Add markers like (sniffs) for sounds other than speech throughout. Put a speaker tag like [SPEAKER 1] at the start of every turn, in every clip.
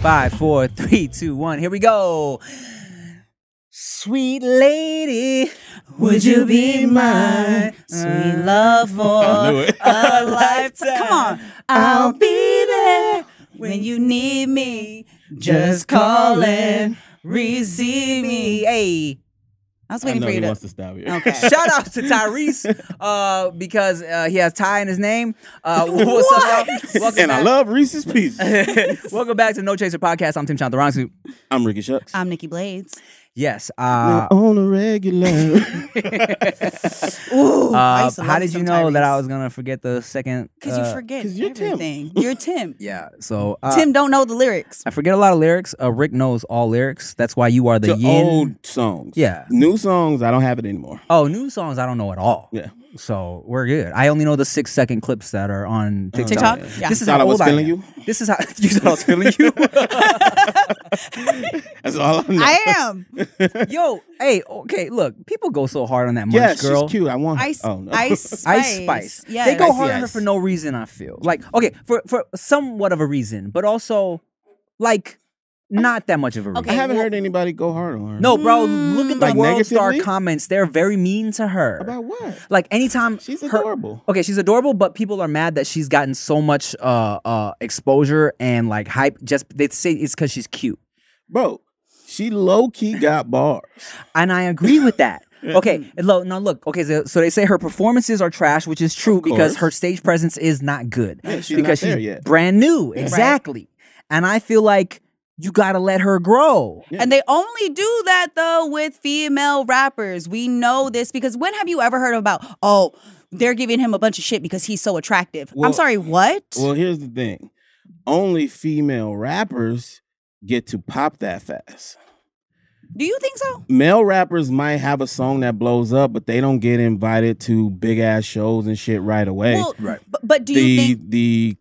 [SPEAKER 1] Five, four, three, two, one. Here we go. Sweet lady, would you be mine? Sweet love
[SPEAKER 2] Mm. (laughs) I knew
[SPEAKER 1] for
[SPEAKER 2] it.
[SPEAKER 1] a lifetime. Come on. I'll be there when you need me. Just call and receive me. Hey, I was
[SPEAKER 2] I
[SPEAKER 1] waiting
[SPEAKER 2] know
[SPEAKER 1] for
[SPEAKER 2] he
[SPEAKER 1] you to.
[SPEAKER 2] wants to stop here. (laughs)
[SPEAKER 1] Okay. Shout out to Tyrese uh, because uh, he has Ty in his name. Uh, (laughs) what's up, y'all? Welcome
[SPEAKER 2] and I
[SPEAKER 1] back.
[SPEAKER 2] love Reese's
[SPEAKER 1] (laughs)
[SPEAKER 2] Pieces.
[SPEAKER 1] Welcome back to No Chaser Podcast. I'm Tim Chantharongsu.
[SPEAKER 2] I'm Ricky Shucks.
[SPEAKER 3] I'm Nikki Blades.
[SPEAKER 1] Yes.
[SPEAKER 3] (laughs)
[SPEAKER 1] Uh,
[SPEAKER 2] on a regular.
[SPEAKER 3] Ooh,
[SPEAKER 1] uh, how did you know that I was gonna forget the second?
[SPEAKER 3] Because
[SPEAKER 1] uh,
[SPEAKER 3] you forget
[SPEAKER 2] 'cause you're Tim.
[SPEAKER 3] everything. You're
[SPEAKER 2] (laughs)
[SPEAKER 3] Tim.
[SPEAKER 1] Yeah. So uh,
[SPEAKER 3] Tim don't know the lyrics.
[SPEAKER 1] I forget a lot of lyrics. Uh, Rick knows all lyrics. That's why you are the
[SPEAKER 2] the
[SPEAKER 1] yin.
[SPEAKER 2] old (laughs) songs.
[SPEAKER 1] Yeah.
[SPEAKER 2] New songs, I don't have it anymore.
[SPEAKER 1] Oh, new songs I don't know at all.
[SPEAKER 2] Yeah.
[SPEAKER 1] So we're good. I only know the six second clips that are on TikTok.
[SPEAKER 3] TikTok? Yeah.
[SPEAKER 1] This is
[SPEAKER 2] Thought
[SPEAKER 1] how
[SPEAKER 2] I was
[SPEAKER 1] old
[SPEAKER 2] feeling
[SPEAKER 1] am.
[SPEAKER 2] (laughs) you?
[SPEAKER 1] This is how you thought I was feeling you.
[SPEAKER 2] That's all I know.
[SPEAKER 3] I am.
[SPEAKER 1] (laughs) Yo, hey, okay, look, people go so hard on that munch
[SPEAKER 2] yeah,
[SPEAKER 1] girl.
[SPEAKER 2] she's cute. I want her.
[SPEAKER 3] Ice,
[SPEAKER 2] (laughs) oh, no.
[SPEAKER 3] ice, spice.
[SPEAKER 1] Ice Spice.
[SPEAKER 3] Yes.
[SPEAKER 1] They go
[SPEAKER 2] Icy
[SPEAKER 1] hard on her
[SPEAKER 2] Ice.
[SPEAKER 1] for no reason, I feel. Like, okay, for for somewhat of a reason, but also like not that much of a reason.
[SPEAKER 3] Okay,
[SPEAKER 2] I haven't
[SPEAKER 3] well-
[SPEAKER 2] heard anybody go hard on her.
[SPEAKER 1] No, bro, look at the
[SPEAKER 2] Like
[SPEAKER 1] World Star
[SPEAKER 2] negatively?
[SPEAKER 1] comments. They're very mean to her.
[SPEAKER 2] About what?
[SPEAKER 1] like anytime
[SPEAKER 2] She's
[SPEAKER 1] her-
[SPEAKER 2] adorable.
[SPEAKER 1] Okay, she's adorable, but people are mad that she's gotten so much uh uh exposure and like hype. Just they say it's because she's cute,
[SPEAKER 2] Bro, she low key got bars.
[SPEAKER 1] and I agree with
[SPEAKER 2] (laughs)
[SPEAKER 1] that. Okay, lo- now look. Okay, so, so they say her performances are trash, which is true because
[SPEAKER 2] course.
[SPEAKER 1] her stage presence is not good
[SPEAKER 2] Yeah, she's
[SPEAKER 1] because
[SPEAKER 2] not there
[SPEAKER 1] she's
[SPEAKER 2] yet.
[SPEAKER 1] brand new, exactly. And I feel like you gotta let her grow.
[SPEAKER 3] And they only do that though with female rappers. We know this because when have you ever heard about, oh, they're giving him a bunch of shit because he's so attractive?
[SPEAKER 2] Well-
[SPEAKER 3] I'm sorry, what?
[SPEAKER 2] Well, here's the thing. Only female rappers get to pop that fast.
[SPEAKER 3] do you think so?
[SPEAKER 2] Male rappers might have a song that blows up, but they don't get invited to big ass shows and shit right away.
[SPEAKER 3] well, b- but do
[SPEAKER 2] the
[SPEAKER 3] you think
[SPEAKER 2] the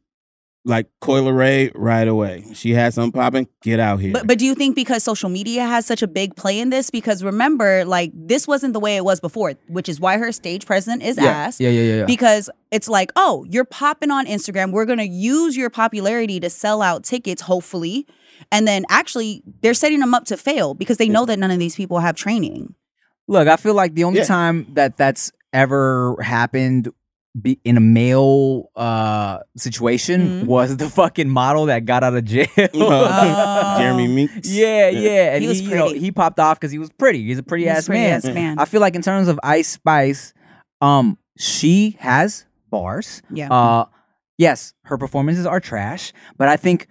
[SPEAKER 2] like Coil Ray right away. She had something popping. Get out here.
[SPEAKER 3] But but do you think because social media has such a big play in this? Because remember, like this wasn't the way it was before, which is why her stage present is ass.
[SPEAKER 1] yeah, yeah, yeah.
[SPEAKER 3] Because it's like, oh, you're popping on Instagram. We're gonna use your popularity to sell out tickets, hopefully. And then actually they're setting them up to fail because they know that none of these people have training.
[SPEAKER 1] Look, I feel like the only
[SPEAKER 2] Yeah.
[SPEAKER 1] time that that's ever happened be in a male uh situation
[SPEAKER 3] Mhm.
[SPEAKER 1] was the fucking model that got out of
[SPEAKER 2] (laughs)
[SPEAKER 1] jail.
[SPEAKER 3] Oh.
[SPEAKER 2] Jeremy Meeks.
[SPEAKER 1] (laughs) Yeah, yeah, and
[SPEAKER 3] He
[SPEAKER 1] he,
[SPEAKER 3] was
[SPEAKER 1] you know,
[SPEAKER 3] pretty.
[SPEAKER 1] he popped off because he was pretty. He's a pretty,
[SPEAKER 3] He's
[SPEAKER 1] ass,
[SPEAKER 3] pretty
[SPEAKER 1] man.
[SPEAKER 3] ass
[SPEAKER 1] (laughs)
[SPEAKER 3] man.
[SPEAKER 1] I feel like in terms of Ice Spice, um, she has bars.
[SPEAKER 3] Yeah.
[SPEAKER 1] Uh, yes, her performances are trash, but I think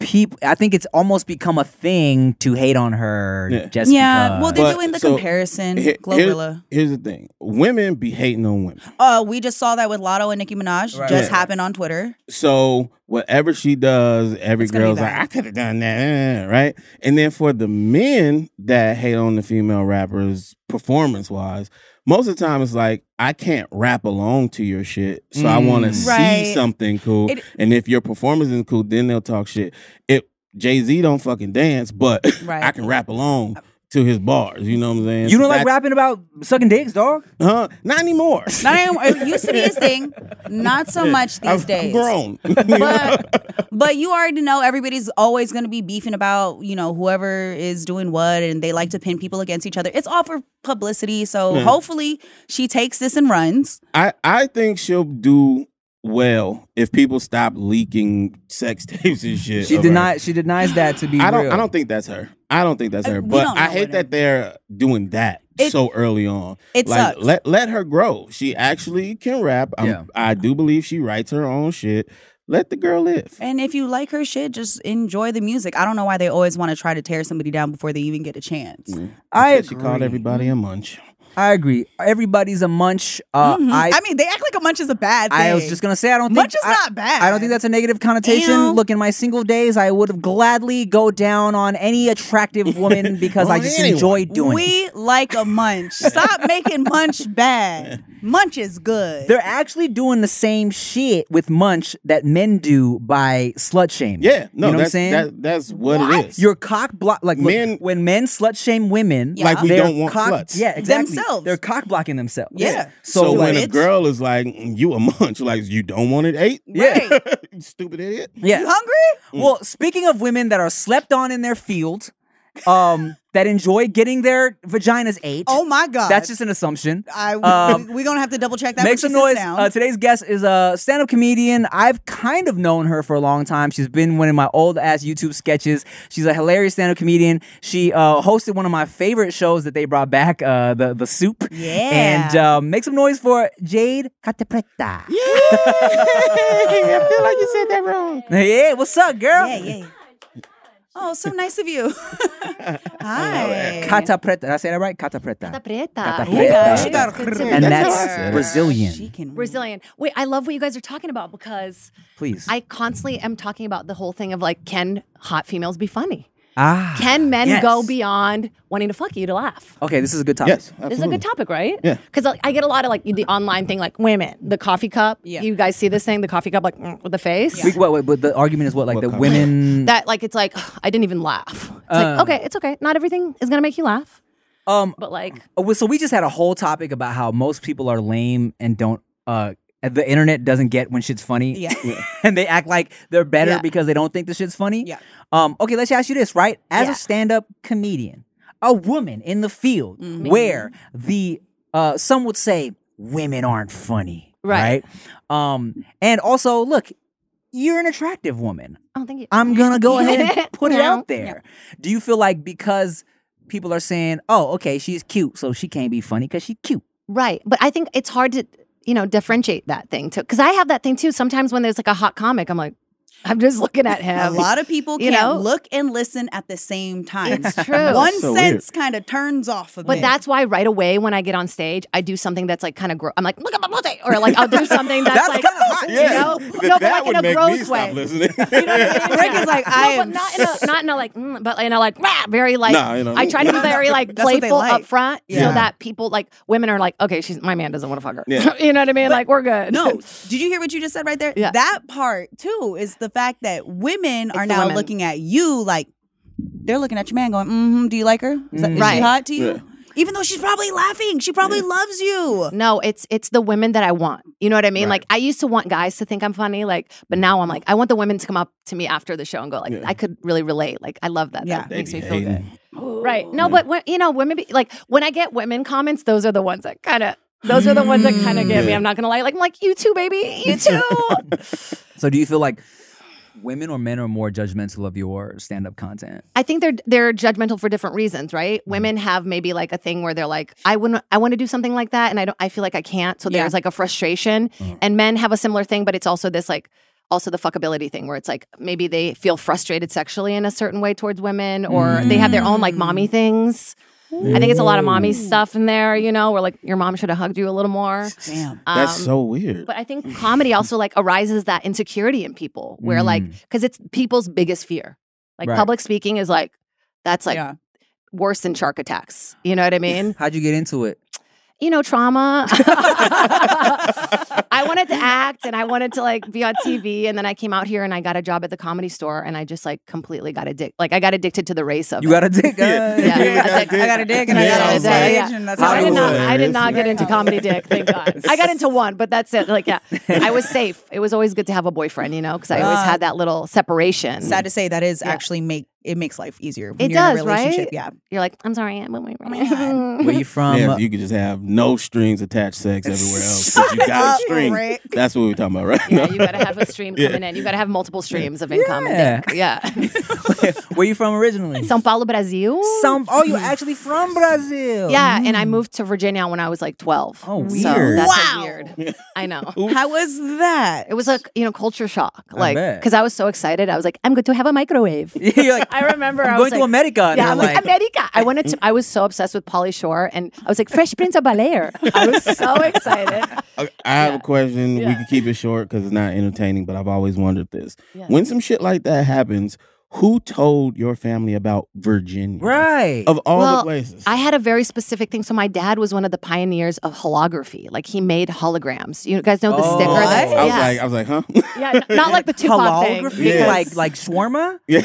[SPEAKER 1] people, I think it's almost become a thing to hate on her.
[SPEAKER 2] Yeah.
[SPEAKER 1] Just
[SPEAKER 3] yeah.
[SPEAKER 1] because.
[SPEAKER 3] Well they're
[SPEAKER 2] But-
[SPEAKER 3] doing the
[SPEAKER 2] so,
[SPEAKER 3] comparison,
[SPEAKER 2] Here-
[SPEAKER 3] Glorilla.
[SPEAKER 2] Here's, here's the thing. Women be hating on women.
[SPEAKER 3] Uh we just saw that with Lotto and Nicki Minaj.
[SPEAKER 1] Right,
[SPEAKER 3] just
[SPEAKER 2] right,
[SPEAKER 3] happened on Twitter.
[SPEAKER 2] So whatever she does, every
[SPEAKER 3] It's gonna be
[SPEAKER 2] girl's like,
[SPEAKER 3] bad.
[SPEAKER 2] I could have done that, eh, right? And then for the men that hate on the female rappers performance wise, most of the time it's like, I can't rap along to your shit. So I want to
[SPEAKER 1] Mm.
[SPEAKER 3] Right.
[SPEAKER 2] see something cool.
[SPEAKER 3] It-
[SPEAKER 2] and if your performance isn't cool, then they'll talk shit. If Jay Z don't fucking dance, but (laughs)
[SPEAKER 3] Right. Uh,
[SPEAKER 2] I can rap along. to his bars. You know what I'm saying?
[SPEAKER 1] You
[SPEAKER 2] So
[SPEAKER 1] don't like
[SPEAKER 2] that's-
[SPEAKER 1] rapping about sucking dicks, dog?
[SPEAKER 2] Huh? Not anymore.
[SPEAKER 3] Not anymore. It used to be
[SPEAKER 1] (laughs)
[SPEAKER 3] his thing. Not so
[SPEAKER 2] (laughs)
[SPEAKER 3] much these
[SPEAKER 2] I've
[SPEAKER 3] days.
[SPEAKER 2] grown.
[SPEAKER 3] but
[SPEAKER 1] (laughs)
[SPEAKER 3] but you already know everybody's always going to be beefing about you know whoever is doing what and they like to pin people against each other it's all for publicity so
[SPEAKER 2] Yeah.
[SPEAKER 3] hopefully she takes this and runs
[SPEAKER 2] I I think she'll do well if people stop leaking sex (laughs) tapes and shit.
[SPEAKER 1] She
[SPEAKER 2] of her.
[SPEAKER 1] denied. She denies that to be
[SPEAKER 2] I don't.
[SPEAKER 1] real.
[SPEAKER 2] I don't think that's her. I don't think that's
[SPEAKER 3] Uh,
[SPEAKER 2] her.
[SPEAKER 3] we
[SPEAKER 2] But
[SPEAKER 3] don't
[SPEAKER 2] I
[SPEAKER 3] know
[SPEAKER 2] hate
[SPEAKER 3] what
[SPEAKER 2] that they're doing that
[SPEAKER 3] It-
[SPEAKER 2] so early on.
[SPEAKER 3] it
[SPEAKER 2] like
[SPEAKER 3] sucks
[SPEAKER 2] let let her grow. She actually can rap. I'm,
[SPEAKER 1] Yeah.
[SPEAKER 2] I do believe she writes her own shit. Let the girl live.
[SPEAKER 3] and if you like her shit just enjoy the music i don't know why they always want to try to tear somebody down before they even get a chance
[SPEAKER 1] I
[SPEAKER 2] She called
[SPEAKER 1] agree.
[SPEAKER 2] everybody a munch.
[SPEAKER 1] I agree. Everybody's a munch. Uh,
[SPEAKER 3] Mhm.
[SPEAKER 1] I,
[SPEAKER 3] mean they act like a munch is a bad thing
[SPEAKER 1] I was just gonna say I don't think
[SPEAKER 3] munch is
[SPEAKER 1] I,
[SPEAKER 3] not bad
[SPEAKER 1] I don't think that's a negative connotation.
[SPEAKER 3] Ew.
[SPEAKER 1] Look, in my single days, I would have gladly go down on any attractive
[SPEAKER 3] (laughs)
[SPEAKER 1] woman because I
[SPEAKER 2] On
[SPEAKER 1] just
[SPEAKER 2] anyone.
[SPEAKER 1] enjoy doing. it.
[SPEAKER 3] we like a
[SPEAKER 1] (laughs)
[SPEAKER 3] munch. Stop making munch bad. Munch is good.
[SPEAKER 1] They're actually doing the same shit with munch that men do by slut shame.
[SPEAKER 2] Yeah, no,
[SPEAKER 1] you know what I'm
[SPEAKER 2] that's
[SPEAKER 1] saying.
[SPEAKER 2] that, that's what, it is.
[SPEAKER 1] Your cock block like men
[SPEAKER 2] Men-
[SPEAKER 1] when men slut shame women.
[SPEAKER 3] Yeah. Like
[SPEAKER 2] we
[SPEAKER 1] they're
[SPEAKER 2] don't want
[SPEAKER 1] cock,
[SPEAKER 2] sluts.
[SPEAKER 1] Yeah, exactly.
[SPEAKER 3] Themselves.
[SPEAKER 1] They're cock blocking themselves.
[SPEAKER 3] Yeah.
[SPEAKER 1] So,
[SPEAKER 2] so when
[SPEAKER 1] like,
[SPEAKER 2] a girl is like, "Mm, "You a munch," like you don't want it eight,
[SPEAKER 1] yeah.
[SPEAKER 3] Right.
[SPEAKER 2] you stupid idiot.
[SPEAKER 1] yeah.
[SPEAKER 3] You hungry?
[SPEAKER 1] Well, speaking of women that are slept on in their field, um, (laughs) that enjoy getting their vaginas ate.
[SPEAKER 3] Oh my
[SPEAKER 1] (laughs)
[SPEAKER 3] god.
[SPEAKER 1] that's just an assumption.
[SPEAKER 3] I
[SPEAKER 1] Um,
[SPEAKER 3] we're gonna have to double check that. when
[SPEAKER 1] Make
[SPEAKER 3] she
[SPEAKER 1] some
[SPEAKER 3] sits
[SPEAKER 1] noise.
[SPEAKER 3] Down.
[SPEAKER 1] Uh, today's guest is a stand-up comedian. I've kind of known her for a long time. She's been one of my old-ass YouTube sketches. She's a hilarious stand-up comedian. She uh, hosted one of my favorite shows that they brought back, uh, the the Soup.
[SPEAKER 3] Yeah.
[SPEAKER 1] And um, make some noise for Jade Catepreta. (laughs) Yeah.
[SPEAKER 2] (laughs) I feel like you said that wrong.
[SPEAKER 1] Hey, what's up, girl?
[SPEAKER 3] yeah, yeah. Oh, so nice of you. (laughs) Hi.
[SPEAKER 1] Catapreta. Did I say that right? Catapreta.
[SPEAKER 4] Cata preta.
[SPEAKER 1] Cata
[SPEAKER 4] Yeah,
[SPEAKER 1] preta.
[SPEAKER 4] she got
[SPEAKER 3] Good to
[SPEAKER 4] preta.
[SPEAKER 3] meet
[SPEAKER 1] And
[SPEAKER 3] her.
[SPEAKER 1] that's Brazilian.
[SPEAKER 3] She can
[SPEAKER 4] Brazilian. Wait, I love what you guys are talking about because
[SPEAKER 1] Please.
[SPEAKER 4] I constantly am talking about the whole thing of like, can hot females be funny?
[SPEAKER 1] ah. (sighs)
[SPEAKER 4] Can men
[SPEAKER 1] yes.
[SPEAKER 4] go beyond wanting to fuck you to laugh?
[SPEAKER 1] Okay, this is a good topic.
[SPEAKER 2] Yes, absolutely.
[SPEAKER 4] This is a good topic, right?
[SPEAKER 2] Yeah.
[SPEAKER 4] Because I get a lot of like the online thing, like women, the coffee cup.
[SPEAKER 3] Yeah.
[SPEAKER 4] You guys see this thing, the coffee cup, like mm, with the face.
[SPEAKER 1] We- wait, wait, but the argument is what, like
[SPEAKER 2] What
[SPEAKER 1] the
[SPEAKER 2] kind?
[SPEAKER 1] women.
[SPEAKER 4] That like it's like (sighs) I didn't even laugh. It's like okay, it's okay. Not everything is gonna make you laugh,
[SPEAKER 1] um,
[SPEAKER 4] but like
[SPEAKER 1] Oh, well, so we just had a whole topic about how most people are lame and don't uh the internet doesn't get when shit's funny.
[SPEAKER 3] Yeah.
[SPEAKER 1] (laughs) and they act like they're better
[SPEAKER 3] Yeah.
[SPEAKER 1] because they don't think the shit's funny.
[SPEAKER 3] Yeah.
[SPEAKER 1] Um okay, let's ask you this, right? As
[SPEAKER 4] Yeah.
[SPEAKER 1] a stand-up comedian, a woman in the field where the uh some would say women aren't funny, right?
[SPEAKER 4] Right.
[SPEAKER 1] Um and also look, you're an attractive woman.
[SPEAKER 4] I don't think you.
[SPEAKER 1] I'm gonna go ahead
[SPEAKER 4] (laughs)
[SPEAKER 1] and put it
[SPEAKER 4] No.
[SPEAKER 1] out there. Do you feel like because people are saying, "Oh, okay, she's cute, so she can't be funny because she's cute"?
[SPEAKER 4] Right. But I think it's hard to, you know, differentiate that thing too. Cause I have that thing too. Sometimes when there's like a hot comic, I'm like, I'm just looking at him.
[SPEAKER 3] A lot of people
[SPEAKER 4] You
[SPEAKER 3] can't
[SPEAKER 4] know?
[SPEAKER 3] look and listen at the same time. (laughs)
[SPEAKER 4] It's true.
[SPEAKER 3] One
[SPEAKER 2] So weird.
[SPEAKER 3] sense kind of turns off a
[SPEAKER 4] but
[SPEAKER 3] bit.
[SPEAKER 4] that's why right away when I get on stage, I do something that's like kind of gross. I'm like, look at my pussy, or like I'll do something that's,
[SPEAKER 1] That's
[SPEAKER 4] like,
[SPEAKER 1] kinda hot,
[SPEAKER 4] (laughs) you
[SPEAKER 2] Yeah,
[SPEAKER 4] know,
[SPEAKER 2] Th-
[SPEAKER 4] no, but
[SPEAKER 2] that
[SPEAKER 4] like
[SPEAKER 2] would
[SPEAKER 4] in a
[SPEAKER 2] make me
[SPEAKER 4] gross
[SPEAKER 2] stop
[SPEAKER 4] way. (laughs)
[SPEAKER 2] listening.
[SPEAKER 3] Rick is like, I
[SPEAKER 4] no,
[SPEAKER 3] am
[SPEAKER 4] but not in a not in a like, mm, but in a like, rah, very like.
[SPEAKER 2] Nah, you know.
[SPEAKER 4] I try to be very like
[SPEAKER 3] That's what they
[SPEAKER 4] playful
[SPEAKER 3] like.
[SPEAKER 4] up front,
[SPEAKER 2] Yeah.
[SPEAKER 4] so that people like women are like, okay, she's my man doesn't want to fuck her.
[SPEAKER 2] Yeah.
[SPEAKER 4] (laughs) you know what I mean? like we're good. (laughs)
[SPEAKER 3] No, did you hear what you just said right there?
[SPEAKER 4] Yeah.
[SPEAKER 3] That part too is the fact that women are
[SPEAKER 4] the
[SPEAKER 3] now
[SPEAKER 4] women.
[SPEAKER 3] looking at you like they're looking at your man going, mm-hmm, do you like her? Is, that, is she
[SPEAKER 4] Right.
[SPEAKER 3] hot to you?
[SPEAKER 2] Yeah.
[SPEAKER 3] Even though she's probably laughing, she probably loves you.
[SPEAKER 4] No, it's it's the women that I want. You know what I mean?
[SPEAKER 2] Right.
[SPEAKER 4] Like I used to want guys to think I'm funny, like, but now I'm like, I want the women to come up to me after the show and go, like,
[SPEAKER 2] Yeah.
[SPEAKER 4] I could really relate. Like I love that.
[SPEAKER 3] Yeah.
[SPEAKER 4] That
[SPEAKER 2] They
[SPEAKER 4] makes
[SPEAKER 2] be
[SPEAKER 4] me feel good.
[SPEAKER 2] hating.
[SPEAKER 4] Right. No, but when, you know, women be like when I get women comments, those are the ones that kind of those are the ones that kind of get me.
[SPEAKER 2] Yeah.
[SPEAKER 4] I'm not gonna lie. Like I'm like you too, baby,
[SPEAKER 2] (laughs)
[SPEAKER 4] you too.
[SPEAKER 1] So, do you feel like women or men are more judgmental of your stand-up content?
[SPEAKER 4] I think they're they're judgmental for different reasons, right? Women have maybe like a thing where they're like, I wouldn't, I want to do something like that, and I don't, I feel like I can't. So
[SPEAKER 3] Yeah.
[SPEAKER 4] there's like a frustration, and men have a similar thing, but it's also this like, also the fuckability thing where it's like maybe they feel frustrated sexually in a certain way towards women, or they have their own like mommy things. I think it's a lot of mommy stuff in there, you know, where like your mom should have hugged you a little more.
[SPEAKER 3] Damn.
[SPEAKER 2] That's
[SPEAKER 4] Um,
[SPEAKER 2] so weird.
[SPEAKER 4] but I think comedy also like arises that insecurity in people where like because it's people's biggest fear. Like
[SPEAKER 1] Mm. Right.
[SPEAKER 4] public speaking is like that's like
[SPEAKER 3] Yeah.
[SPEAKER 1] (laughs)
[SPEAKER 4] worse than shark attacks. You know what I mean?
[SPEAKER 1] How'd you get into it?
[SPEAKER 4] you know, trauma. (laughs) I wanted to act and I wanted to like be on TV. And then I came out here and I got a job at the comedy store and I just like completely got addicted. Like I got addicted to the race of
[SPEAKER 1] You
[SPEAKER 4] it.
[SPEAKER 1] got a
[SPEAKER 2] (laughs)
[SPEAKER 1] dick.
[SPEAKER 2] Yeah.
[SPEAKER 1] uh,
[SPEAKER 4] Yeah.
[SPEAKER 2] You
[SPEAKER 4] I
[SPEAKER 5] I got a dick and I
[SPEAKER 2] Yeah,
[SPEAKER 5] got on
[SPEAKER 2] yeah,
[SPEAKER 5] stage,
[SPEAKER 4] yeah.
[SPEAKER 5] and that's
[SPEAKER 4] So
[SPEAKER 5] how
[SPEAKER 4] I did
[SPEAKER 2] Hollywood.
[SPEAKER 4] not.
[SPEAKER 5] was.
[SPEAKER 4] I did not get
[SPEAKER 5] Very
[SPEAKER 4] into comedy dick. Thank God. I got into one, but that's it. Like, yeah, I was safe. It was always good to have a boyfriend, you know, because I always
[SPEAKER 5] Ah.
[SPEAKER 4] had that little separation.
[SPEAKER 3] Sad to say, that is
[SPEAKER 4] Yeah.
[SPEAKER 3] actually make it makes life easier. When
[SPEAKER 4] It
[SPEAKER 3] you're in
[SPEAKER 4] does,
[SPEAKER 3] a relationship.
[SPEAKER 4] right?
[SPEAKER 3] Yeah.
[SPEAKER 4] You're like, I'm sorry. I'm oh
[SPEAKER 3] my
[SPEAKER 4] (laughs)
[SPEAKER 3] God.
[SPEAKER 1] Where you
[SPEAKER 4] Um,
[SPEAKER 1] from? uh,
[SPEAKER 2] Yeah, if you could just have no strings attached sex everywhere else. 'cause You got a string.
[SPEAKER 3] Rick.
[SPEAKER 2] That's what we're talking about, right?
[SPEAKER 4] Yeah,
[SPEAKER 2] now.
[SPEAKER 4] you gotta have a stream
[SPEAKER 2] Yeah.
[SPEAKER 4] coming in. You gotta have multiple streams of income.
[SPEAKER 1] Yeah.
[SPEAKER 4] Yeah. yeah.
[SPEAKER 1] (laughs) Where you from originally?
[SPEAKER 4] Sao Paulo, Brazil.
[SPEAKER 1] Some. Oh, you actually from Brazil?
[SPEAKER 4] yeah, and I moved to Virginia when I was like 12.
[SPEAKER 1] Oh,
[SPEAKER 4] So
[SPEAKER 1] weird.
[SPEAKER 4] that's
[SPEAKER 3] Wow.
[SPEAKER 4] wow. weird. I know.
[SPEAKER 3] How was that?
[SPEAKER 4] It was like, you know, culture shock. Like,
[SPEAKER 1] bet.
[SPEAKER 4] because I was so excited. I was like, I'm going to have a microwave.
[SPEAKER 1] (laughs) You're like,
[SPEAKER 4] I remember
[SPEAKER 1] I'm
[SPEAKER 4] I
[SPEAKER 1] going
[SPEAKER 4] was
[SPEAKER 1] to
[SPEAKER 4] like,
[SPEAKER 1] America. And
[SPEAKER 4] Yeah,
[SPEAKER 1] they're
[SPEAKER 4] I'm like,
[SPEAKER 1] like,
[SPEAKER 4] America. I wanted to. I was so obsessed with Polly Shore, and I was like Fresh Prince of Bel Air. I was so excited.
[SPEAKER 2] Okay, I have a
[SPEAKER 4] Yeah.
[SPEAKER 2] question. We
[SPEAKER 4] Yeah.
[SPEAKER 2] can keep it short because it's not entertaining, but I've always wondered this.
[SPEAKER 4] Yeah.
[SPEAKER 2] When some shit like that happens, who told your family about Virginia?
[SPEAKER 1] right.
[SPEAKER 2] Of all the
[SPEAKER 4] Well,
[SPEAKER 2] places.
[SPEAKER 4] I had a very specific thing. So my dad was one of the pioneers of holography. Like he made holograms. You guys know the
[SPEAKER 1] Oh,
[SPEAKER 4] sticker.
[SPEAKER 2] I
[SPEAKER 4] that's-
[SPEAKER 2] was
[SPEAKER 4] yeah.
[SPEAKER 2] like, I was like, huh?
[SPEAKER 4] yeah, n- not like the Tupac thing.
[SPEAKER 1] Holography?
[SPEAKER 2] Yes.
[SPEAKER 1] Like like shawarma?
[SPEAKER 2] yeah.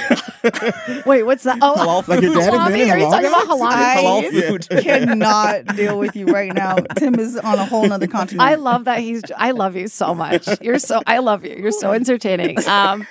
[SPEAKER 4] Wait, what's that? Oh,
[SPEAKER 2] like your dad
[SPEAKER 4] Salami?
[SPEAKER 2] invented
[SPEAKER 4] Are you talking about
[SPEAKER 2] holograms?
[SPEAKER 4] holography?
[SPEAKER 1] Halal
[SPEAKER 2] Yeah.
[SPEAKER 1] food. (laughs)
[SPEAKER 5] Cannot.
[SPEAKER 3] Deal with you right
[SPEAKER 4] (laughs)
[SPEAKER 3] now. Tim is on a whole nother continent.
[SPEAKER 4] I love that he's. I love you so much. You're so. I love you. You're so entertaining. Um,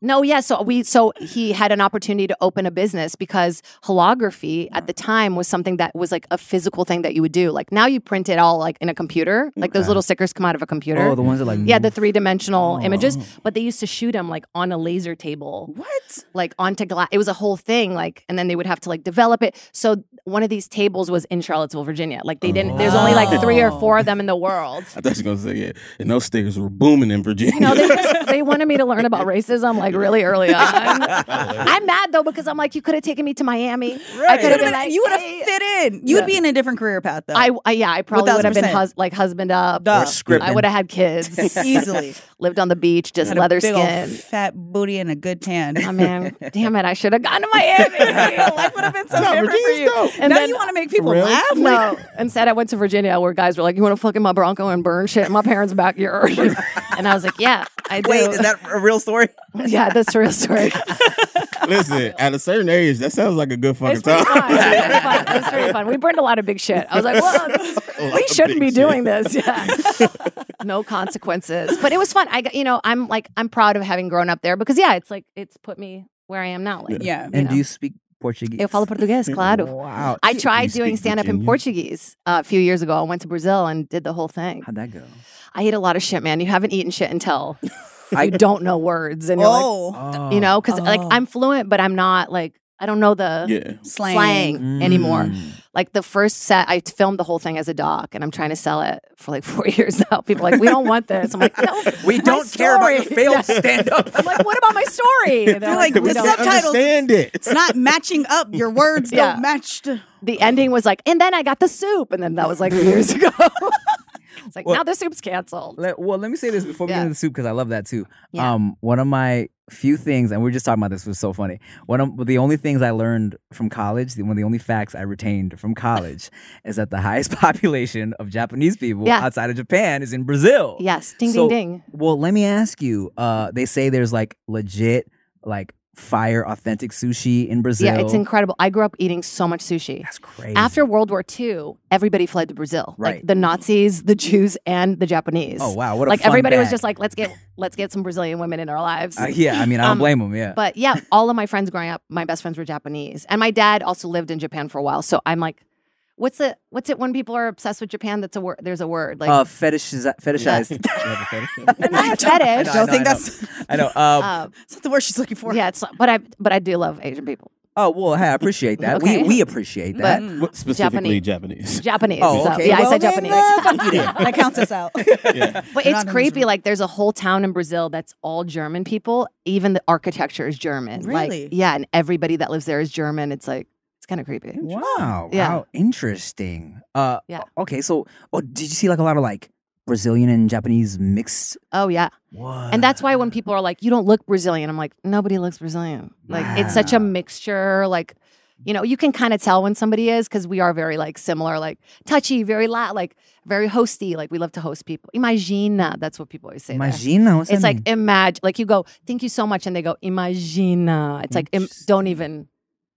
[SPEAKER 4] no, yeah. So we. So he had an opportunity to open a business because holography at the time was something that was like a physical thing that you would do. Like now you print it all like in a computer. Like those little stickers come out of a computer.
[SPEAKER 1] Oh, the ones that (laughs) like.
[SPEAKER 4] yeah, the three dimensional
[SPEAKER 1] Oh.
[SPEAKER 4] images, but they used to shoot them like on a laser table
[SPEAKER 3] what?
[SPEAKER 4] like onto glass. It was a whole thing, like, and then they would have to like develop it. So one of these tables was in Charlottesville, Virginia. Like they didn't. There's only like three or four of them in the world.
[SPEAKER 2] I thought you were going to say, yeah. And those stickers were booming in Virginia.
[SPEAKER 4] No, they just, they wanted me to learn about racism like really early on.
[SPEAKER 3] (laughs)
[SPEAKER 4] I'm mad though because I'm like, you could have taken me to Miami. I
[SPEAKER 1] Right.
[SPEAKER 4] could have been like,
[SPEAKER 3] You would have
[SPEAKER 4] hey.
[SPEAKER 3] fit in. You would be in a different career path though.
[SPEAKER 4] I, I yeah, I probably would have been
[SPEAKER 3] 1000%.
[SPEAKER 4] hus- like husband up.
[SPEAKER 3] Duh.
[SPEAKER 1] Or script.
[SPEAKER 4] I would have had kids.
[SPEAKER 3] (laughs) easily.
[SPEAKER 4] (laughs) Lived on the beach, just
[SPEAKER 3] Had a
[SPEAKER 4] leather
[SPEAKER 3] big old
[SPEAKER 4] skin.
[SPEAKER 3] fat booty, and a good
[SPEAKER 4] (laughs)
[SPEAKER 3] tan. (laughs)
[SPEAKER 4] Oh man, damn it! I should have gone to Miami.
[SPEAKER 3] Life would have been so
[SPEAKER 2] No,
[SPEAKER 3] different for
[SPEAKER 2] Virginia's
[SPEAKER 3] you.
[SPEAKER 2] dope.
[SPEAKER 4] And
[SPEAKER 3] now
[SPEAKER 4] then-
[SPEAKER 3] you want to make people
[SPEAKER 2] real?
[SPEAKER 3] laugh? Like,
[SPEAKER 4] (laughs) No. Instead, I went to Virginia where guys were like, "You want to fuck in my Bronco and burn shit in my parents' backyard?" (laughs) and I was like, "Yeah, I do."
[SPEAKER 1] Wait, is (laughs) that a real story?
[SPEAKER 4] (laughs) yeah, that's a
[SPEAKER 3] (laughs)
[SPEAKER 4] real story.
[SPEAKER 2] (laughs) Listen, at a certain age, that sounds like a good fucking
[SPEAKER 4] It's pretty
[SPEAKER 2] time.
[SPEAKER 4] fun.
[SPEAKER 2] (laughs)
[SPEAKER 4] It's pretty fun. It was pretty fun. We burned a lot of big shit. I was
[SPEAKER 3] (laughs)
[SPEAKER 4] like, "Whoa, this is-
[SPEAKER 2] A lot
[SPEAKER 4] (laughs) we
[SPEAKER 2] of big
[SPEAKER 4] shouldn't be
[SPEAKER 2] shit.
[SPEAKER 4] doing this." (laughs) Yeah, no consequences, but it was fun. I, got- you know, I'm like, I'm proud of having grown up there because yeah, it's like it's put me where I am now. Like,
[SPEAKER 3] yeah.
[SPEAKER 1] And
[SPEAKER 4] know.
[SPEAKER 1] do you speak Portuguese?
[SPEAKER 4] Eu falo português, claro.
[SPEAKER 1] Wow.
[SPEAKER 4] I
[SPEAKER 2] You
[SPEAKER 4] tried
[SPEAKER 2] speak
[SPEAKER 4] doing stand up in
[SPEAKER 2] Virginian?
[SPEAKER 4] Portuguese uh, a few years ago. I went to Brazil and did the whole thing.
[SPEAKER 1] How'd that go?
[SPEAKER 4] I ate a lot of shit, man. You haven't eaten shit until
[SPEAKER 1] I
[SPEAKER 4] you don't know words, and you're
[SPEAKER 3] oh,
[SPEAKER 4] like, you know, because like
[SPEAKER 3] Oh.
[SPEAKER 4] I'm fluent, but I'm not like I don't know the
[SPEAKER 2] Yeah.
[SPEAKER 3] slang.
[SPEAKER 4] slang,
[SPEAKER 1] Oh. Mm.
[SPEAKER 4] anymore. Like the first set, I filmed the whole thing as a doc, and I'm trying to sell it for like (laughs) four years now. People are like, we don't want this. I'm like, no,
[SPEAKER 1] We
[SPEAKER 4] my
[SPEAKER 1] don't care about your
[SPEAKER 4] story."
[SPEAKER 1] failed
[SPEAKER 4] Yeah.
[SPEAKER 1] stand up.
[SPEAKER 4] (laughs) I'm like, what about my story? They're
[SPEAKER 3] like,
[SPEAKER 4] "We
[SPEAKER 3] the
[SPEAKER 4] don't-
[SPEAKER 3] subtitle- Subtitles.
[SPEAKER 2] Understand it.
[SPEAKER 3] It's
[SPEAKER 4] (laughs)
[SPEAKER 3] not matching up. Your words
[SPEAKER 4] Yeah.
[SPEAKER 3] don't match. To-
[SPEAKER 4] the ending was like, and then I got the soup, and then that was like years ago. (laughs) it's like now the soup's canceled.
[SPEAKER 1] Let, well, let me say this before we get
[SPEAKER 4] Yeah.
[SPEAKER 1] into the soup because I love that too.
[SPEAKER 4] Yeah.
[SPEAKER 1] Um, one of my few things, and we are just talking about this was so funny. One of the only things I learned from college, the- one of the only facts I retained from
[SPEAKER 4] (laughs)
[SPEAKER 1] college, is that the highest (laughs) population of Japanese people
[SPEAKER 4] Yeah.
[SPEAKER 1] outside of Japan is in Brazil.
[SPEAKER 4] Yes, ding
[SPEAKER 1] So-
[SPEAKER 4] ding ding.
[SPEAKER 1] Well, let me ask you. Uh, they say there's like legit, like fire authentic sushi in Brazil.
[SPEAKER 4] Yeah, it's incredible. I grew up eating so much sushi.
[SPEAKER 1] That's crazy.
[SPEAKER 4] After World War II, everybody fled to Brazil.
[SPEAKER 1] Right.
[SPEAKER 4] Like the Nazis, the Jews, and the Japanese.
[SPEAKER 1] oh wow, what a
[SPEAKER 4] like
[SPEAKER 1] fun
[SPEAKER 4] everybody was
[SPEAKER 1] fact.
[SPEAKER 4] just like, let's get let's get some Brazilian women in our lives.
[SPEAKER 1] Uh, yeah, I mean, I don't
[SPEAKER 4] Um,
[SPEAKER 1] blame them. Yeah,
[SPEAKER 4] but yeah, all of my friends growing up, my best friends were Japanese, and my dad also lived in Japan for a while. So I'm like, what's it? What's it when people are obsesed with Japan? That's a word. There's a word like
[SPEAKER 1] uh, fetishiz-
[SPEAKER 2] (laughs)
[SPEAKER 4] (laughs)
[SPEAKER 1] fetishized. (laughs)
[SPEAKER 4] I'm not a fetish.
[SPEAKER 1] I
[SPEAKER 3] I
[SPEAKER 1] know,
[SPEAKER 3] don't think
[SPEAKER 1] I know.
[SPEAKER 3] that's
[SPEAKER 1] I know.
[SPEAKER 4] (laughs)
[SPEAKER 1] Um,
[SPEAKER 4] Uh,
[SPEAKER 3] that's not the word she's looking for.
[SPEAKER 4] yeah, it's but I but I do love Asian people,
[SPEAKER 1] Oh well, hey, I appreciate that.
[SPEAKER 4] Okay.
[SPEAKER 1] We we appreciate that.
[SPEAKER 4] but
[SPEAKER 3] Mm.
[SPEAKER 2] What- Specifically Japanese.
[SPEAKER 4] Japanese.
[SPEAKER 1] Oh,
[SPEAKER 4] so-
[SPEAKER 1] okay.
[SPEAKER 4] yeah,
[SPEAKER 1] Well,
[SPEAKER 4] I said
[SPEAKER 1] then,
[SPEAKER 4] Japanese.
[SPEAKER 1] uh,
[SPEAKER 4] (laughs)
[SPEAKER 3] that counts us out.
[SPEAKER 2] yeah.
[SPEAKER 4] But
[SPEAKER 3] Not
[SPEAKER 4] it's
[SPEAKER 3] in this
[SPEAKER 4] creepy.
[SPEAKER 3] room.
[SPEAKER 4] Like there's a whole town in Brazil that's all German people. Even the architecture is German. Like,
[SPEAKER 3] Really?
[SPEAKER 4] yeah, and everybody that lives there is German. It's like it's kind of creepy.
[SPEAKER 1] wow,
[SPEAKER 4] Yeah.
[SPEAKER 1] wow, interesting. Uh,
[SPEAKER 4] Yeah.
[SPEAKER 1] Okay, so oh, did you see like a lot of like Brazilian and Japanese mixed?
[SPEAKER 4] Oh yeah,
[SPEAKER 1] What?
[SPEAKER 4] and that's why when people are like, "You don't look Brazilian," I'm like, "Nobody looks Brazilian." Like it's such a
[SPEAKER 1] Wow.
[SPEAKER 4] mixture. Like you know, you can kind of tell when somebody is because we are very like similar, like touchy, very loud, like very hosty. Like we love to host people. Imagina, that's what people always say. there.
[SPEAKER 1] Imagina. What's
[SPEAKER 4] It's
[SPEAKER 1] that
[SPEAKER 4] like
[SPEAKER 1] mean?
[SPEAKER 4] imagine, like you go, thank you so much, and they go, imagina. It's like Im- don't even,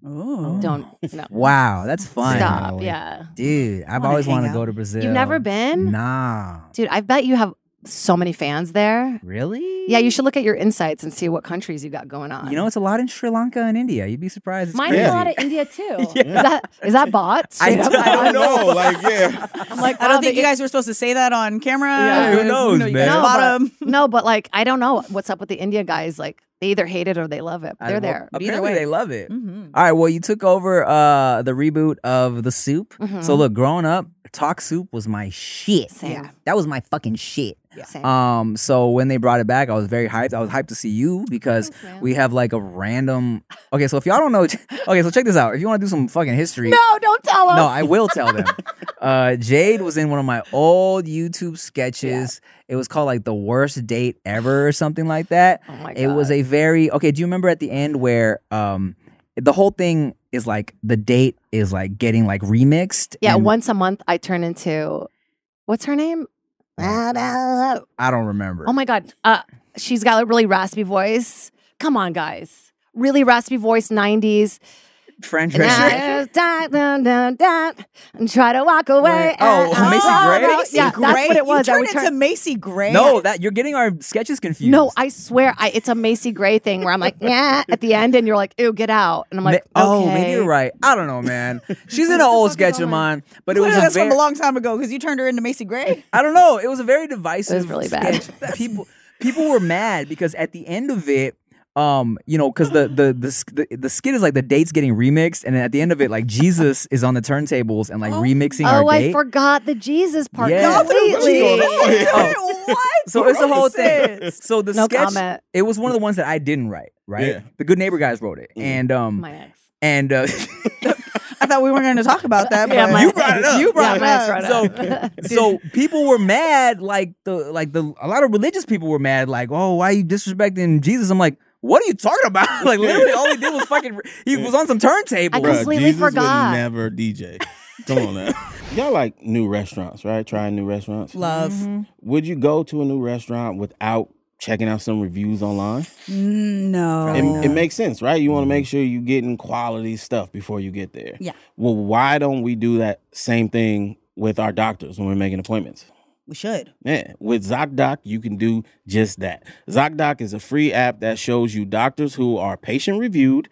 [SPEAKER 5] Ooh.
[SPEAKER 4] don't no,
[SPEAKER 1] wow, Oh, that's fun,
[SPEAKER 4] stop. Yeah,
[SPEAKER 1] dude. I've
[SPEAKER 5] Wanna
[SPEAKER 1] always
[SPEAKER 5] hang
[SPEAKER 1] wanted to
[SPEAKER 5] out.
[SPEAKER 1] go to Brazil.
[SPEAKER 4] you've never been,
[SPEAKER 1] Nah,
[SPEAKER 4] dude. I bet you have so many fans there.
[SPEAKER 1] really?
[SPEAKER 4] Yeah, you should look at your insights and see what countries you got going on.
[SPEAKER 1] You know, it's a lot in Sri Lanka and India. You'd be surprised. It's
[SPEAKER 4] mine
[SPEAKER 1] crazy.
[SPEAKER 4] is a lot of India too.
[SPEAKER 1] (laughs) Yeah.
[SPEAKER 4] Is that is that bots?
[SPEAKER 1] I
[SPEAKER 4] Straight up
[SPEAKER 1] don't- I
[SPEAKER 4] (laughs) bots?
[SPEAKER 1] don't know.
[SPEAKER 2] like
[SPEAKER 4] (laughs)
[SPEAKER 2] yeah.
[SPEAKER 4] I'm like,
[SPEAKER 5] I don't
[SPEAKER 4] wow,
[SPEAKER 5] think
[SPEAKER 4] they-
[SPEAKER 5] you guys were supposed to say that on camera.
[SPEAKER 4] Um, Yeah,
[SPEAKER 1] who
[SPEAKER 5] Uh,
[SPEAKER 1] knows,
[SPEAKER 5] you
[SPEAKER 1] man.
[SPEAKER 5] guys
[SPEAKER 4] No,
[SPEAKER 5] bottom.
[SPEAKER 4] No, but like I don't know what's up with the India guys. Like they either hate it or they love it.
[SPEAKER 1] I-
[SPEAKER 4] They're
[SPEAKER 1] well,
[SPEAKER 4] there.
[SPEAKER 1] Apparently,
[SPEAKER 5] way.
[SPEAKER 1] they love
[SPEAKER 4] Mm-hmm.
[SPEAKER 1] it.
[SPEAKER 5] Mhm.
[SPEAKER 1] All right. Well, you took over uh, the reboot of the Soup. So
[SPEAKER 4] Mhm.
[SPEAKER 1] look, growing up, Talk Soup was my shit.
[SPEAKER 4] Same.
[SPEAKER 1] That was my fucking shit.
[SPEAKER 4] Same.
[SPEAKER 1] Um, so when they brought it back, I was very hyped. I was hyped to see you because
[SPEAKER 4] Thanks, man.
[SPEAKER 1] we have like a
[SPEAKER 4] (laughs)
[SPEAKER 1] random. Okay, so if y'all don't know, okay, so check this out. If you want to do some fucking history,
[SPEAKER 4] no, don't tell them.
[SPEAKER 1] no, I will tell them. Uh, Jade was in one of my old YouTube sketches. It was called like the worst date ever or something like that.
[SPEAKER 4] oh my god.
[SPEAKER 1] it was a very okay. Do you remember at the end where um the whole thing is like the date is like getting like remixed?
[SPEAKER 4] yeah.
[SPEAKER 1] and-
[SPEAKER 4] Once a month, I turn into what's her name? Oh
[SPEAKER 1] I don't remember.
[SPEAKER 4] my god. Uh, she's got a really raspy voice. Come on, guys. Really raspy voice, 90s.
[SPEAKER 1] French
[SPEAKER 4] And
[SPEAKER 1] pressure.
[SPEAKER 4] I just da- da- da- da, and try to walk away.
[SPEAKER 1] Oh,
[SPEAKER 4] And-
[SPEAKER 1] Macy
[SPEAKER 4] Oh,
[SPEAKER 1] Gray?
[SPEAKER 4] no,
[SPEAKER 1] Macy
[SPEAKER 4] Yeah, that's what it was.
[SPEAKER 5] You
[SPEAKER 4] I
[SPEAKER 5] turned
[SPEAKER 4] would
[SPEAKER 5] into
[SPEAKER 4] turn-
[SPEAKER 5] Macy Gray.
[SPEAKER 1] No, that you're getting our sketches confused.
[SPEAKER 4] No, I swear, I, it's a Macy Gray thing where I'm like, yeah, at the end, and you're like, ew, get out, and I'm
[SPEAKER 1] Ma-
[SPEAKER 4] like,
[SPEAKER 1] oh,
[SPEAKER 4] okay.
[SPEAKER 1] maybe you're right. I don't know, man. She's
[SPEAKER 4] (laughs)
[SPEAKER 1] in an old sketch of mine, but it
[SPEAKER 5] Clearly
[SPEAKER 1] was a
[SPEAKER 5] that's
[SPEAKER 1] very,
[SPEAKER 5] from a long time ago because you turned her into Macy
[SPEAKER 1] (laughs)
[SPEAKER 5] Gray.
[SPEAKER 1] I don't know. It was a very divisive.
[SPEAKER 4] really bad. (laughs)
[SPEAKER 1] sketch. people people were mad because at the end of it, um, you know, because the the, the sk- the the skit is like the dates getting remixed, and at the end of it, like Jesus is on the turntables and like remixing our
[SPEAKER 4] Oh, I
[SPEAKER 1] date.
[SPEAKER 4] forgot the Jesus part
[SPEAKER 1] Yeah. Y'all threw
[SPEAKER 4] completely.
[SPEAKER 1] Jesus
[SPEAKER 5] That's
[SPEAKER 1] Oh, Yeah.
[SPEAKER 5] what?
[SPEAKER 3] (laughs)
[SPEAKER 5] What?
[SPEAKER 1] so it's a whole thing.
[SPEAKER 5] Racist.
[SPEAKER 1] So the
[SPEAKER 4] (laughs) No
[SPEAKER 1] sketch,
[SPEAKER 4] comment.
[SPEAKER 1] it was one of the ones that I didn't write. Right,
[SPEAKER 2] Yeah.
[SPEAKER 1] the Good Neighbor guys wrote it, and um,
[SPEAKER 4] Mm-hmm. My ex.
[SPEAKER 1] and uh,
[SPEAKER 5] I thought we weren't going to talk about that.
[SPEAKER 4] Yeah,
[SPEAKER 5] but
[SPEAKER 4] (laughs)
[SPEAKER 1] (laughs)
[SPEAKER 4] my-
[SPEAKER 1] You brought it
[SPEAKER 4] (laughs)
[SPEAKER 1] up.
[SPEAKER 5] You brought
[SPEAKER 4] Yeah, my ex
[SPEAKER 5] it
[SPEAKER 4] brought
[SPEAKER 5] up.
[SPEAKER 4] it
[SPEAKER 1] so so people were mad like the like the a lot of religious people were mad like oh why you disrespecting jesus i'm like what are you talking about (laughs) like literally all he did was fucking he was on some turntable
[SPEAKER 4] I completely
[SPEAKER 2] Jesus would
[SPEAKER 4] forgot.
[SPEAKER 2] never DJ. Come on
[SPEAKER 4] (laughs)
[SPEAKER 2] now. Y'all like new restaurants, right? Trying new restaurants.
[SPEAKER 5] Love.
[SPEAKER 4] Mm-hmm.
[SPEAKER 2] Would you go to a new restaurant without checking out some reviews online?
[SPEAKER 5] No.
[SPEAKER 2] It, it makes sense, right? You want to make sure you're getting quality stuff before you get there.
[SPEAKER 5] Yeah.
[SPEAKER 2] Well, why don't we do that same thing with our doctors when we're making appointments?
[SPEAKER 5] we should.
[SPEAKER 2] Yeah, Eh, with ZocDoc, you can do just that. ZocDoc is a free app that shows you doctors who are patient reviewed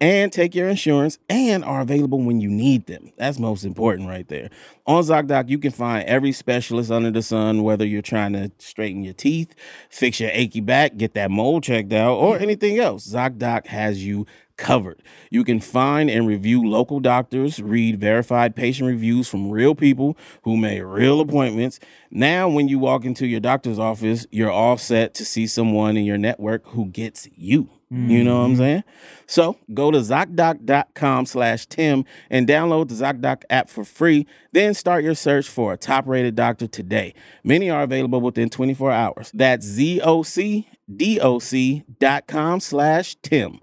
[SPEAKER 2] and take your insurance and are available when you need them. That's most important right there. On ZocDoc, you can find every specialist under the sun, whether you're trying to straighten your teeth, fix your achy back, get that mold checked out, or anything else. ZocDoc has you covered. You can find and review local doctors, read verified patient reviews from real people who made real appointments. Now, when you walk into your doctor's office, you're all set to see someone in your network who gets you. You know what I'm saying? So go to ZocDoc.com slash Tim and download the ZocDoc app for free. Then start your search for a top rated doctor today. Many are available within 24 hours. That's ZocDoc.com slash Tim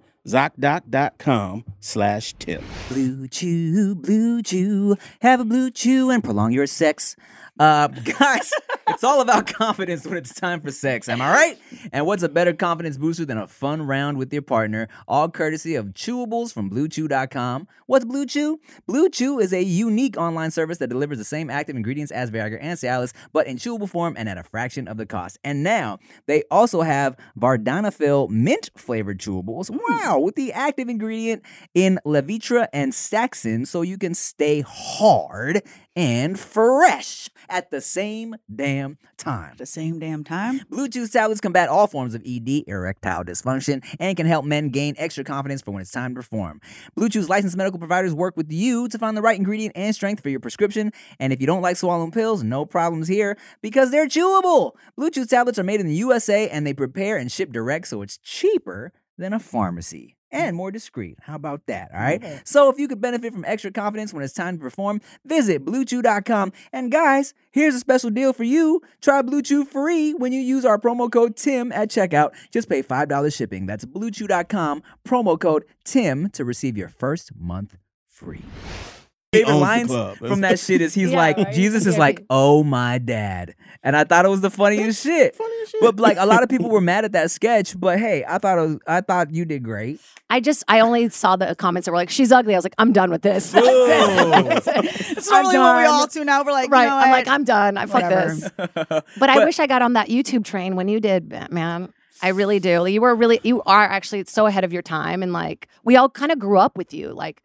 [SPEAKER 2] zocdoc.com slash tim
[SPEAKER 1] blue chew blue chew have a blue chew and prolong your sex uh (laughs) guys it's all about confidence when it's time for sex am i right and what's a better confidence booster than a fun round with your partner all courtesy of chewables from bluechew.com what's blue chew blue chew is a unique online service that delivers the same active ingredients as viagra and cialis but in chewable form and at a fraction of the cost and now they also have vardanafil mint flavored chewables wow with the active ingredient in Levitra and Saxon so you can stay hard and fresh at the same damn time.
[SPEAKER 5] At the same damn
[SPEAKER 4] (laughs)
[SPEAKER 5] time.
[SPEAKER 1] Blue Chew tablets combat all forms of ED, erectile dysfunction, and can help men gain extra confidence for when it's time to perform. Blue Chew's licensed medical providers work with you to find the right ingredient and strength for your prescription. And if you don't like swallowing pills, no problems here because they're chewable. Blue Chew tablets are made in the USA and they prepare and ship direct, so it's cheaper than a pharmacy. And more discreet. How about that? All right. So, if you could benefit from extra confidence when it's time to perform, visit BlueChew.com. And guys, here's a special deal for you. Try Blue Chew free when you use our promo code TIM at checkout. Just pay $5 shipping. That's BlueChew.com, promo code TIM to receive your first month free.
[SPEAKER 2] He
[SPEAKER 1] Favorite
[SPEAKER 2] owns the
[SPEAKER 1] lines
[SPEAKER 2] club.
[SPEAKER 1] from
[SPEAKER 2] (laughs)
[SPEAKER 1] that shit is he's
[SPEAKER 4] Yeah,
[SPEAKER 1] like
[SPEAKER 4] right?
[SPEAKER 1] Jesus is
[SPEAKER 4] Yeah,
[SPEAKER 1] like
[SPEAKER 4] he-
[SPEAKER 1] oh my dad, and I thought it was the funniest shit.
[SPEAKER 2] Funny as shit.
[SPEAKER 1] But like a lot of
[SPEAKER 2] (laughs)
[SPEAKER 1] people were mad at that sketch, but hey, I thought it was, I thought you did great.
[SPEAKER 4] (laughs) I just I only saw the comments that were like, "She's ugly." I was like, "I'm done with this." That's
[SPEAKER 2] Whoa.
[SPEAKER 4] it. That's it.
[SPEAKER 5] It's normally when we
[SPEAKER 4] done.
[SPEAKER 5] all tune out. We're like,
[SPEAKER 4] right.
[SPEAKER 5] You know
[SPEAKER 4] I'm
[SPEAKER 5] what?
[SPEAKER 4] like, I'm done. I fuck
[SPEAKER 5] Whatever. (laughs)
[SPEAKER 4] this. But I wish I got on that YouTube train when you did, man. I really do. You were really, you are actually so ahead of your time, and like we all kind of grew up with you. Like,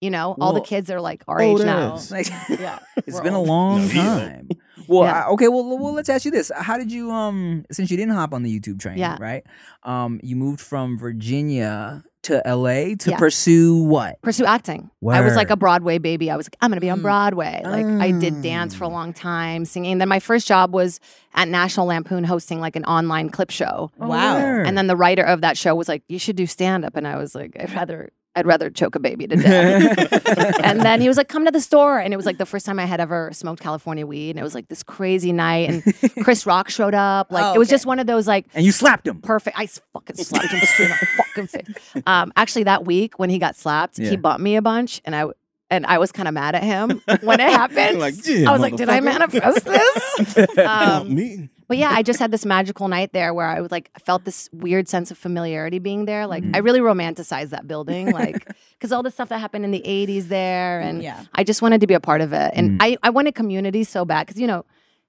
[SPEAKER 4] you know, all the
[SPEAKER 1] Well,
[SPEAKER 4] kids are like our
[SPEAKER 2] old
[SPEAKER 4] age now.
[SPEAKER 2] ass.
[SPEAKER 1] Like,
[SPEAKER 4] Yeah,
[SPEAKER 1] (laughs) It's
[SPEAKER 4] we're
[SPEAKER 1] been a
[SPEAKER 4] old.
[SPEAKER 1] long
[SPEAKER 2] No, he's old.
[SPEAKER 1] time. Well,
[SPEAKER 4] Yeah.
[SPEAKER 1] I- okay. Well, well, let's ask you this: How did you, um, since you didn't hop on the YouTube train,
[SPEAKER 4] Yeah.
[SPEAKER 1] right? Um, you moved from Virginia to LA to
[SPEAKER 4] Yeah.
[SPEAKER 1] pursue what?
[SPEAKER 4] pursue acting. I was like a
[SPEAKER 1] Word.
[SPEAKER 4] Broadway baby. I was like, I'm gonna be on
[SPEAKER 5] Mm.
[SPEAKER 4] Broadway. Like I did dance for a
[SPEAKER 1] Mm.
[SPEAKER 4] long time, singing. Then my first job was at National Lampoon hosting like an online clip show.
[SPEAKER 5] Wow.
[SPEAKER 1] Oh,
[SPEAKER 4] And
[SPEAKER 1] (laughs)
[SPEAKER 4] then the writer of that show was like, You should do stand up. And I was like, I'd rather I'd rather choke a baby to death. (laughs) and then he was like, Come to the store. And it was like the first time I had ever smoked California weed. And it was like this crazy night. And Chris Rock showed up. Like
[SPEAKER 5] Oh,
[SPEAKER 4] it was
[SPEAKER 5] okay.
[SPEAKER 4] just one of those like
[SPEAKER 1] and you slapped him.
[SPEAKER 4] perfect. I s- fucking slapped him straight in the fucking face. Um, actually, that week when he got slapped,
[SPEAKER 1] Yeah.
[SPEAKER 4] he bumped me a bunch, and I w- and I was kind of mad at him when it happened.
[SPEAKER 2] Like, "Yeah,
[SPEAKER 4] I was like, did I
[SPEAKER 2] motherfucker."
[SPEAKER 4] manifest
[SPEAKER 2] (laughs)
[SPEAKER 4] this?
[SPEAKER 2] Not
[SPEAKER 4] Um,
[SPEAKER 2] me.
[SPEAKER 4] but yeah, I just had this magical night there where I was like felt this weird sense of familiarity being there. Like I really romanticized that building, like because all the stuff that happened in the '80s there, and
[SPEAKER 5] (laughs) Yeah.
[SPEAKER 4] I just wanted to be a part of it, and
[SPEAKER 1] Mm.
[SPEAKER 4] I I wanted community so bad because you know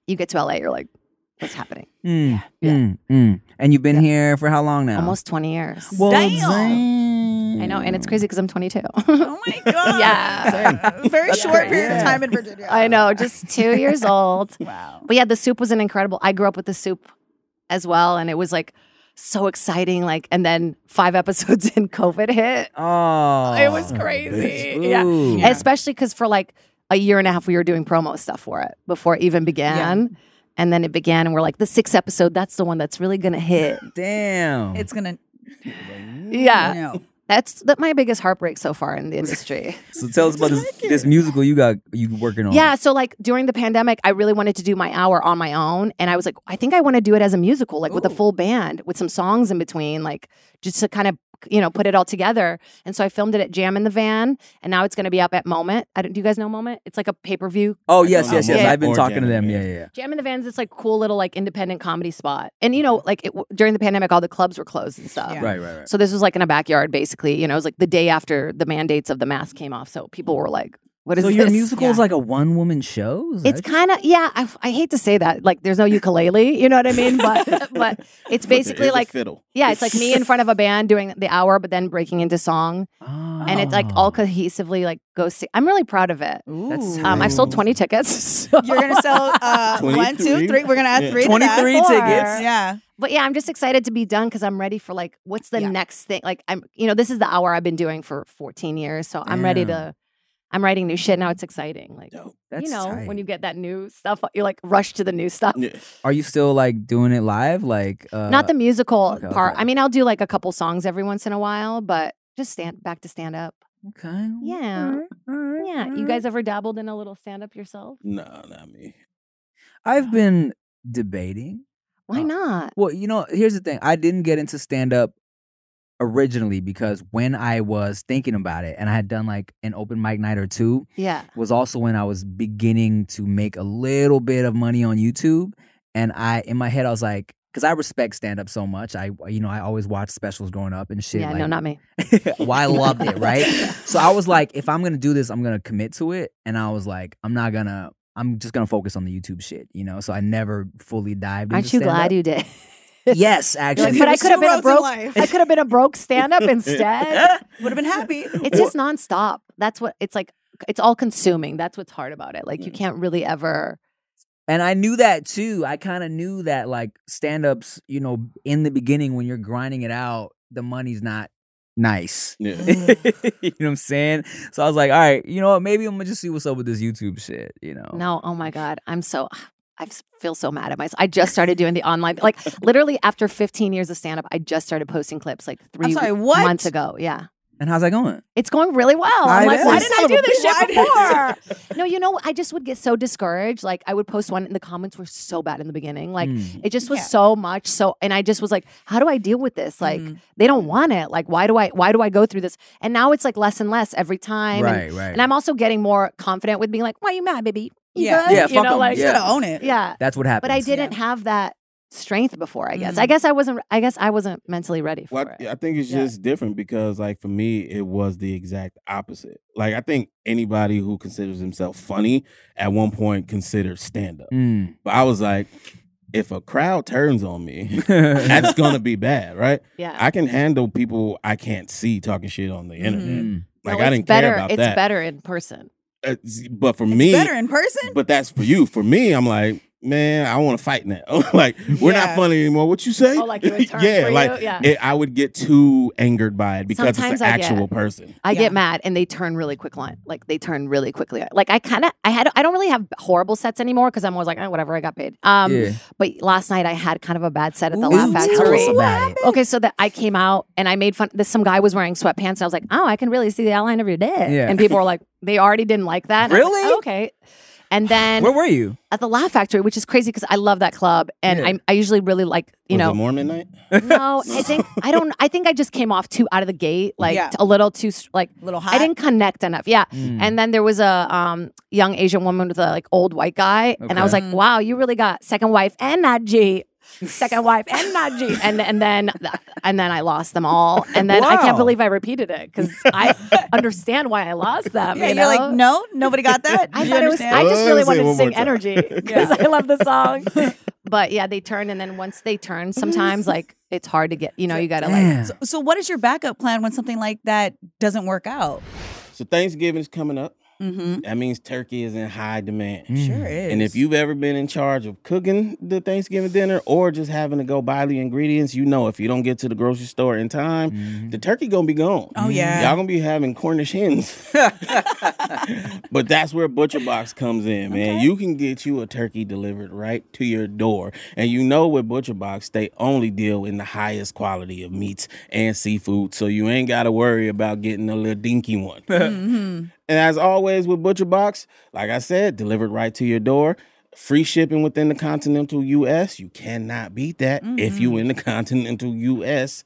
[SPEAKER 4] you get to LA, you're like, what's happening?
[SPEAKER 1] Mm,
[SPEAKER 4] Yeah.
[SPEAKER 1] mm, mm. And you've been here for how long now?
[SPEAKER 4] Almost 20 years.
[SPEAKER 1] Well,
[SPEAKER 5] Damn.
[SPEAKER 1] damn.
[SPEAKER 4] I know, and it's crazy because I'm 22.
[SPEAKER 5] Oh my god!
[SPEAKER 4] Yeah.
[SPEAKER 5] A very
[SPEAKER 4] That's
[SPEAKER 5] short
[SPEAKER 4] great.
[SPEAKER 5] period of
[SPEAKER 1] Yeah.
[SPEAKER 5] time in Virginia.
[SPEAKER 4] (laughs) I know, just two years old.
[SPEAKER 5] Wow.
[SPEAKER 4] But yeah, the soup was an incredible. I grew up with the soup as well, and it was like so exciting. Like, and then five (laughs) episodes in, COVID hit.
[SPEAKER 1] Oh,
[SPEAKER 4] it was
[SPEAKER 1] son of a
[SPEAKER 4] crazy.
[SPEAKER 1] bitch.
[SPEAKER 4] Yeah.
[SPEAKER 1] Ooh.
[SPEAKER 5] Yeah.
[SPEAKER 4] especially because for like a year and a half we were doing promo stuff for it before it even began. And then it began, and we're like, the sixth episode, that's the one that's really gonna hit.
[SPEAKER 1] Damn.
[SPEAKER 5] It's gonna.
[SPEAKER 4] Yeah,
[SPEAKER 5] No.
[SPEAKER 4] that's that my biggest heartbreak so far in
[SPEAKER 5] (laughs)
[SPEAKER 4] the industry.
[SPEAKER 1] so tell us about this, this musical you got you working on.
[SPEAKER 4] Yeah, so like during the pandemic, I really wanted to do my hour on my own, and I was like, I think I want to do it as a musical, like with a
[SPEAKER 5] Ooh.
[SPEAKER 4] full band, with some songs in between, like just to kind of you know put it all together. And so I filmed it at Jam in the Van, and now it's going to be up at Moment. I don't, do you guys know Moment? It's like a pay per view.
[SPEAKER 1] Oh yes,
[SPEAKER 2] Oh,
[SPEAKER 1] yes, yes.
[SPEAKER 4] yeah.
[SPEAKER 1] I've been talking to them. Yeah,
[SPEAKER 2] Organic,
[SPEAKER 1] yeah. yeah.
[SPEAKER 4] Jam in the Van's this like cool little like independent comedy spot, and you know like it, during the pandemic, all the clubs were closed and stuff.
[SPEAKER 5] Yeah.
[SPEAKER 1] Right, right, right.
[SPEAKER 4] So this was like in a backyard, basically. You know, it was like the day after the mandates of the mask came off, so
[SPEAKER 5] Mm.
[SPEAKER 4] people were like, "What is
[SPEAKER 1] so
[SPEAKER 4] this?"
[SPEAKER 1] your musical is
[SPEAKER 4] Yeah.
[SPEAKER 1] like a one woman show? Is
[SPEAKER 4] It's
[SPEAKER 1] that-
[SPEAKER 4] kind of yeah. I, I hate to say that. Like, there's no ukulele. You know what I mean? But (laughs) but it's
[SPEAKER 2] There
[SPEAKER 4] basically
[SPEAKER 2] is a
[SPEAKER 4] like
[SPEAKER 2] fiddle.
[SPEAKER 4] yeah, it's like me in front of a band doing the hour, but then breaking into song, and it's like all
[SPEAKER 1] Oh.
[SPEAKER 4] cohesively like go see. I'm really proud of it.
[SPEAKER 1] That's
[SPEAKER 5] Ooh.
[SPEAKER 4] Um, I've sold 20 tickets. (laughs) So.
[SPEAKER 5] You're gonna sell uh, one, two,
[SPEAKER 2] 23.
[SPEAKER 5] three. We're gonna add
[SPEAKER 2] Yeah.
[SPEAKER 5] three. to that.
[SPEAKER 1] 23
[SPEAKER 5] Four.
[SPEAKER 1] tickets.
[SPEAKER 5] Yeah.
[SPEAKER 4] But yeah, I'm just excited to be done because I'm ready for like what's the
[SPEAKER 5] Yeah.
[SPEAKER 4] next thing. Like I'm, you know, this is the hour I've been doing for 14 years, so I'm ready
[SPEAKER 1] Damn.
[SPEAKER 4] to. I'm writing new shit now. It's exciting. Like
[SPEAKER 1] That's
[SPEAKER 4] you know,
[SPEAKER 1] tight.
[SPEAKER 4] when you get that new stuff, you like rush to the new stuff.
[SPEAKER 2] Yeah.
[SPEAKER 1] are you still like doing it live? Like uh,
[SPEAKER 4] not the musical
[SPEAKER 1] okay,
[SPEAKER 4] part.
[SPEAKER 1] okay.
[SPEAKER 4] I mean, I'll do like a couple songs every once in a while, but just stand back to stand up.
[SPEAKER 1] okay.
[SPEAKER 4] Yeah.
[SPEAKER 1] alright, alright,
[SPEAKER 3] Mm-hmm,
[SPEAKER 4] Yeah, you
[SPEAKER 5] Mm-hmm.
[SPEAKER 1] alright.
[SPEAKER 2] (laughs)
[SPEAKER 4] guys ever dabbled in a little stand up yourself?
[SPEAKER 2] Nah, not me.
[SPEAKER 1] I've been debating.
[SPEAKER 4] Why
[SPEAKER 1] Uh,
[SPEAKER 4] not?
[SPEAKER 1] Well, you know, here's the thing. I didn't get into stand up originally because when I was thinking about it and I had done like an open mic night or two,
[SPEAKER 4] Yeah,
[SPEAKER 1] was also when I was beginning to make a little bit of money on YouTube. And I, in my head, I was like, because I respect stand up so much. I, you know, I always watched specials growing up and shit.
[SPEAKER 4] yeah.
[SPEAKER 1] like,
[SPEAKER 4] no, not me.
[SPEAKER 1] well, I loved it,
[SPEAKER 4] (laughs)
[SPEAKER 1] right? So I was like, if I'm going to do this, I'm going to commit to it. And I was like, I'm not going to, I'm just going to focus on the YouTube shit, you know? So I never fully dived into
[SPEAKER 4] Aren't you glad you (laughs) did?
[SPEAKER 1] Yes, actually.
[SPEAKER 4] But I
[SPEAKER 5] There's
[SPEAKER 4] could have
[SPEAKER 5] two
[SPEAKER 4] been a
[SPEAKER 5] roads in
[SPEAKER 4] broke-
[SPEAKER 5] life.
[SPEAKER 4] I could have been a broke stand up instead.
[SPEAKER 2] (laughs)
[SPEAKER 5] Would have been happy.
[SPEAKER 4] It's just nonstop. That's what it's like. It's all consuming. That's what's hard about it. Like you can't really ever.
[SPEAKER 1] And I knew that too. I kind of knew that like stand ups, you know, in the beginning when you're grinding it out, the money's not nice.
[SPEAKER 4] (laughs)
[SPEAKER 1] (laughs)
[SPEAKER 2] Yeah.
[SPEAKER 1] you know
[SPEAKER 4] Mm-hmm.
[SPEAKER 1] what I'm saying? So I was like, all right, you know what? Maybe I'm gonna just see what's up with this YouTube shit, you know?
[SPEAKER 4] No, oh my God. I'm so, (sighs) I s- feel so mad at myself. I just started doing the online, like literally after 15 years of stand up, I just started posting clips like 3
[SPEAKER 5] sorry,
[SPEAKER 4] week-
[SPEAKER 5] what?
[SPEAKER 4] months ago. Yeah.
[SPEAKER 1] And how's that going?
[SPEAKER 4] It's going really well.
[SPEAKER 1] I
[SPEAKER 4] I'm like,
[SPEAKER 1] bet.
[SPEAKER 4] why didn't I
[SPEAKER 1] Son
[SPEAKER 4] do
[SPEAKER 1] of a
[SPEAKER 4] this
[SPEAKER 1] bitch.
[SPEAKER 4] shit before? no, you know, I just would get so discouraged. Like, I would post one, and the comments were so bad in the beginning.
[SPEAKER 2] Mm.
[SPEAKER 4] Like,
[SPEAKER 1] Mm,
[SPEAKER 4] it just was
[SPEAKER 3] Yeah. Mm-hmm.
[SPEAKER 4] so much. So, and I just was like, how do I deal with this? Like,
[SPEAKER 5] Mm-hmm.
[SPEAKER 4] they don't want it. Like, why do I? Why do I go through this? And now it's like less and less every time. And,
[SPEAKER 1] right.
[SPEAKER 4] and I'm also getting more confident with being like, why you mad, baby? You
[SPEAKER 3] Yeah.
[SPEAKER 4] good?
[SPEAKER 1] Yeah,
[SPEAKER 4] you
[SPEAKER 1] fuck
[SPEAKER 4] know,
[SPEAKER 1] 'em.
[SPEAKER 4] like,
[SPEAKER 1] Yeah.
[SPEAKER 3] gotta own it.
[SPEAKER 4] yeah.
[SPEAKER 1] That's what happens.
[SPEAKER 4] But I didn't have that strength before. I guess. I guess I wasn't. I guess I wasn't mentally ready for
[SPEAKER 2] Well,
[SPEAKER 4] it.
[SPEAKER 2] I, I think it's
[SPEAKER 4] Yeah.
[SPEAKER 2] just different because, like, for me, it was the exact opposite. Like, I think anybody who considers himself funny at one point considered stand up.
[SPEAKER 1] Mm. (laughs)
[SPEAKER 2] But I was like, if a crowd turns on me, (laughs) that's gonna be bad, right?
[SPEAKER 4] Yeah.
[SPEAKER 2] I can handle people I can't see talking shit on the internet.
[SPEAKER 1] Mm.
[SPEAKER 2] Like,
[SPEAKER 4] Mm-hmm. No,
[SPEAKER 2] I
[SPEAKER 4] it's
[SPEAKER 2] didn't
[SPEAKER 4] better,
[SPEAKER 2] care about
[SPEAKER 4] It's
[SPEAKER 2] that.
[SPEAKER 4] better in person.
[SPEAKER 2] It's- but for
[SPEAKER 3] It's
[SPEAKER 2] me,
[SPEAKER 3] better in person.
[SPEAKER 2] (laughs) but that's for you. For me, I'm like, man, I want to fight now. (laughs) like, we're
[SPEAKER 3] Yeah.
[SPEAKER 2] not funny anymore. What you say?
[SPEAKER 4] Oh, like
[SPEAKER 1] (laughs)
[SPEAKER 4] it would turn
[SPEAKER 2] yeah,
[SPEAKER 4] for you?
[SPEAKER 2] like
[SPEAKER 4] Yeah.
[SPEAKER 2] It, I would get too angered by it because
[SPEAKER 4] Sometimes
[SPEAKER 2] it's an
[SPEAKER 4] I get-
[SPEAKER 2] actual person.
[SPEAKER 4] I
[SPEAKER 3] Yeah.
[SPEAKER 4] get mad and they turn really quick line. Like they turn really quickly. Like I kind of I had I don't really have horrible sets anymore because I'm always like, oh, whatever, I got paid. Um
[SPEAKER 1] Yeah.
[SPEAKER 4] but last night I had kind of a bad set at the
[SPEAKER 1] Ooh,
[SPEAKER 4] Laugh
[SPEAKER 1] tell us
[SPEAKER 4] Factory.
[SPEAKER 1] about it.
[SPEAKER 4] Okay, so that I came out and I made fun this some guy was wearing sweatpants and I was like, Oh, I can really see the outline of your dick.
[SPEAKER 1] Yeah.
[SPEAKER 4] And people were like, they already didn't like that. And I was like,
[SPEAKER 1] Really?
[SPEAKER 4] "Oh, okay. And then
[SPEAKER 1] Where were you?
[SPEAKER 4] at the Laugh Factory, which is crazy because I love that club and
[SPEAKER 1] Yeah.
[SPEAKER 4] I'm I usually really like, you
[SPEAKER 2] Was
[SPEAKER 4] know,
[SPEAKER 2] it Mormon night.
[SPEAKER 3] (laughs)
[SPEAKER 4] No, I think I don't. I think I just came off too out of the gate, like
[SPEAKER 3] Yeah.
[SPEAKER 4] t- a little too str- like.
[SPEAKER 3] Little hot.
[SPEAKER 4] I didn't connect enough. Yeah. And then there was a um, young Asian woman with a like old white guy, and I was like, "Wow, you really got second wife energy, second wife energy." And and then and then I lost them all, and then I
[SPEAKER 1] Wow.
[SPEAKER 4] can't believe I repeated it because
[SPEAKER 3] (laughs)
[SPEAKER 4] I understand why I lost them.
[SPEAKER 3] Yeah,
[SPEAKER 4] you
[SPEAKER 3] you're
[SPEAKER 4] know?
[SPEAKER 3] like, no, nobody got (laughs) that.
[SPEAKER 4] I
[SPEAKER 3] Do you
[SPEAKER 4] thought it was.
[SPEAKER 3] understand?
[SPEAKER 4] I just
[SPEAKER 2] Let
[SPEAKER 4] really
[SPEAKER 2] me say it
[SPEAKER 4] wanted to
[SPEAKER 2] one more
[SPEAKER 4] sing
[SPEAKER 2] time.
[SPEAKER 4] energy
[SPEAKER 2] (laughs)
[SPEAKER 4] because I love the song. But yeah, they turn, and then once they turn, (laughs) sometimes like it's hard to get. You know, you gotta like.
[SPEAKER 1] Damn.
[SPEAKER 3] so, what is your backup plan when something like that doesn't work out?
[SPEAKER 2] So Thanksgiving is coming up.
[SPEAKER 3] Mm-hmm.
[SPEAKER 2] That means turkey is in high demand.
[SPEAKER 1] Mm.
[SPEAKER 3] Sure is.
[SPEAKER 2] And if you've ever been in charge of cooking the Thanksgiving dinner or just having to go buy the ingredients, you know if you don't get to the grocery store in time, the turkey gonna be gone.
[SPEAKER 3] Mm-hmm.
[SPEAKER 2] Mm-hmm.
[SPEAKER 3] Oh, yeah.
[SPEAKER 2] y'all gonna be having
[SPEAKER 3] (laughs)
[SPEAKER 2] Cornish hens. but that's where Butcher Box comes in, man. You can get you a turkey delivered right to your door, and you know with Butcher Box they only deal in the highest quality of meats and seafood, so you ain't gotta worry about getting (laughs) a little dinky one.
[SPEAKER 3] mm-hmm,
[SPEAKER 2] And as always with Butcher Box, like I said, delivered right to your door. Free shipping within the continental US. You cannot beat that if you in the (laughs) continental US.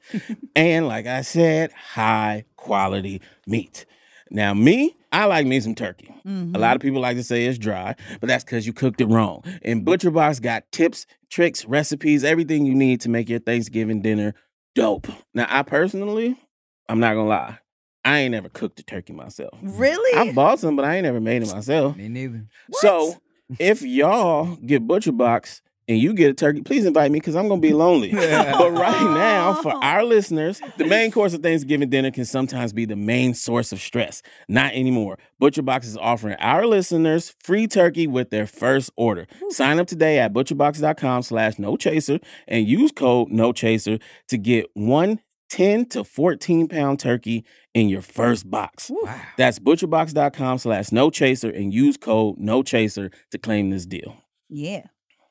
[SPEAKER 2] and like I said, high quality meat. Now, me, I like me some turkey.
[SPEAKER 3] mm-hmm.
[SPEAKER 2] A lot of people like to say it's dry, but that's because you cooked it wrong. And Butcher Box got tips, tricks, recipes, everything you need to make your Thanksgiving dinner dope. Now, I personally, I'm not gonna lie, I ain't ever cooked a turkey myself.
[SPEAKER 3] Really?
[SPEAKER 2] I bought some, but I ain't never made it myself.
[SPEAKER 1] Me
[SPEAKER 2] (laughs)
[SPEAKER 1] neither.
[SPEAKER 2] So if y'all get Butcher Box and you get a turkey, please invite me because I'm gonna be lonely. but right now, for our listeners, the main course of Thanksgiving dinner can sometimes be the main source of stress. Not anymore. Butcher Box is offering our listeners free turkey with their first order. Sign up today at butcherbox.com slash no chaser and use code no chaser to get one 10 to 14 pound turkey in your first box. That's butcherbox.com slash no chaser and use code no chaser to claim this deal.
[SPEAKER 3] yeah.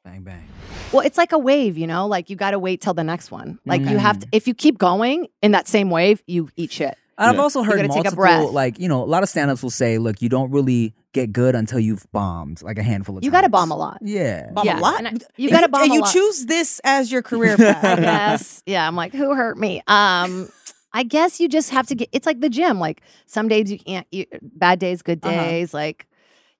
[SPEAKER 1] Bang bang.
[SPEAKER 4] Well, it's like a wave, you know. Like you got to wait till the next one. Like you have
[SPEAKER 2] Mm.
[SPEAKER 4] to. If you keep going in that same wave, you eat shit.
[SPEAKER 1] And I've
[SPEAKER 2] Yeah.
[SPEAKER 1] also heard
[SPEAKER 4] gotta take a
[SPEAKER 1] multiple,
[SPEAKER 4] breath.
[SPEAKER 1] like you know, a lot of stand-ups will say, "Look, you don't really get good until you've bombed like a handful of
[SPEAKER 4] You
[SPEAKER 1] times."
[SPEAKER 4] got to bomb a lot.
[SPEAKER 1] Yeah.
[SPEAKER 3] Bomb
[SPEAKER 4] yeah,
[SPEAKER 3] a lot.
[SPEAKER 4] (laughs) and I- you got to bomb.
[SPEAKER 3] And
[SPEAKER 4] a
[SPEAKER 3] you
[SPEAKER 4] lot.
[SPEAKER 3] choose this as your career path. (laughs)
[SPEAKER 4] Yes. Yeah. I'm like, who hurt me? Um, I guess you just have to get. It's like the gym. Like some days you can't. You, bad days, good
[SPEAKER 3] Uh-huh.
[SPEAKER 4] days. Like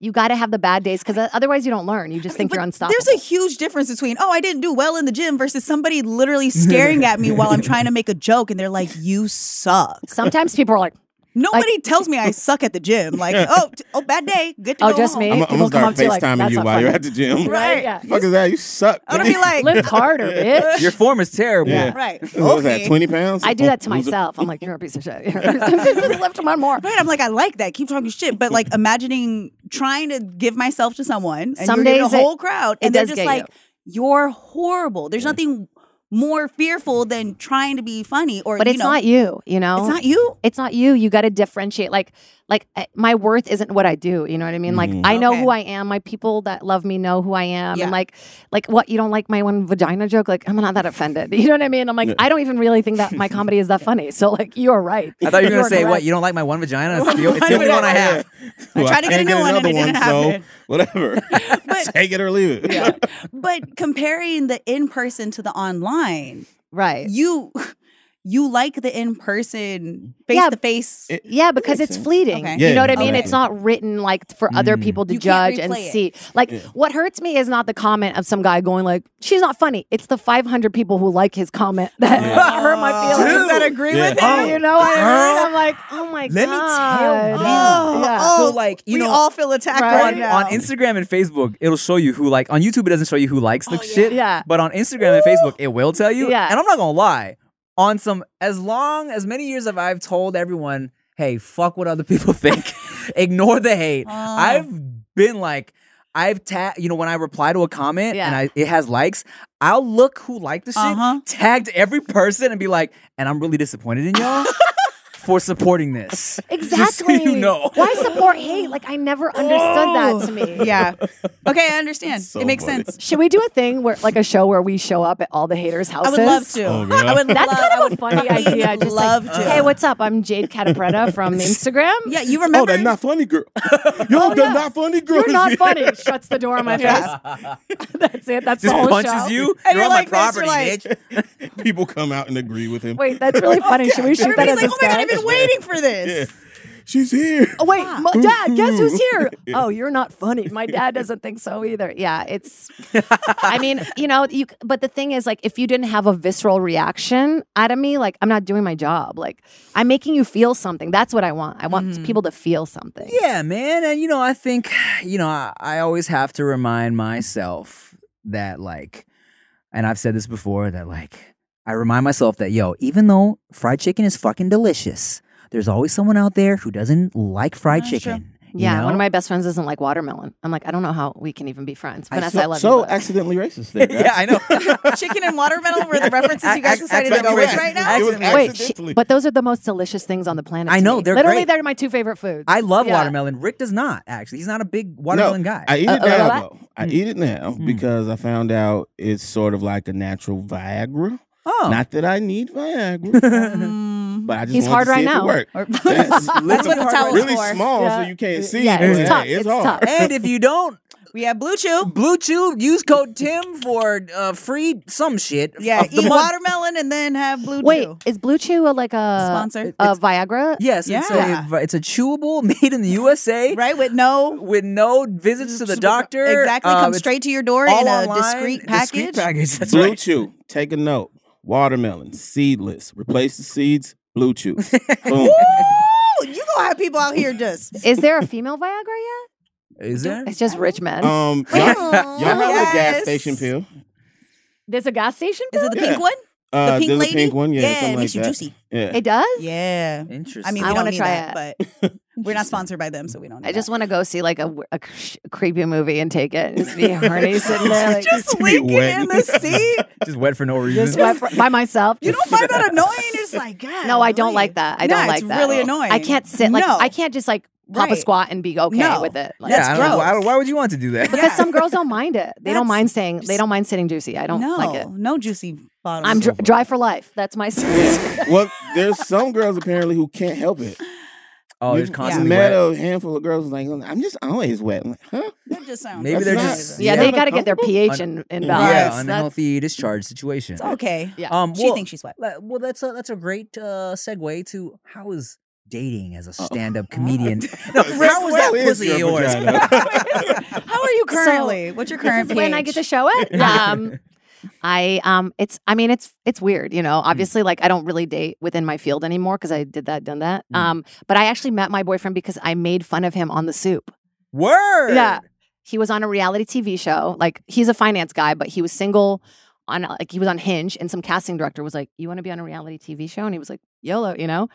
[SPEAKER 4] you got to have the bad days because otherwise you don't learn. You just think
[SPEAKER 3] But
[SPEAKER 4] you're unstoppable.
[SPEAKER 3] There's a huge difference between, oh, I didn't do well in the gym versus somebody literally staring at me while I'm trying to make a joke and they're like, you suck.
[SPEAKER 4] Sometimes people are like,
[SPEAKER 3] Nobody tells me I suck at the gym.
[SPEAKER 2] (laughs)
[SPEAKER 3] Like, oh, t- oh, bad day. Good to
[SPEAKER 4] Oh,
[SPEAKER 3] go
[SPEAKER 4] just
[SPEAKER 3] home.
[SPEAKER 4] me?
[SPEAKER 2] I'm,
[SPEAKER 4] People
[SPEAKER 2] I'm gonna start
[SPEAKER 4] come up to you like,
[SPEAKER 2] FaceTiming
[SPEAKER 4] "That's
[SPEAKER 2] you
[SPEAKER 4] not
[SPEAKER 2] while you're
[SPEAKER 4] funny."
[SPEAKER 2] at the gym.
[SPEAKER 4] Right, Oh, yeah.
[SPEAKER 2] (laughs) Fuck is that? You suck.
[SPEAKER 3] I'm gonna be like, (laughs)
[SPEAKER 4] lift harder, bitch.
[SPEAKER 1] Your form is terrible.
[SPEAKER 2] Yeah.
[SPEAKER 3] right.
[SPEAKER 2] (laughs) what was
[SPEAKER 3] Okay.
[SPEAKER 2] that, 20 pounds?
[SPEAKER 4] I do that to
[SPEAKER 2] Oh, loser.
[SPEAKER 4] myself. I'm like, you're a piece
[SPEAKER 3] (laughs)
[SPEAKER 4] of shit. (laughs) just lift one more.
[SPEAKER 3] Right, I'm like, I like that. Keep talking shit, but like imagining trying to give myself to someone and
[SPEAKER 4] Some
[SPEAKER 3] you're getting
[SPEAKER 4] days
[SPEAKER 3] a
[SPEAKER 4] it-
[SPEAKER 3] whole crowd,
[SPEAKER 4] it
[SPEAKER 3] and they're
[SPEAKER 4] does
[SPEAKER 3] just
[SPEAKER 4] get
[SPEAKER 3] like, you. are horrible. There's nothing more fearful than trying to be funny, or
[SPEAKER 4] But
[SPEAKER 3] you
[SPEAKER 4] it's
[SPEAKER 3] know,
[SPEAKER 4] not you, you know?
[SPEAKER 3] It's not you.
[SPEAKER 4] It's not you. You got to differentiate. Like, like I- my worth isn't what I do. You know what I mean? Like
[SPEAKER 1] Mm-hmm.
[SPEAKER 2] Mhm.
[SPEAKER 4] I know
[SPEAKER 3] Okay.
[SPEAKER 4] who I am. My people that love me know who I am.
[SPEAKER 3] Yeah.
[SPEAKER 4] And like, like what you don't like my one vagina joke? Like I'm not that offended. (laughs) You know what I mean? I'm like
[SPEAKER 2] Yeah.
[SPEAKER 4] I don't even really think that
[SPEAKER 3] (laughs)
[SPEAKER 4] my comedy is that funny. So like you are right.
[SPEAKER 1] I thought you were
[SPEAKER 4] You
[SPEAKER 1] gonna
[SPEAKER 4] are
[SPEAKER 1] say what?
[SPEAKER 4] correct.
[SPEAKER 1] You don't like my one vagina?
[SPEAKER 4] (laughs)
[SPEAKER 1] It's the, it's the only one I have.
[SPEAKER 2] Well,
[SPEAKER 3] tried to get
[SPEAKER 2] can't
[SPEAKER 3] a new one and
[SPEAKER 2] another
[SPEAKER 3] it didn't happen.
[SPEAKER 2] So (laughs) whatever,
[SPEAKER 4] (laughs)
[SPEAKER 3] But-
[SPEAKER 2] take it or leave it.
[SPEAKER 3] But comparing the in person to the online,
[SPEAKER 4] Right.
[SPEAKER 3] you you like the in person face
[SPEAKER 4] Yeah,
[SPEAKER 3] to face.
[SPEAKER 2] It-
[SPEAKER 4] Yeah, because
[SPEAKER 2] makes
[SPEAKER 4] it's
[SPEAKER 2] sense.
[SPEAKER 4] fleeting.
[SPEAKER 3] Okay.
[SPEAKER 2] Yeah,
[SPEAKER 4] you know what I mean?
[SPEAKER 2] okay.
[SPEAKER 4] It's not written like for other
[SPEAKER 1] Mm.
[SPEAKER 4] people to
[SPEAKER 3] You can't
[SPEAKER 4] judge and
[SPEAKER 3] replay it.
[SPEAKER 4] see. Like
[SPEAKER 2] Yeah.
[SPEAKER 4] what hurts me is not the comment of some guy going like, "She's not funny." It's the 500 people who like his comment (laughs) that
[SPEAKER 2] Yeah.
[SPEAKER 4] hurt my feelings.
[SPEAKER 1] Dude. Oh,
[SPEAKER 5] that agree
[SPEAKER 2] Yeah.
[SPEAKER 5] with it?
[SPEAKER 4] (laughs)
[SPEAKER 3] Oh.
[SPEAKER 4] you know what I mean?
[SPEAKER 1] girl.
[SPEAKER 4] I'm like, "Oh my
[SPEAKER 1] Let me
[SPEAKER 4] god."
[SPEAKER 1] tell you.
[SPEAKER 3] Oh,
[SPEAKER 4] Yeah.
[SPEAKER 1] So
[SPEAKER 3] oh,
[SPEAKER 1] like you
[SPEAKER 3] we
[SPEAKER 1] know,
[SPEAKER 3] all feel attacked uh,
[SPEAKER 4] Right.
[SPEAKER 3] right,
[SPEAKER 1] on,
[SPEAKER 3] now.
[SPEAKER 1] on Instagram and Facebook, it'll show you who like on YouTube. It doesn't show you who likes the
[SPEAKER 3] Oh, yeah.
[SPEAKER 1] shit.
[SPEAKER 4] Yeah.
[SPEAKER 1] But on Instagram and Facebook, it will tell you.
[SPEAKER 4] Yeah.
[SPEAKER 1] And I'm not gonna lie. On some as long as many years as I've told everyone, hey, fuck what other people (laughs)
[SPEAKER 4] (laughs)
[SPEAKER 1] think. Ignore the hate.
[SPEAKER 3] Oh.
[SPEAKER 1] I've been like, I've tagged, you know, when I reply to a comment
[SPEAKER 4] Yeah.
[SPEAKER 1] and I it has likes, I'll look who liked the shit,
[SPEAKER 3] Uh-huh.
[SPEAKER 1] tagged every person and be like, and I'm really disappointed in
[SPEAKER 3] (laughs)
[SPEAKER 1] y'all for supporting this.
[SPEAKER 4] Exactly.
[SPEAKER 1] Just so you know. Oh.
[SPEAKER 4] Why support hate? Like I never understood that to me.
[SPEAKER 3] yeah. Okay, I
[SPEAKER 1] (laughs)
[SPEAKER 3] understand.
[SPEAKER 2] So
[SPEAKER 3] it makes
[SPEAKER 2] funny.
[SPEAKER 3] sense.
[SPEAKER 4] Should we do a thing where like a show where we show up at all the haters'
[SPEAKER 3] I
[SPEAKER 4] houses?
[SPEAKER 3] would love to.
[SPEAKER 2] Oh, God.
[SPEAKER 3] I would
[SPEAKER 4] That's
[SPEAKER 3] love,
[SPEAKER 4] kind
[SPEAKER 3] I
[SPEAKER 4] of a
[SPEAKER 3] would
[SPEAKER 4] funny
[SPEAKER 3] fucking
[SPEAKER 4] idea. Just like,
[SPEAKER 3] love to.
[SPEAKER 4] hey, what's up? I'm Jade Catapretta
[SPEAKER 1] (laughs)
[SPEAKER 4] from Instagram.
[SPEAKER 3] yeah, you
[SPEAKER 2] (laughs) Oh,
[SPEAKER 3] remember?
[SPEAKER 2] that not funny
[SPEAKER 4] (laughs)
[SPEAKER 2] girl. (laughs) Yo,
[SPEAKER 4] Oh,
[SPEAKER 2] that
[SPEAKER 4] yeah.
[SPEAKER 2] not funny girl.
[SPEAKER 4] You're
[SPEAKER 2] is
[SPEAKER 4] not
[SPEAKER 1] (laughs)
[SPEAKER 2] here.
[SPEAKER 4] funny. Shuts the door on my face. (laughs) That's it. That's
[SPEAKER 1] Just
[SPEAKER 4] the whole
[SPEAKER 1] punches
[SPEAKER 4] show.
[SPEAKER 1] you. you're
[SPEAKER 3] And you're
[SPEAKER 1] on
[SPEAKER 3] like
[SPEAKER 1] my
[SPEAKER 3] this, you're
[SPEAKER 1] property,
[SPEAKER 3] like-
[SPEAKER 1] bitch.
[SPEAKER 2] (laughs) People come out and agree with him.
[SPEAKER 4] Wait,
[SPEAKER 1] (laughs)
[SPEAKER 4] that's really funny. Should we shoot that
[SPEAKER 3] Everybody's like,
[SPEAKER 4] as a
[SPEAKER 3] oh my god,
[SPEAKER 4] sketch?
[SPEAKER 3] I've been waiting for this.
[SPEAKER 2] She's here.
[SPEAKER 4] Oh, wait, my
[SPEAKER 2] Who-
[SPEAKER 4] dad,
[SPEAKER 1] (laughs)
[SPEAKER 4] guess who's
[SPEAKER 2] who?
[SPEAKER 4] here?
[SPEAKER 2] Yeah.
[SPEAKER 4] Oh, you're not funny. My dad doesn't think so either. Yeah, it's I mean, you know, you but the thing is like if you didn't have a visceral reaction out of me, like I'm not doing my job. Like I'm making you feel something. That's what I want. I want people to feel something.
[SPEAKER 1] Mm-hmm. Yeah, man. And you know, I think, you know, I, I always have to remind myself that like and I've said this before that like I remind myself that yo, even though fried chicken is fucking delicious, there's always someone out there who doesn't like fried
[SPEAKER 3] That's true.
[SPEAKER 1] chicken. you
[SPEAKER 4] Yeah,
[SPEAKER 1] know?
[SPEAKER 4] one of my best friends doesn't like watermelon. I'm like, I don't know how we can even be friends.
[SPEAKER 1] I
[SPEAKER 4] Vanessa, I,
[SPEAKER 1] so-
[SPEAKER 4] love you.
[SPEAKER 2] So
[SPEAKER 4] but- (laughs)
[SPEAKER 2] accidentally racist. There,
[SPEAKER 1] (laughs)
[SPEAKER 2] guys.
[SPEAKER 1] Yeah, I know.
[SPEAKER 3] (laughs) Chicken and watermelon were the references you guys
[SPEAKER 1] Ac-
[SPEAKER 3] decided to go
[SPEAKER 1] accidentally
[SPEAKER 3] with
[SPEAKER 1] racist.
[SPEAKER 3] right
[SPEAKER 2] It
[SPEAKER 3] now.
[SPEAKER 2] was
[SPEAKER 4] Wait, sh-
[SPEAKER 2] accidentally.
[SPEAKER 4] but those are the most delicious things on the planet.
[SPEAKER 1] I
[SPEAKER 4] to
[SPEAKER 1] know,
[SPEAKER 4] me.
[SPEAKER 1] they're
[SPEAKER 4] literally
[SPEAKER 1] great.
[SPEAKER 4] they're my two favorite foods.
[SPEAKER 1] I love
[SPEAKER 4] Yeah.
[SPEAKER 1] watermelon. Rick does not actually. He's not a big watermelon guy.
[SPEAKER 2] I eat
[SPEAKER 4] Uh,
[SPEAKER 2] it
[SPEAKER 4] uh,
[SPEAKER 2] now
[SPEAKER 4] what? Hmm.
[SPEAKER 2] though. I eat it now because I found out it's sort of like a natural Viagra.
[SPEAKER 1] oh, (laughs)
[SPEAKER 2] Not that I need Viagra, Mm-hmm.
[SPEAKER 3] Mm.
[SPEAKER 2] but I just
[SPEAKER 4] He's
[SPEAKER 2] want
[SPEAKER 4] hard
[SPEAKER 2] to see
[SPEAKER 4] right
[SPEAKER 2] if
[SPEAKER 4] now.
[SPEAKER 2] It work.
[SPEAKER 3] Or-
[SPEAKER 2] That's
[SPEAKER 3] That's what the towel's
[SPEAKER 2] really
[SPEAKER 3] for.
[SPEAKER 2] small,
[SPEAKER 4] Yeah.
[SPEAKER 2] so you can't see.
[SPEAKER 4] Yeah, it's
[SPEAKER 2] but
[SPEAKER 4] tough.
[SPEAKER 2] hey, it's,
[SPEAKER 4] It's
[SPEAKER 2] hard.
[SPEAKER 4] tough.
[SPEAKER 1] and if you don't
[SPEAKER 3] We have Blue Chew.
[SPEAKER 1] Blue Chew, use code Tim for uh, free some shit.
[SPEAKER 3] Yeah,
[SPEAKER 1] of the
[SPEAKER 3] eat
[SPEAKER 1] month.
[SPEAKER 3] watermelon and then have Blue
[SPEAKER 4] Wait,
[SPEAKER 3] Chew.
[SPEAKER 4] is Blue Chew a, like a
[SPEAKER 3] Sponsor.
[SPEAKER 4] a Viagra?
[SPEAKER 1] Yes,
[SPEAKER 3] Yeah.
[SPEAKER 1] it's a it's a chewable (laughs) made in the USA
[SPEAKER 3] right? With no.
[SPEAKER 1] with no visits to the doctor.
[SPEAKER 3] Exactly.
[SPEAKER 1] Um,
[SPEAKER 3] Come
[SPEAKER 1] it's
[SPEAKER 3] straight to your door
[SPEAKER 1] all
[SPEAKER 3] in a
[SPEAKER 1] online,
[SPEAKER 3] discreet package.
[SPEAKER 1] package. (laughs) That's
[SPEAKER 2] Blue
[SPEAKER 1] right.
[SPEAKER 2] Chew. Take a note. Watermelon, seedless. Replace the seeds.
[SPEAKER 1] (laughs)
[SPEAKER 2] Blue Chew. Boom.
[SPEAKER 3] Woo! You gonna have people out here just.
[SPEAKER 4] Is there a female Viagra yet?
[SPEAKER 1] Is there?
[SPEAKER 4] It's just rich men.
[SPEAKER 2] Um, (laughs) y'all,
[SPEAKER 3] (laughs)
[SPEAKER 2] y'all have a gas
[SPEAKER 3] Yes.
[SPEAKER 2] station pill.
[SPEAKER 4] There's a gas station.
[SPEAKER 3] Is it the
[SPEAKER 2] Yeah.
[SPEAKER 3] pink one?
[SPEAKER 2] Uh,
[SPEAKER 3] the pink
[SPEAKER 2] there's
[SPEAKER 3] lady.
[SPEAKER 2] a pink one. Yeah,
[SPEAKER 3] yeah
[SPEAKER 2] something
[SPEAKER 3] it
[SPEAKER 2] like
[SPEAKER 3] makes you
[SPEAKER 2] that.
[SPEAKER 3] juicy.
[SPEAKER 2] Yeah.
[SPEAKER 4] It does.
[SPEAKER 3] Yeah.
[SPEAKER 1] Interesting.
[SPEAKER 3] I mean,
[SPEAKER 4] I
[SPEAKER 3] we
[SPEAKER 4] wanna
[SPEAKER 3] want to
[SPEAKER 4] try
[SPEAKER 3] but
[SPEAKER 4] (laughs)
[SPEAKER 3] we're not sponsored by them, so we don't. Need
[SPEAKER 4] I just want to go see like a, a cr- creepy movie and take it. and Just be horny sitting
[SPEAKER 1] (laughs)
[SPEAKER 4] there,
[SPEAKER 3] (laughs)
[SPEAKER 4] like,
[SPEAKER 3] just
[SPEAKER 2] be
[SPEAKER 3] leaking
[SPEAKER 2] wet.
[SPEAKER 3] in the sea.
[SPEAKER 1] just wet for no reason.
[SPEAKER 4] just wet for- by myself.
[SPEAKER 3] You don't find that annoying? It's like God.
[SPEAKER 4] (laughs) No, I don't
[SPEAKER 3] really.
[SPEAKER 4] like that. I
[SPEAKER 3] Nah,
[SPEAKER 4] don't like
[SPEAKER 3] it's
[SPEAKER 4] that.
[SPEAKER 3] Really annoying.
[SPEAKER 4] I can't sit like
[SPEAKER 3] No.
[SPEAKER 4] I can't just like pop a
[SPEAKER 3] Right.
[SPEAKER 4] squat and be okay
[SPEAKER 3] No.
[SPEAKER 4] with it. Like,
[SPEAKER 1] yeah, I don't, know
[SPEAKER 3] gross.
[SPEAKER 1] why, why would you want to do that?
[SPEAKER 4] because some girls don't mind it. They don't
[SPEAKER 3] That's
[SPEAKER 4] mind saying they
[SPEAKER 3] just-
[SPEAKER 4] don't mind sitting juicy. I don't
[SPEAKER 3] no,
[SPEAKER 4] like it.
[SPEAKER 3] no juicy bottles.
[SPEAKER 4] I'm dr- dry for life. That's my (laughs)
[SPEAKER 1] (laughs)
[SPEAKER 2] well, there's some girls apparently who can't help it.
[SPEAKER 1] Oh, there's
[SPEAKER 2] We've
[SPEAKER 1] constantly
[SPEAKER 2] met
[SPEAKER 1] wet.
[SPEAKER 2] a handful of girls who's like, I'm just always wet. I'm like, huh?
[SPEAKER 3] That just sounds.
[SPEAKER 1] Maybe they're
[SPEAKER 2] That's
[SPEAKER 1] just-
[SPEAKER 2] not-
[SPEAKER 4] Yeah,
[SPEAKER 1] Yeah.
[SPEAKER 4] they got to
[SPEAKER 1] (laughs)
[SPEAKER 4] get their pH
[SPEAKER 1] Un-
[SPEAKER 4] in, in balance.
[SPEAKER 1] Yeah,
[SPEAKER 4] That's-
[SPEAKER 1] unhealthy discharge situation.
[SPEAKER 3] It's okay.
[SPEAKER 4] Yeah.
[SPEAKER 1] Um,
[SPEAKER 3] She
[SPEAKER 1] well-
[SPEAKER 3] thinks
[SPEAKER 1] (laughs)
[SPEAKER 3] she's wet.
[SPEAKER 1] Le- Well, that's a that's a great uh, segue to how is dating as a stand
[SPEAKER 2] (laughs)
[SPEAKER 1] up comedian? (laughs) no,
[SPEAKER 2] Rick,
[SPEAKER 1] how was
[SPEAKER 2] Oh, where
[SPEAKER 1] that
[SPEAKER 2] is
[SPEAKER 1] pussy
[SPEAKER 2] your
[SPEAKER 1] yours? (laughs)
[SPEAKER 2] vagina?
[SPEAKER 3] How are you currently? What's your current pH?
[SPEAKER 4] when I get to show
[SPEAKER 1] (laughs)
[SPEAKER 4] it. Um, I um, it's I mean it's it's weird, you
[SPEAKER 1] Mm.
[SPEAKER 4] know. Obviously, like I don't really date within my field anymore because I did that, done that.
[SPEAKER 1] Mm.
[SPEAKER 4] Um, but I actually met my boyfriend because I made fun of him on the soup.
[SPEAKER 1] Word.
[SPEAKER 4] Yeah, he was on a reality TV show. Like he's a finance guy, but he was single. On like he was on
[SPEAKER 2] Mm-hmm.
[SPEAKER 4] Hinge, and some casting director was like, "You want to be on a reality TV show?" And he was like, "YOLO," you know.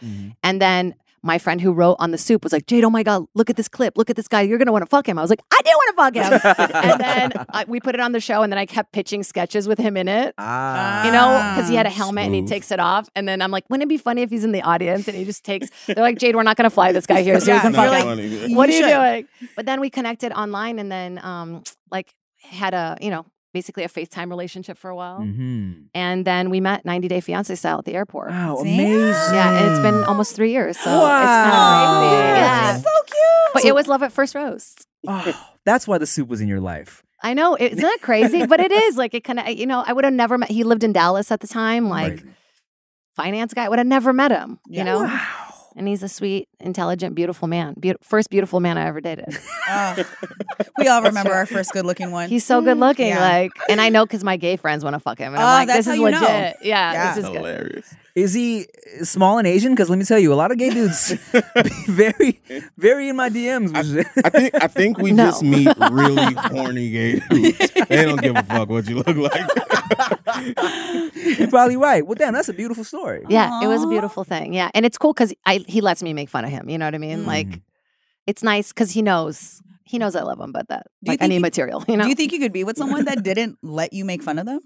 [SPEAKER 4] And then, my friend who wrote on the soup was like, Jade, oh my God, look at this clip. Look at this guy. You're going to want to fuck him. I was like, I do want to
[SPEAKER 5] (laughs)
[SPEAKER 2] (laughs)
[SPEAKER 4] fuck him. and then I, we put it on the show, and then I kept pitching sketches with him in it,
[SPEAKER 1] (laughs) Ah.
[SPEAKER 4] you know, because he had a helmet and he
[SPEAKER 2] Smooth.
[SPEAKER 4] takes it off. And then I'm like, wouldn't it be funny if he's in the audience and he just takes, they're like, Jade, we're not going to fly this guy here. So you
[SPEAKER 5] Yeah.
[SPEAKER 4] can
[SPEAKER 5] No,
[SPEAKER 4] fuck
[SPEAKER 5] no,
[SPEAKER 4] him.
[SPEAKER 5] like-
[SPEAKER 2] funny.
[SPEAKER 5] You
[SPEAKER 4] What are you
[SPEAKER 5] should.
[SPEAKER 4] doing? But then we connected online and then, um, like, had a, you know, basically a FaceTime relationship for a
[SPEAKER 2] Ah.
[SPEAKER 4] while.
[SPEAKER 5] Mm.
[SPEAKER 2] Mm-hmm.
[SPEAKER 1] Mhm.
[SPEAKER 4] And then we met 90 Day Fiancé style at the airport.
[SPEAKER 1] Wow,
[SPEAKER 5] Damn.
[SPEAKER 1] amazing.
[SPEAKER 4] Yeah, and it's been almost three years. So
[SPEAKER 3] Oh,
[SPEAKER 1] Wow.
[SPEAKER 4] it's kind of crazy.
[SPEAKER 1] Yeah.
[SPEAKER 4] Yeah.
[SPEAKER 5] That's so cute.
[SPEAKER 4] But it was love at first roast. (laughs)
[SPEAKER 1] Oh, that's why the soup was in your life.
[SPEAKER 4] I know it's not crazy, but it is like it kind of you know I would have never met. He lived in Dallas at the time, like
[SPEAKER 1] Crazy.
[SPEAKER 4] finance guy. I would have never met him,
[SPEAKER 5] Yeah.
[SPEAKER 4] you know.
[SPEAKER 1] wow.
[SPEAKER 4] And he's a sweet, intelligent, beautiful man. Beau- first beautiful man I ever (laughs) dated.
[SPEAKER 1] (laughs)
[SPEAKER 5] Oh. we all remember our first good looking one.
[SPEAKER 4] He's so good looking,
[SPEAKER 5] Hmm. Yeah.
[SPEAKER 4] like, and I know because my gay friends want to fuck him, and
[SPEAKER 5] Oh,
[SPEAKER 4] I'm like,
[SPEAKER 5] that's
[SPEAKER 4] this is
[SPEAKER 5] how you know.
[SPEAKER 4] legit. Yeah,
[SPEAKER 5] Yeah.
[SPEAKER 4] this is good.
[SPEAKER 2] hilarious.
[SPEAKER 1] Is he small and Asian? Because let me tell you, a lot of gay
[SPEAKER 2] (laughs)
[SPEAKER 1] dudes (laughs) be very, very in my DMs. which-
[SPEAKER 2] I think I think we
[SPEAKER 4] No.
[SPEAKER 2] just meet really horny gay
[SPEAKER 4] (laughs)
[SPEAKER 2] dudes. They don't give a fuck what you look like. (laughs)
[SPEAKER 1] (laughs) You're probably right. Well, damn, that's a beautiful story.
[SPEAKER 4] Yeah, it was a
[SPEAKER 5] Aw.
[SPEAKER 4] beautiful thing. Yeah, and it's cool because I he lets me make fun of him. You know what I mean?
[SPEAKER 5] Mm.
[SPEAKER 1] Mm-hmm.
[SPEAKER 4] Like, it's nice because he knows he knows I love him, but that
[SPEAKER 5] Do you
[SPEAKER 4] like I
[SPEAKER 5] think
[SPEAKER 4] need
[SPEAKER 5] he-
[SPEAKER 4] material. (laughs) You know?
[SPEAKER 5] Do you think you could be with someone that didn't let you make fun of them?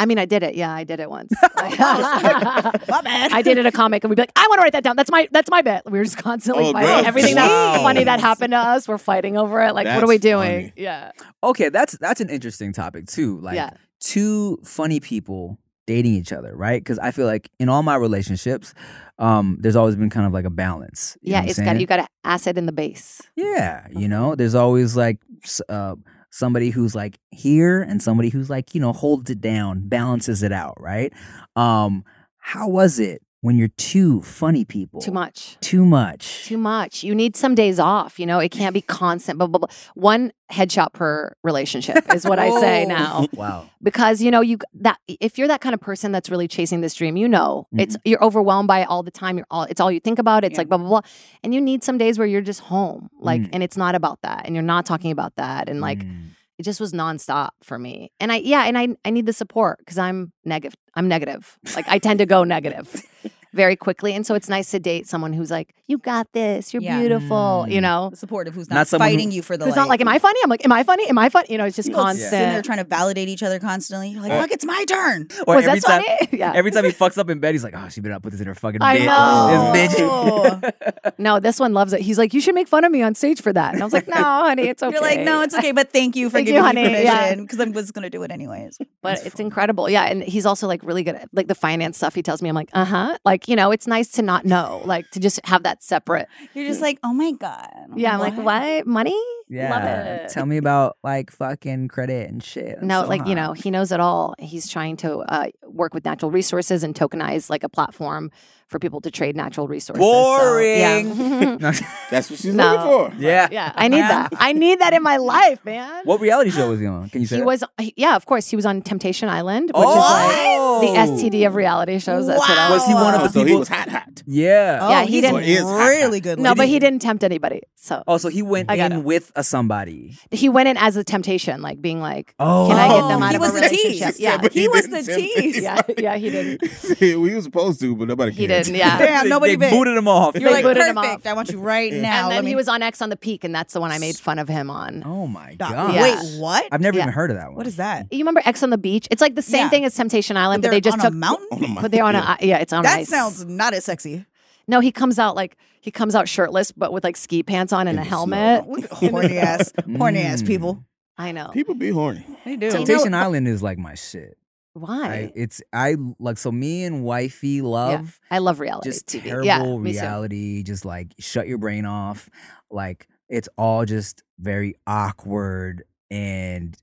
[SPEAKER 4] I mean, I did it. Yeah, I did
[SPEAKER 5] (laughs)
[SPEAKER 4] it once.
[SPEAKER 5] Oh, My
[SPEAKER 4] (laughs) I
[SPEAKER 5] bad.
[SPEAKER 4] dated a comic, and we'd be like, "I want to write that down. That's my that's my bet." We were just constantly
[SPEAKER 2] Oh,
[SPEAKER 4] fighting.
[SPEAKER 2] God.
[SPEAKER 4] Everything
[SPEAKER 1] Wow.
[SPEAKER 4] that funny that happened to us, we're fighting over it. Like, what
[SPEAKER 2] That's
[SPEAKER 4] are we doing?
[SPEAKER 2] funny.
[SPEAKER 4] Yeah,
[SPEAKER 1] Okay, that's that's an interesting topic too. Like
[SPEAKER 4] Yeah.
[SPEAKER 1] two funny people dating each other, right? Because I feel like in all my relationships, um, there's always been kind of like a balance. You know
[SPEAKER 4] yeah.
[SPEAKER 1] what I'm
[SPEAKER 4] It's got
[SPEAKER 1] saying?
[SPEAKER 4] you got an acid in the base.
[SPEAKER 1] Yeah, you know, there's always like s- uh, somebody who's like here and somebody who's like you know holds it down, balances it out, right? Um, how was it when you're two funny people?
[SPEAKER 4] Too much.
[SPEAKER 1] Too much.
[SPEAKER 4] Too much. You need some days off. You know, it can't be constant. Blah blah blah. One headshot per relationship is what I say
[SPEAKER 5] Oh.
[SPEAKER 4] now.
[SPEAKER 1] Wow.
[SPEAKER 4] because you know you that if you're that kind of person that's really chasing this dream you know it's
[SPEAKER 1] Mm-hmm.
[SPEAKER 4] you're overwhelmed by it all the time you're all it's all you think about it's
[SPEAKER 5] Yeah.
[SPEAKER 4] like blah blah blah and you need some days where you're just home like
[SPEAKER 1] Mm.
[SPEAKER 4] and it's not about that and you're not talking about that and (laughs) like
[SPEAKER 1] Mm.
[SPEAKER 4] it just was nonstop for me and i yeah and i i need the support because i'm negative i'm negative like i tend to go
[SPEAKER 1] (laughs)
[SPEAKER 4] negative very quickly and so it's nice to date someone who's like you got this you're
[SPEAKER 5] Yeah.
[SPEAKER 4] beautiful you
[SPEAKER 1] Mm.
[SPEAKER 4] know
[SPEAKER 5] Supportive, who's
[SPEAKER 1] Not
[SPEAKER 5] not,
[SPEAKER 1] someone who-
[SPEAKER 5] fighting you for the.
[SPEAKER 4] it's not like am i funny i'm like am i funny am i funny you know it's just
[SPEAKER 5] People
[SPEAKER 4] constant
[SPEAKER 5] sitting there trying to validate each other constantly. You're like,
[SPEAKER 2] Uh,
[SPEAKER 5] "Fuck, it's my turn."
[SPEAKER 1] Or
[SPEAKER 4] was
[SPEAKER 1] every
[SPEAKER 4] that
[SPEAKER 1] time-
[SPEAKER 4] funny (laughs) yeah
[SPEAKER 1] Every time he fucks up in bed, he's like, "Oh, she better not put this in her fucking
[SPEAKER 4] I
[SPEAKER 1] bed.
[SPEAKER 4] know.
[SPEAKER 1] This
[SPEAKER 4] (laughs)
[SPEAKER 1] bitch."
[SPEAKER 4] No, this one loves it. He's like, you should make fun of me on stage for that. And I was like, no, honey, it's okay.
[SPEAKER 5] You're like, "No, it's okay, but thank you for
[SPEAKER 4] Thank you,
[SPEAKER 5] giving me
[SPEAKER 4] honey. Yeah.
[SPEAKER 5] permission because I was gonna do it anyways."
[SPEAKER 4] but it's incredible. Yeah. And he's also like really good at like the finance stuff. He tells me, I'm like, uh huh. Like, you know, it's nice to not know, like to just have that separate.
[SPEAKER 5] You're just like, "Oh my god."
[SPEAKER 4] Yeah. I'm like, what? Money?
[SPEAKER 1] yeah.
[SPEAKER 4] it.
[SPEAKER 1] Tell me about like fucking credit and shit. That's
[SPEAKER 4] No,
[SPEAKER 1] so
[SPEAKER 4] like, you
[SPEAKER 1] hot.
[SPEAKER 4] know, he knows it all. He's trying to uh, work with natural resources and tokenize like a platform for people to trade natural resources. So, yeah. (laughs)
[SPEAKER 1] Boring. No.
[SPEAKER 2] That's what she's
[SPEAKER 4] No.
[SPEAKER 2] looking for.
[SPEAKER 1] yeah.
[SPEAKER 4] yeah. I need that. I need that in my life, man.
[SPEAKER 1] What reality show was he on? Can you say?
[SPEAKER 4] He
[SPEAKER 1] that?
[SPEAKER 4] was, he- yeah, of course. He was on Temptation Island, which is like,
[SPEAKER 1] oh,
[SPEAKER 4] the STD of reality shows. That's what I
[SPEAKER 5] Wow.
[SPEAKER 1] Was he one of
[SPEAKER 2] Oh,
[SPEAKER 1] the
[SPEAKER 2] so he
[SPEAKER 1] people?
[SPEAKER 2] was hot, hot.
[SPEAKER 1] yeah.
[SPEAKER 5] Oh,
[SPEAKER 4] Yeah, he
[SPEAKER 5] he's
[SPEAKER 4] didn't-
[SPEAKER 2] Or is
[SPEAKER 1] (laughs)
[SPEAKER 2] hot,
[SPEAKER 5] really good.
[SPEAKER 4] No,
[SPEAKER 5] looking.
[SPEAKER 4] but he didn't tempt anybody. So
[SPEAKER 1] Oh, so he went
[SPEAKER 4] I
[SPEAKER 1] in
[SPEAKER 4] got it.
[SPEAKER 1] with a somebody.
[SPEAKER 4] he went in as a temptation, like being like,
[SPEAKER 1] Oh,
[SPEAKER 4] "Can I get
[SPEAKER 5] Oh,
[SPEAKER 4] them out
[SPEAKER 5] he
[SPEAKER 4] of
[SPEAKER 5] was
[SPEAKER 4] a
[SPEAKER 5] the tease.
[SPEAKER 4] relationship?"
[SPEAKER 5] Yeah,
[SPEAKER 4] Yeah,
[SPEAKER 5] but he was the tease.
[SPEAKER 4] (laughs) yeah, yeah. He
[SPEAKER 2] (laughs)
[SPEAKER 4] didn't.
[SPEAKER 2] yeah, we were supposed to, but nobody
[SPEAKER 4] He
[SPEAKER 2] cared.
[SPEAKER 4] didn't. Yeah.
[SPEAKER 5] Damn,
[SPEAKER 1] They-
[SPEAKER 5] nobody
[SPEAKER 1] they
[SPEAKER 5] bit.
[SPEAKER 1] booted him off.
[SPEAKER 5] You're
[SPEAKER 4] They
[SPEAKER 5] like,
[SPEAKER 4] booted him off.
[SPEAKER 5] "Perfect. I want you right now."
[SPEAKER 4] and
[SPEAKER 5] Let
[SPEAKER 4] then
[SPEAKER 5] me
[SPEAKER 4] he was on X on the Peak, and that's the one I made fun of him on.
[SPEAKER 1] (laughs) oh my
[SPEAKER 5] stop.
[SPEAKER 1] god.
[SPEAKER 4] Yeah.
[SPEAKER 5] Wait, what?
[SPEAKER 1] I've never
[SPEAKER 4] Yeah.
[SPEAKER 1] even heard of that one.
[SPEAKER 5] What is that?
[SPEAKER 4] You remember X on the Beach? It's like the same
[SPEAKER 5] Yeah.
[SPEAKER 4] thing as Temptation Island, but,
[SPEAKER 5] They're
[SPEAKER 4] they just
[SPEAKER 5] on
[SPEAKER 4] took.
[SPEAKER 5] a mountain.
[SPEAKER 2] (laughs) On a mic.
[SPEAKER 4] But they're on a yeah, it's on
[SPEAKER 5] That
[SPEAKER 4] ice.
[SPEAKER 5] sounds not as sexy.
[SPEAKER 4] no. He comes out like he comes out shirtless, but with like ski pants on
[SPEAKER 2] In
[SPEAKER 4] and a
[SPEAKER 2] the snow.
[SPEAKER 4] helmet.
[SPEAKER 3] (laughs)
[SPEAKER 5] Horny ass, horny ass
[SPEAKER 1] Mm.
[SPEAKER 5] people.
[SPEAKER 4] I know
[SPEAKER 2] People be horny.
[SPEAKER 5] They do.
[SPEAKER 1] Temptation Island is like my shit. I,
[SPEAKER 4] why.
[SPEAKER 1] it's I like so me and wifey love.
[SPEAKER 4] I, love reality
[SPEAKER 1] just
[SPEAKER 4] TV.
[SPEAKER 1] terrible
[SPEAKER 4] yeah, me too.
[SPEAKER 1] reality. Just like shut your brain off. Like it's all just very awkward and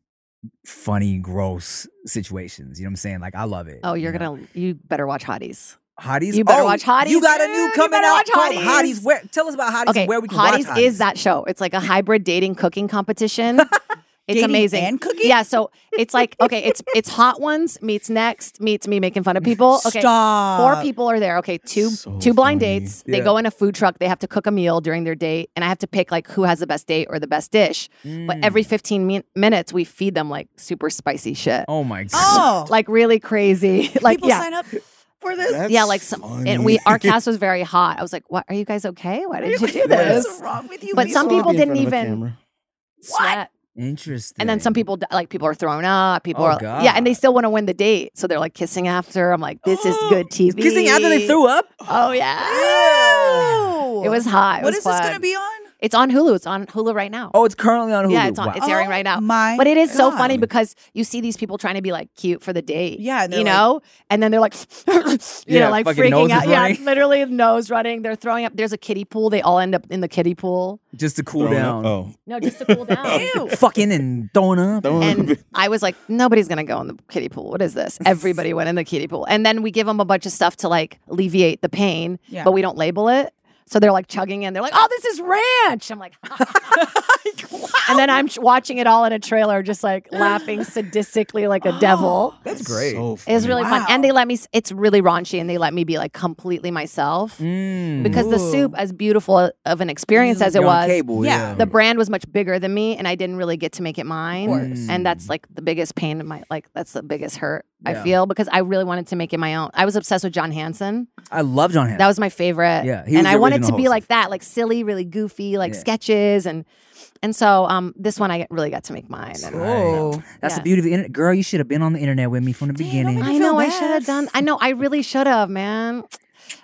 [SPEAKER 1] funny, gross situations. You know what I'm saying? Like I love it.
[SPEAKER 4] Oh, you're
[SPEAKER 1] you know?
[SPEAKER 4] gonna you better watch Hotties.
[SPEAKER 1] hotties.
[SPEAKER 4] you better
[SPEAKER 1] Oh,
[SPEAKER 4] watch Hotties,
[SPEAKER 1] You got a
[SPEAKER 4] dude.
[SPEAKER 1] new
[SPEAKER 4] You
[SPEAKER 1] coming
[SPEAKER 4] better
[SPEAKER 1] out
[SPEAKER 4] watch
[SPEAKER 1] called
[SPEAKER 4] Hotties.
[SPEAKER 1] Hotties. Where? Tell us about Hotties.
[SPEAKER 4] Okay,
[SPEAKER 1] and where we can
[SPEAKER 4] Hotties,
[SPEAKER 1] watch
[SPEAKER 4] is that show. It's like a hybrid dating cooking competition. it's
[SPEAKER 5] Dating
[SPEAKER 4] amazing.
[SPEAKER 5] and cooking?
[SPEAKER 4] Yeah, so it's like okay, it's it's hot ones meets next meets me making fun of people. Okay.
[SPEAKER 5] Stop.
[SPEAKER 3] (laughs)
[SPEAKER 4] Four people are there. Okay, two
[SPEAKER 2] So
[SPEAKER 4] two blind
[SPEAKER 2] funny.
[SPEAKER 4] dates.
[SPEAKER 1] Yeah.
[SPEAKER 4] They go in a food truck. They have to cook a meal during their date, and I have to pick like who has the best date or the best dish. But
[SPEAKER 1] Mm.
[SPEAKER 4] every fifteen min- minutes, we feed them like super spicy shit, (laughs)
[SPEAKER 1] Oh my god.
[SPEAKER 5] Oh,
[SPEAKER 4] like really crazy. (laughs) like
[SPEAKER 5] people
[SPEAKER 4] yeah,
[SPEAKER 5] sign up.
[SPEAKER 3] for this?
[SPEAKER 2] That's
[SPEAKER 4] yeah, like some,
[SPEAKER 2] funny.
[SPEAKER 4] and we our cast was very hot. I was like, "What are you guys okay? Why did you do this?"
[SPEAKER 3] What's wrong with you?
[SPEAKER 4] But some
[SPEAKER 2] Sorry to
[SPEAKER 4] people
[SPEAKER 2] be in front
[SPEAKER 4] didn't
[SPEAKER 2] of a
[SPEAKER 4] even-
[SPEAKER 2] camera.
[SPEAKER 4] Sweat.
[SPEAKER 1] Interesting.
[SPEAKER 4] And then some people d- like people are thrown up. People
[SPEAKER 1] Oh,
[SPEAKER 4] are yeah, and they
[SPEAKER 1] God.
[SPEAKER 4] still want to win the date, so they're like kissing after. I'm like, this is good TV.
[SPEAKER 1] (gasps) kissing after they threw up.
[SPEAKER 4] Oh yeah,
[SPEAKER 3] Ew.
[SPEAKER 4] it was hot. It
[SPEAKER 3] What
[SPEAKER 4] was
[SPEAKER 3] is this
[SPEAKER 4] fun.
[SPEAKER 3] going to be on?
[SPEAKER 4] It's on Hulu. It's on Hulu right now.
[SPEAKER 1] Oh, it's currently on Hulu.
[SPEAKER 4] yeah, it's on.
[SPEAKER 1] Wow.
[SPEAKER 4] It's airing
[SPEAKER 3] Oh
[SPEAKER 4] right now.
[SPEAKER 3] My
[SPEAKER 4] But it is so
[SPEAKER 3] God.
[SPEAKER 4] funny because you see these people trying to be like cute for the date.
[SPEAKER 3] Yeah, and they're
[SPEAKER 4] you
[SPEAKER 3] like-
[SPEAKER 4] know, and then they're like, (laughs) you
[SPEAKER 1] Yeah,
[SPEAKER 4] know, like
[SPEAKER 1] fucking nose
[SPEAKER 4] freaking
[SPEAKER 1] is
[SPEAKER 4] out. Yeah,
[SPEAKER 1] running. (laughs)
[SPEAKER 4] literally nose running. They're throwing up. There's a kiddie pool. They all end up in the kiddie pool.
[SPEAKER 1] just to cool
[SPEAKER 2] Throwing
[SPEAKER 1] down.
[SPEAKER 2] up- Oh,
[SPEAKER 4] No, just to cool (laughs) down.
[SPEAKER 3] Ew.
[SPEAKER 1] Fucking and throwing up.
[SPEAKER 2] throwing (laughs) up.
[SPEAKER 4] And I was like, nobody's gonna go in the kiddie pool. What is this? Everybody went in the kiddie pool, and then we give them a bunch of stuff to like alleviate the pain,
[SPEAKER 3] Yeah.
[SPEAKER 4] but we don't label it. So they're like chugging in. They're like, "Oh, this is ranch." I'm like, (laughs) and then I'm ch- watching it all in a trailer, just like laughing sadistically like a devil.
[SPEAKER 3] (gasps) "Oh."
[SPEAKER 2] (gasps)
[SPEAKER 1] That's
[SPEAKER 2] So
[SPEAKER 4] It was really fun,
[SPEAKER 3] Wow.
[SPEAKER 4] and they let me. s- It's really raunchy, and they let me be like completely myself
[SPEAKER 1] Mm.
[SPEAKER 4] because the
[SPEAKER 3] Ooh. Mm.
[SPEAKER 4] soup, as beautiful of an experience as it
[SPEAKER 1] You're on
[SPEAKER 4] was,
[SPEAKER 1] cable,
[SPEAKER 3] Yeah.
[SPEAKER 1] yeah.
[SPEAKER 4] the brand was much bigger than me and I didn't really get to make it mine.
[SPEAKER 1] course.
[SPEAKER 4] And that's like the biggest pain in my like that's the biggest hurt
[SPEAKER 1] Yeah.
[SPEAKER 4] I feel because I really wanted to make it my own. I was obsessed with John Hanson.
[SPEAKER 1] I love John Hamm.
[SPEAKER 4] That was my favorite.
[SPEAKER 1] Yeah, he was
[SPEAKER 4] And
[SPEAKER 1] the
[SPEAKER 4] I wanted to
[SPEAKER 1] original
[SPEAKER 4] be
[SPEAKER 1] host.
[SPEAKER 4] like that, like silly, really goofy, like
[SPEAKER 1] Yeah.
[SPEAKER 4] sketches and and so um this one I really got to make mine. And-
[SPEAKER 1] Right. That's the
[SPEAKER 4] Yeah.
[SPEAKER 1] beauty of the internet. Girl, you should have been on the internet with me from the beginning.
[SPEAKER 3] I
[SPEAKER 4] I know
[SPEAKER 3] feel
[SPEAKER 4] I should have
[SPEAKER 3] bad.
[SPEAKER 4] done I know I really should have, man.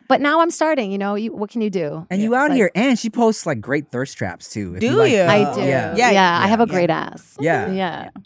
[SPEAKER 4] But now I'm starting, you know, you, what can you do?
[SPEAKER 1] and you out
[SPEAKER 4] Like-
[SPEAKER 1] here, and she posts like great thirst traps too. if
[SPEAKER 3] Do
[SPEAKER 1] like
[SPEAKER 3] you?
[SPEAKER 1] that.
[SPEAKER 4] I do.
[SPEAKER 1] uh, Yeah.
[SPEAKER 4] Yeah.
[SPEAKER 3] Yeah,
[SPEAKER 4] I have
[SPEAKER 3] yeah.
[SPEAKER 4] a great ass.
[SPEAKER 1] Yeah. (laughs)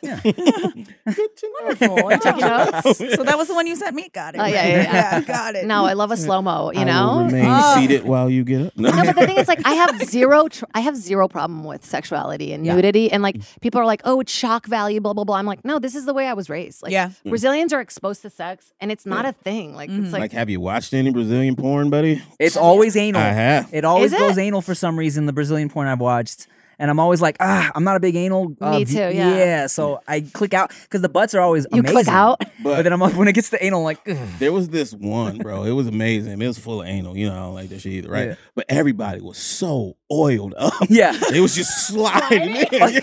[SPEAKER 4] Yeah.
[SPEAKER 2] Good
[SPEAKER 4] (laughs)
[SPEAKER 2] to know.
[SPEAKER 4] Wonderful. Take notes.
[SPEAKER 3] So that was the one you sent me. Got it.
[SPEAKER 4] Oh, yeah,
[SPEAKER 3] right.
[SPEAKER 4] yeah, yeah.
[SPEAKER 3] got it.
[SPEAKER 4] No, I love a slow mo, you
[SPEAKER 2] I
[SPEAKER 4] know?
[SPEAKER 2] will remain
[SPEAKER 3] Oh.
[SPEAKER 2] seated while you get up. (laughs)
[SPEAKER 4] No, but the thing is, (laughs) like, I
[SPEAKER 3] (laughs)
[SPEAKER 4] have zero, tr- I have zero problem with sexuality and
[SPEAKER 1] Yeah.
[SPEAKER 4] nudity, and like, people are like, "Oh, it's shock value," blah blah blah. I'm like, no, this is the way I was raised. Like,
[SPEAKER 3] Yeah. Mm.
[SPEAKER 4] Brazilians are exposed to sex, and it's not a thing. Like,
[SPEAKER 3] Mm-hmm.
[SPEAKER 4] it's
[SPEAKER 2] like,
[SPEAKER 4] like,
[SPEAKER 2] have you watched any Brazilian porn, buddy?
[SPEAKER 1] It's always anal.
[SPEAKER 2] I have.
[SPEAKER 1] It always
[SPEAKER 4] Is it?
[SPEAKER 1] goes anal for some reason. The Brazilian porn I've watched, and I'm always like, ah, I'm not a big anal. Uh,
[SPEAKER 4] Me
[SPEAKER 1] v-
[SPEAKER 4] too, yeah.
[SPEAKER 1] so I click out because the butts are always
[SPEAKER 4] You
[SPEAKER 1] amazing.
[SPEAKER 4] click out?
[SPEAKER 1] but, then I'm like, when it gets to anal, I'm like, ugh.
[SPEAKER 2] There was this one, bro. It was amazing. It was full of anal. You know, I don't like that shit either, right?
[SPEAKER 1] Yeah.
[SPEAKER 2] But everybody was so oiled up.
[SPEAKER 1] (laughs) yeah.
[SPEAKER 2] It was just sliding in. Yeah.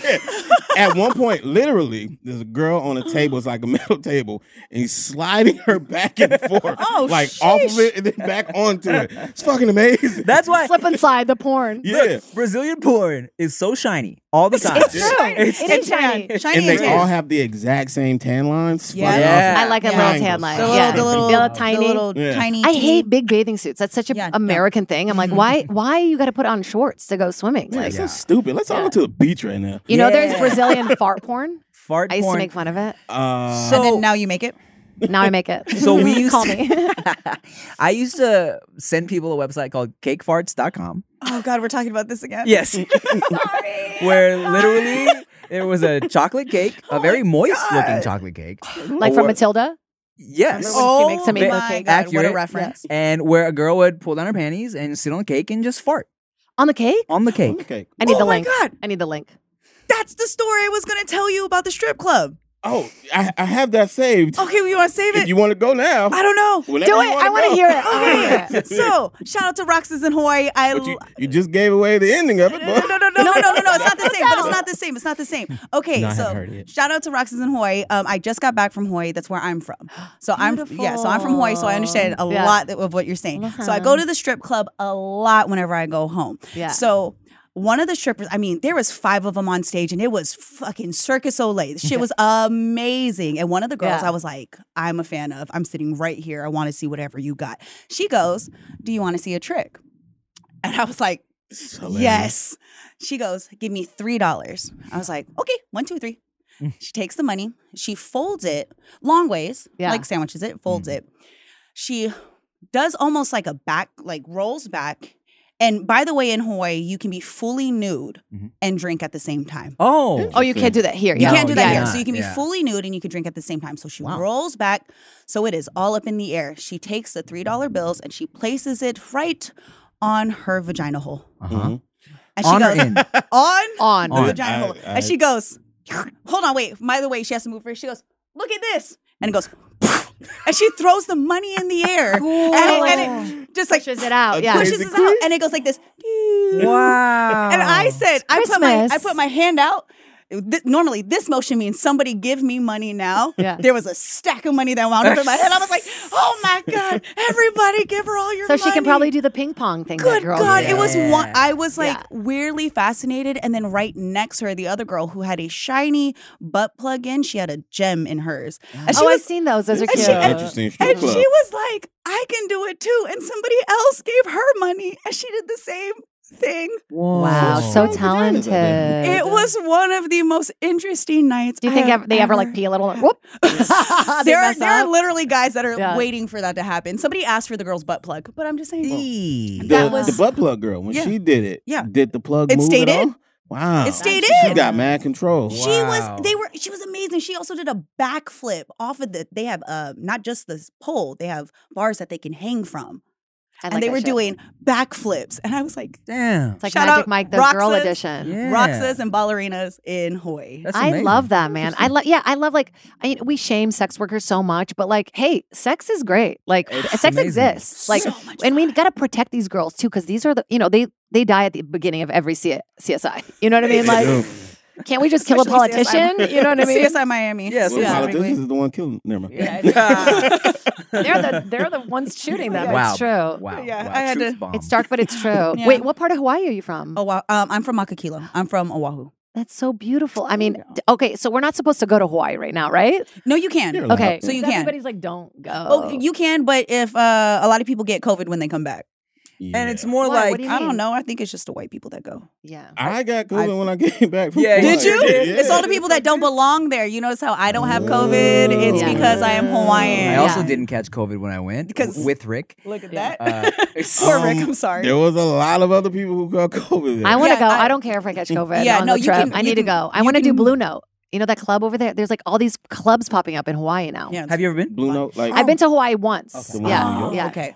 [SPEAKER 2] At one point, literally, there's a girl on a table. It's like a metal table, and he's sliding her back and forth,
[SPEAKER 3] Oh,
[SPEAKER 2] like off of it and then back onto it. It's fucking amazing.
[SPEAKER 1] That's why
[SPEAKER 4] slip and slide the
[SPEAKER 3] (laughs)
[SPEAKER 4] porn.
[SPEAKER 2] yeah.
[SPEAKER 1] look, Brazilian porn is so shiny all the time.
[SPEAKER 4] It's true. It's,
[SPEAKER 1] It's-
[SPEAKER 4] shiny.
[SPEAKER 3] Shiny
[SPEAKER 2] and they
[SPEAKER 3] tan.
[SPEAKER 2] all have the exact same tan lines.
[SPEAKER 3] Yeah.
[SPEAKER 2] Fucking
[SPEAKER 1] Yeah.
[SPEAKER 4] I like a
[SPEAKER 3] Yeah.
[SPEAKER 4] little tan line.
[SPEAKER 3] the little,
[SPEAKER 4] yeah,
[SPEAKER 3] the little,
[SPEAKER 4] tiny.
[SPEAKER 3] the little
[SPEAKER 2] Yeah.
[SPEAKER 3] tiny.
[SPEAKER 4] I
[SPEAKER 3] teeny-
[SPEAKER 4] hate big bathing suits. That's such an
[SPEAKER 3] Yeah, Mm-hmm. no.
[SPEAKER 4] American thing. I'm like, why? Why you got to put on shorts to go swimming?
[SPEAKER 2] Man,
[SPEAKER 4] Like,
[SPEAKER 2] so stupid. Let's all go to the beach right now.
[SPEAKER 4] you know, there's
[SPEAKER 1] Yeah.
[SPEAKER 4] Brazilian
[SPEAKER 3] (laughs)
[SPEAKER 4] fart porn.
[SPEAKER 1] Fart
[SPEAKER 4] I used
[SPEAKER 1] porn.
[SPEAKER 4] to make fun of it.
[SPEAKER 2] Uh,
[SPEAKER 3] And
[SPEAKER 1] So-
[SPEAKER 3] then now you make it.
[SPEAKER 4] Now I make it.
[SPEAKER 1] So we used
[SPEAKER 4] (laughs) call
[SPEAKER 1] to-
[SPEAKER 4] me.
[SPEAKER 1] (laughs) I used to send people a website called cakefarts.com.
[SPEAKER 3] Oh God, we're talking about this again.
[SPEAKER 1] (laughs) Yes.
[SPEAKER 4] (laughs)
[SPEAKER 1] Where literally there was a chocolate cake,
[SPEAKER 4] Oh
[SPEAKER 1] a very moist looking
[SPEAKER 3] God.
[SPEAKER 1] chocolate cake.
[SPEAKER 4] like from
[SPEAKER 1] Or-
[SPEAKER 4] Matilda.
[SPEAKER 1] Yes.
[SPEAKER 4] Remember when she makes a
[SPEAKER 3] Oh my God,
[SPEAKER 4] meatloaf cake.
[SPEAKER 3] what a
[SPEAKER 1] Accurate.
[SPEAKER 3] reference.
[SPEAKER 1] And where a girl would pull down her panties and sit on the cake and just fart
[SPEAKER 4] On the cake?
[SPEAKER 1] on the cake.
[SPEAKER 2] okay.
[SPEAKER 4] I need
[SPEAKER 3] oh
[SPEAKER 4] the
[SPEAKER 3] my
[SPEAKER 4] link.
[SPEAKER 3] God,
[SPEAKER 4] I need the link.
[SPEAKER 3] that's the story I was going to tell you about the strip club.
[SPEAKER 2] Oh, I, I have that
[SPEAKER 3] (laughs)
[SPEAKER 2] saved.
[SPEAKER 3] Okay, we want to save
[SPEAKER 2] If
[SPEAKER 3] it.
[SPEAKER 2] you want to go now,
[SPEAKER 3] I don't
[SPEAKER 2] (laughs)
[SPEAKER 3] know.
[SPEAKER 2] whenever
[SPEAKER 4] Do
[SPEAKER 2] you
[SPEAKER 4] it. I want
[SPEAKER 2] go.
[SPEAKER 4] to hear
[SPEAKER 2] (laughs)
[SPEAKER 4] it.
[SPEAKER 3] Oh,
[SPEAKER 4] I wanna hear it.
[SPEAKER 3] Okay, so shout out to Roxas in Hawaii. I
[SPEAKER 2] But you,
[SPEAKER 3] l-
[SPEAKER 2] you just gave away the ending of it.
[SPEAKER 3] no,
[SPEAKER 2] But
[SPEAKER 3] no, no, no, no, no, no, no. It's not the same. But it's not the same. It's not the same. Okay,
[SPEAKER 2] No, I haven't
[SPEAKER 3] so
[SPEAKER 2] heard it.
[SPEAKER 3] shout out to Roxas in Hawaii. Um, I just got back from Hawaii. That's where I'm from. So I'm yeah. So I'm from Hawaii. So I understand a
[SPEAKER 4] Yeah.
[SPEAKER 3] lot of what you're saying. So I go to the strip club a lot whenever I go home.
[SPEAKER 4] Yeah.
[SPEAKER 3] So. One of the strippers, I mean, there was five of them on stage, and it was fucking Circus Olay. The shit
[SPEAKER 4] (laughs)
[SPEAKER 3] was amazing. And one of the girls,
[SPEAKER 4] Yeah.
[SPEAKER 3] I was like, I'm a fan of. I'm sitting right here. I want to see whatever you got. She goes, "Do you want to see a trick?" And I was like,
[SPEAKER 2] It's hilarious.
[SPEAKER 3] Yes. She goes, give me three dollars. I was like, okay, one,
[SPEAKER 1] (laughs)
[SPEAKER 3] two, three. she takes the money, she folds it long ways,
[SPEAKER 4] Yeah.
[SPEAKER 3] like sandwiches it, folds
[SPEAKER 1] Mm.
[SPEAKER 3] it. She does almost like a back, like rolls back. And by the way, in Hawaii, you can be fully nude
[SPEAKER 1] Mhm.
[SPEAKER 3] and drink at the same time.
[SPEAKER 1] (laughs) Oh.
[SPEAKER 4] Oh, you can't do that here.
[SPEAKER 3] You
[SPEAKER 4] yeah.
[SPEAKER 3] can't do that
[SPEAKER 4] yeah,
[SPEAKER 3] here.
[SPEAKER 4] yeah.
[SPEAKER 3] So you can be
[SPEAKER 1] Yeah.
[SPEAKER 3] fully nude and you can drink at the same time. So she
[SPEAKER 1] Wow.
[SPEAKER 3] rolls back. So it is all up in the air. She takes the $3 bills and she places it right on her vagina hole.
[SPEAKER 1] Uh-huh.
[SPEAKER 3] And she
[SPEAKER 1] On or
[SPEAKER 3] goes,
[SPEAKER 4] (laughs)
[SPEAKER 1] in?
[SPEAKER 3] (laughs) on
[SPEAKER 4] On.
[SPEAKER 3] the
[SPEAKER 1] On.
[SPEAKER 3] vagina hole.
[SPEAKER 2] I- I-
[SPEAKER 3] and she goes, hold on, wait. By the way, she has to move first. She goes, look at this. And it goes, (laughs) and she throws the money in the air. and, it, and it just like
[SPEAKER 4] Pushes it out. Yeah.
[SPEAKER 3] pushes this out. And it goes like this.
[SPEAKER 1] Wow.
[SPEAKER 3] And I said, I put, my, I
[SPEAKER 4] Christmas.
[SPEAKER 3] put my hand out th- normally this motion means somebody give me money now.
[SPEAKER 4] Yeah.
[SPEAKER 3] There was a stack of money that wound up in my head. I was like, oh my God, everybody give her all your
[SPEAKER 4] So
[SPEAKER 3] money.
[SPEAKER 4] she can probably do the ping pong thing.
[SPEAKER 3] Good
[SPEAKER 4] that girls
[SPEAKER 3] God,
[SPEAKER 4] do.
[SPEAKER 3] it was one.
[SPEAKER 1] Yeah.
[SPEAKER 3] I was like
[SPEAKER 4] Yeah.
[SPEAKER 3] weirdly fascinated, and then right next to her, the other girl who had a shiny butt plug in, she had a gem in hers, and she
[SPEAKER 4] oh, I've
[SPEAKER 3] was
[SPEAKER 4] seen those. Those are
[SPEAKER 3] and she-
[SPEAKER 4] cute.
[SPEAKER 3] and-
[SPEAKER 2] Interesting strip
[SPEAKER 3] and she
[SPEAKER 2] club.
[SPEAKER 3] was like, I can do it too, and somebody else gave her money, and she did the same thing.
[SPEAKER 4] wow, so
[SPEAKER 2] Vaginas are
[SPEAKER 4] talented.
[SPEAKER 2] big.
[SPEAKER 3] It was one of the most interesting nights.
[SPEAKER 4] Do you think
[SPEAKER 3] I
[SPEAKER 4] ever,
[SPEAKER 3] have
[SPEAKER 4] they ever
[SPEAKER 3] (laughs)
[SPEAKER 4] like pee a little? Like, whoop. They
[SPEAKER 3] there are
[SPEAKER 4] mess
[SPEAKER 3] there are
[SPEAKER 4] up.
[SPEAKER 3] literally guys that are
[SPEAKER 4] Yeah.
[SPEAKER 3] waiting for that to happen. Somebody asked for the girl's butt plug, but I'm just saying
[SPEAKER 2] the,
[SPEAKER 3] that
[SPEAKER 2] the
[SPEAKER 3] was-
[SPEAKER 2] butt plug girl when
[SPEAKER 3] Yeah.
[SPEAKER 2] she did it.
[SPEAKER 3] Yeah.
[SPEAKER 2] did the plug
[SPEAKER 3] It
[SPEAKER 2] move
[SPEAKER 3] stayed
[SPEAKER 2] at
[SPEAKER 3] in.
[SPEAKER 2] all? Wow,
[SPEAKER 3] It stayed
[SPEAKER 2] She
[SPEAKER 3] in.
[SPEAKER 2] got mad control.
[SPEAKER 3] She
[SPEAKER 1] Wow.
[SPEAKER 3] was they were she was amazing. She also did a backflip off of the they have uh not just this pole, they have bars that they can hang from.
[SPEAKER 4] I like
[SPEAKER 3] and they
[SPEAKER 4] that
[SPEAKER 3] were
[SPEAKER 4] shit.
[SPEAKER 3] doing backflips. And I was like,
[SPEAKER 1] Damn.
[SPEAKER 4] It's like
[SPEAKER 3] Shout
[SPEAKER 4] Magic
[SPEAKER 3] out
[SPEAKER 4] Mike, the girl
[SPEAKER 3] Roxas.
[SPEAKER 4] edition.
[SPEAKER 1] Yeah.
[SPEAKER 3] Roxas and ballerinas in Hawaii.
[SPEAKER 1] That's
[SPEAKER 4] I
[SPEAKER 1] amazing.
[SPEAKER 4] love that, man. I love, yeah, I love, like, I mean, we shame sex workers so much, but like, hey, sex is great. Like,
[SPEAKER 1] It's
[SPEAKER 4] sex
[SPEAKER 1] amazing.
[SPEAKER 4] exists. Like,
[SPEAKER 3] So much
[SPEAKER 4] and we
[SPEAKER 3] fun.
[SPEAKER 4] got to protect these girls too, because these are the, you know, they, they die at the beginning of every C- CSI. You know what I mean? Like, can't we just kill a
[SPEAKER 3] Especially CSI.
[SPEAKER 4] politician? You
[SPEAKER 3] (laughs)
[SPEAKER 4] know (laughs) what I mean?
[SPEAKER 3] CSI Miami.
[SPEAKER 1] Yeah,
[SPEAKER 2] Well,
[SPEAKER 1] Yeah.
[SPEAKER 2] Tyler, this is the one killing. Never mind. (laughs)
[SPEAKER 3] uh,
[SPEAKER 4] They're the, they're the ones shooting them.
[SPEAKER 1] Wow.
[SPEAKER 4] It's true.
[SPEAKER 1] (laughs) Wow.
[SPEAKER 3] Yeah,
[SPEAKER 1] wow.
[SPEAKER 3] I had
[SPEAKER 1] Truth
[SPEAKER 3] to-
[SPEAKER 1] bomb.
[SPEAKER 4] It's dark, but it's true.
[SPEAKER 3] Yeah.
[SPEAKER 4] Wait, what part of Hawaii are you from?
[SPEAKER 3] Oh wow. Um, I'm from Makakilo. I'm from Oahu.
[SPEAKER 4] That's so beautiful. I mean, d- okay, so we're not supposed to go to Hawaii right now, right?
[SPEAKER 3] No, you can.
[SPEAKER 2] You're allowed.
[SPEAKER 4] Okay,
[SPEAKER 3] So you
[SPEAKER 4] Because
[SPEAKER 3] can.
[SPEAKER 4] Everybody's like, don't go.
[SPEAKER 3] Well, you can, but if uh, a lot of people get COVID when they come back,
[SPEAKER 1] And
[SPEAKER 2] Yeah.
[SPEAKER 1] it's more
[SPEAKER 4] Why? What
[SPEAKER 1] like
[SPEAKER 4] do you
[SPEAKER 3] I don't
[SPEAKER 4] mean?
[SPEAKER 3] know. I think it's just the white people that go.
[SPEAKER 4] yeah.
[SPEAKER 2] I got COVID when I came back from.
[SPEAKER 1] Yeah, you
[SPEAKER 2] Hawaii.
[SPEAKER 3] Did you?
[SPEAKER 1] Yeah.
[SPEAKER 3] It's all the people that don't belong there. You notice how I don't have COVID? It's
[SPEAKER 4] Yeah.
[SPEAKER 3] because I am Hawaiian.
[SPEAKER 1] I also
[SPEAKER 4] Yeah.
[SPEAKER 1] didn't catch COVID when I went
[SPEAKER 3] Because-
[SPEAKER 1] w- with Rick.
[SPEAKER 3] Look at
[SPEAKER 4] Yeah.
[SPEAKER 3] that. (laughs)
[SPEAKER 1] Uh,
[SPEAKER 3] Poor
[SPEAKER 2] Um,
[SPEAKER 3] Rick. I'm sorry.
[SPEAKER 2] There was a lot of other people who got (laughs) COVID. There.
[SPEAKER 4] I want to
[SPEAKER 3] Yeah,
[SPEAKER 4] go.
[SPEAKER 3] I-
[SPEAKER 4] I, don't care if I catch
[SPEAKER 1] Mm.
[SPEAKER 4] COVID.
[SPEAKER 3] Yeah,
[SPEAKER 4] on
[SPEAKER 3] no,
[SPEAKER 4] the
[SPEAKER 3] you
[SPEAKER 4] trip.
[SPEAKER 3] can-
[SPEAKER 4] I
[SPEAKER 3] you
[SPEAKER 4] need
[SPEAKER 3] can-
[SPEAKER 4] to go. I
[SPEAKER 3] you
[SPEAKER 4] want to do
[SPEAKER 3] can-
[SPEAKER 4] Blue Note. You know that club over there? There's like all these clubs popping up in Hawaii now.
[SPEAKER 3] Yeah, it's-
[SPEAKER 1] have you ever been?
[SPEAKER 2] Blue note, like
[SPEAKER 4] I've been to Hawaii once.
[SPEAKER 2] Okay.
[SPEAKER 4] Yeah,
[SPEAKER 2] Oh,
[SPEAKER 4] yeah.
[SPEAKER 3] Oh. Okay.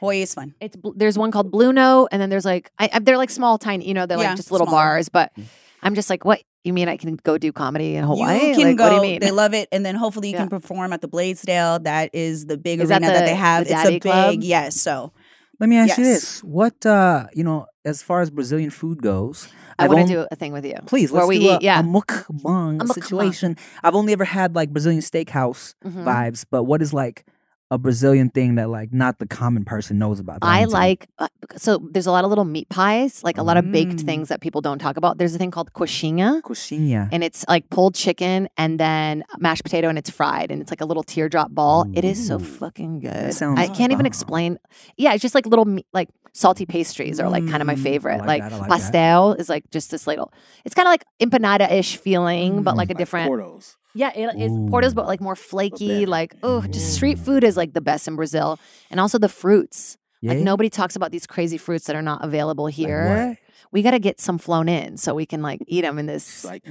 [SPEAKER 3] Hawaii is fun.
[SPEAKER 4] It's bl- there's one called Blue Note, and then there's like I, I, they're like small, tiny. You know, they're
[SPEAKER 3] Yeah,
[SPEAKER 4] like just little
[SPEAKER 3] smaller.
[SPEAKER 4] bars. But
[SPEAKER 1] Mm-hmm.
[SPEAKER 4] I'm just like, what? You mean I can go do comedy in Hawaii?
[SPEAKER 3] You can
[SPEAKER 4] like,
[SPEAKER 3] go.
[SPEAKER 4] What do you mean?
[SPEAKER 3] They love it, and then hopefully you
[SPEAKER 4] Yeah.
[SPEAKER 3] can perform at the Bladesdale. That is the big
[SPEAKER 4] Is that
[SPEAKER 3] arena that,
[SPEAKER 4] the-
[SPEAKER 3] they have.
[SPEAKER 4] the
[SPEAKER 3] it's a
[SPEAKER 4] daddy
[SPEAKER 3] big
[SPEAKER 4] club?
[SPEAKER 3] yes. So
[SPEAKER 1] Let me ask you
[SPEAKER 3] Yes.
[SPEAKER 1] this: What uh, you know, as far as Brazilian food goes,
[SPEAKER 4] I
[SPEAKER 1] I've
[SPEAKER 4] want to
[SPEAKER 1] only-
[SPEAKER 4] do a thing with you.
[SPEAKER 1] Please,
[SPEAKER 4] where
[SPEAKER 1] let's
[SPEAKER 4] we
[SPEAKER 1] do a,
[SPEAKER 4] eat, yeah.
[SPEAKER 1] a mukbang
[SPEAKER 4] A mukbang.
[SPEAKER 1] situation. I've only ever had like Brazilian steakhouse
[SPEAKER 4] Mhm.
[SPEAKER 1] vibes, but what is like a Brazilian thing that like not the common person knows about? that
[SPEAKER 4] I
[SPEAKER 1] need to know?
[SPEAKER 4] like uh, so there's a lot of little meat pies, like a lot of baked
[SPEAKER 1] Mm.
[SPEAKER 4] things that people don't talk about. There's a thing called coxinha.
[SPEAKER 1] coxinha.
[SPEAKER 4] and it's like pulled chicken and then mashed potato and it's fried and it's like a little teardrop ball. It is so
[SPEAKER 2] Ooh.
[SPEAKER 4] fucking good.
[SPEAKER 1] sounds
[SPEAKER 4] I can't even
[SPEAKER 1] bomb.
[SPEAKER 4] explain. Yeah, it's just like little me- like salty pastries are like kind of my
[SPEAKER 1] Mm,
[SPEAKER 4] favorite.
[SPEAKER 1] I like
[SPEAKER 4] like
[SPEAKER 1] that, I like that.
[SPEAKER 4] pastel is like just this little. It's kind of like empanada ish feeling, but
[SPEAKER 1] Mm.
[SPEAKER 4] like a
[SPEAKER 2] like
[SPEAKER 4] different.
[SPEAKER 2] Portos.
[SPEAKER 4] Yeah, it is
[SPEAKER 1] Ooh.
[SPEAKER 4] portos, but like more flaky.
[SPEAKER 2] better.
[SPEAKER 4] Like oh, just street
[SPEAKER 1] Mm.
[SPEAKER 4] food is like the best in Brazil, and also the fruits. Like
[SPEAKER 1] Yeah?
[SPEAKER 4] nobody talks about these crazy fruits that are not available
[SPEAKER 1] Like
[SPEAKER 4] here.
[SPEAKER 1] what?
[SPEAKER 4] we got to get some flown in so we can like eat them in
[SPEAKER 2] It's
[SPEAKER 4] this
[SPEAKER 2] like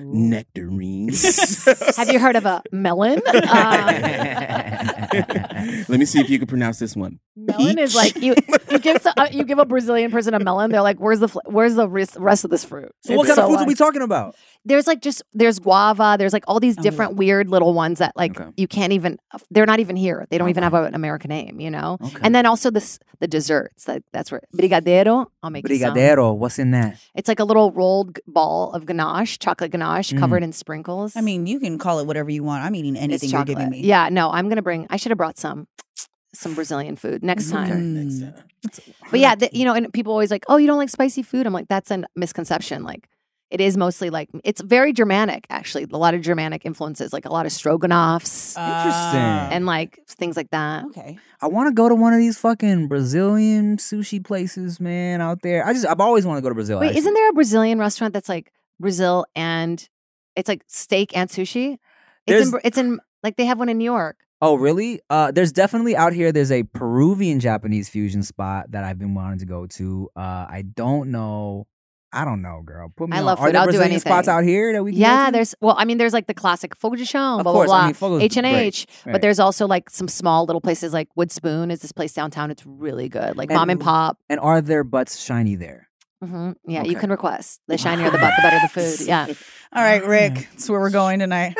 [SPEAKER 2] nectarines.
[SPEAKER 4] have you heard of a melon?
[SPEAKER 1] (laughs)
[SPEAKER 4] Um,
[SPEAKER 2] (laughs) Let me see if you can pronounce this one.
[SPEAKER 4] melon is like you you give so, uh, you give a Brazilian person a melon, they're like, "Where's the fl- where's the res- rest of this fruit?"
[SPEAKER 1] So what
[SPEAKER 4] It's
[SPEAKER 1] kind of foods are
[SPEAKER 4] like-
[SPEAKER 1] we talking about?
[SPEAKER 4] There's like just there's guava. There's like all these
[SPEAKER 3] Oh,
[SPEAKER 4] different weird little ones that like
[SPEAKER 1] Okay.
[SPEAKER 4] you can't even. They're not even here. They don't
[SPEAKER 1] Oh,
[SPEAKER 4] even
[SPEAKER 1] wow.
[SPEAKER 4] have a, an American name, you know.
[SPEAKER 1] Okay.
[SPEAKER 4] And then also this the desserts. That that's where brigadero. I'll make you some.
[SPEAKER 1] Brigadeiro, what's in that?
[SPEAKER 4] It's like a little rolled g- ball of ganache, chocolate ganache,
[SPEAKER 1] Mm.
[SPEAKER 4] covered in sprinkles.
[SPEAKER 3] I mean, you can call it whatever you want. I'm eating
[SPEAKER 4] It's
[SPEAKER 3] anything you're giving
[SPEAKER 4] chocolate.
[SPEAKER 3] me.
[SPEAKER 4] Yeah, no, I'm gonna bring. I should have brought some some Brazilian food next
[SPEAKER 1] Mm-hmm.
[SPEAKER 4] time.
[SPEAKER 3] Okay.
[SPEAKER 2] Next
[SPEAKER 3] Mm.
[SPEAKER 2] time.
[SPEAKER 4] But yeah, the, you know, and people always like, oh, you don't like spicy food. I'm like, that's a misconception. Like, it is mostly like it's very Germanic, actually. A lot of Germanic influences, like a lot of stroganoffs
[SPEAKER 1] Oh. Interesting.
[SPEAKER 4] and like things like that.
[SPEAKER 3] Um,
[SPEAKER 1] Oh,
[SPEAKER 3] okay.
[SPEAKER 1] I want to go to one of these fucking Brazilian sushi places, man, out there. I just, I've always wanted to go to Brazil.
[SPEAKER 4] Wait,
[SPEAKER 1] actually.
[SPEAKER 4] isn't there a Brazilian restaurant that's like Brazil and it's like steak and sushi? It's
[SPEAKER 1] There's-
[SPEAKER 4] in, Bra- it's in like they have one in New York.
[SPEAKER 1] Oh, really? Uh, there's definitely out here. There's a Peruvian Japanese fusion spot that I've been wanting to go to. Uh, I don't know. I don't know, girl. Put me
[SPEAKER 4] I
[SPEAKER 1] on.
[SPEAKER 4] love
[SPEAKER 1] Are
[SPEAKER 4] food.
[SPEAKER 1] there
[SPEAKER 4] I'll do
[SPEAKER 1] Brazilian spots
[SPEAKER 4] anything.
[SPEAKER 1] out here that we can go
[SPEAKER 4] yeah,
[SPEAKER 1] to?
[SPEAKER 4] there's well, I mean, there's like the classic fogo de chão,
[SPEAKER 1] Of
[SPEAKER 4] blah
[SPEAKER 1] course, I
[SPEAKER 4] blah
[SPEAKER 1] mean,
[SPEAKER 4] blah,
[SPEAKER 1] Fogo's
[SPEAKER 4] H and H.
[SPEAKER 1] great,
[SPEAKER 4] But
[SPEAKER 1] right.
[SPEAKER 4] there's also like some small little places like Wood Spoon is this place downtown. It's really good, like
[SPEAKER 1] And-
[SPEAKER 4] mom and pop.
[SPEAKER 1] And are their butts shiny there?
[SPEAKER 4] hmm Yeah, you
[SPEAKER 1] Okay.
[SPEAKER 4] can request. The shinier the butt, the better the food. Yeah.
[SPEAKER 3] All right, Rick. That's where we're going
[SPEAKER 2] (laughs)
[SPEAKER 3] tonight.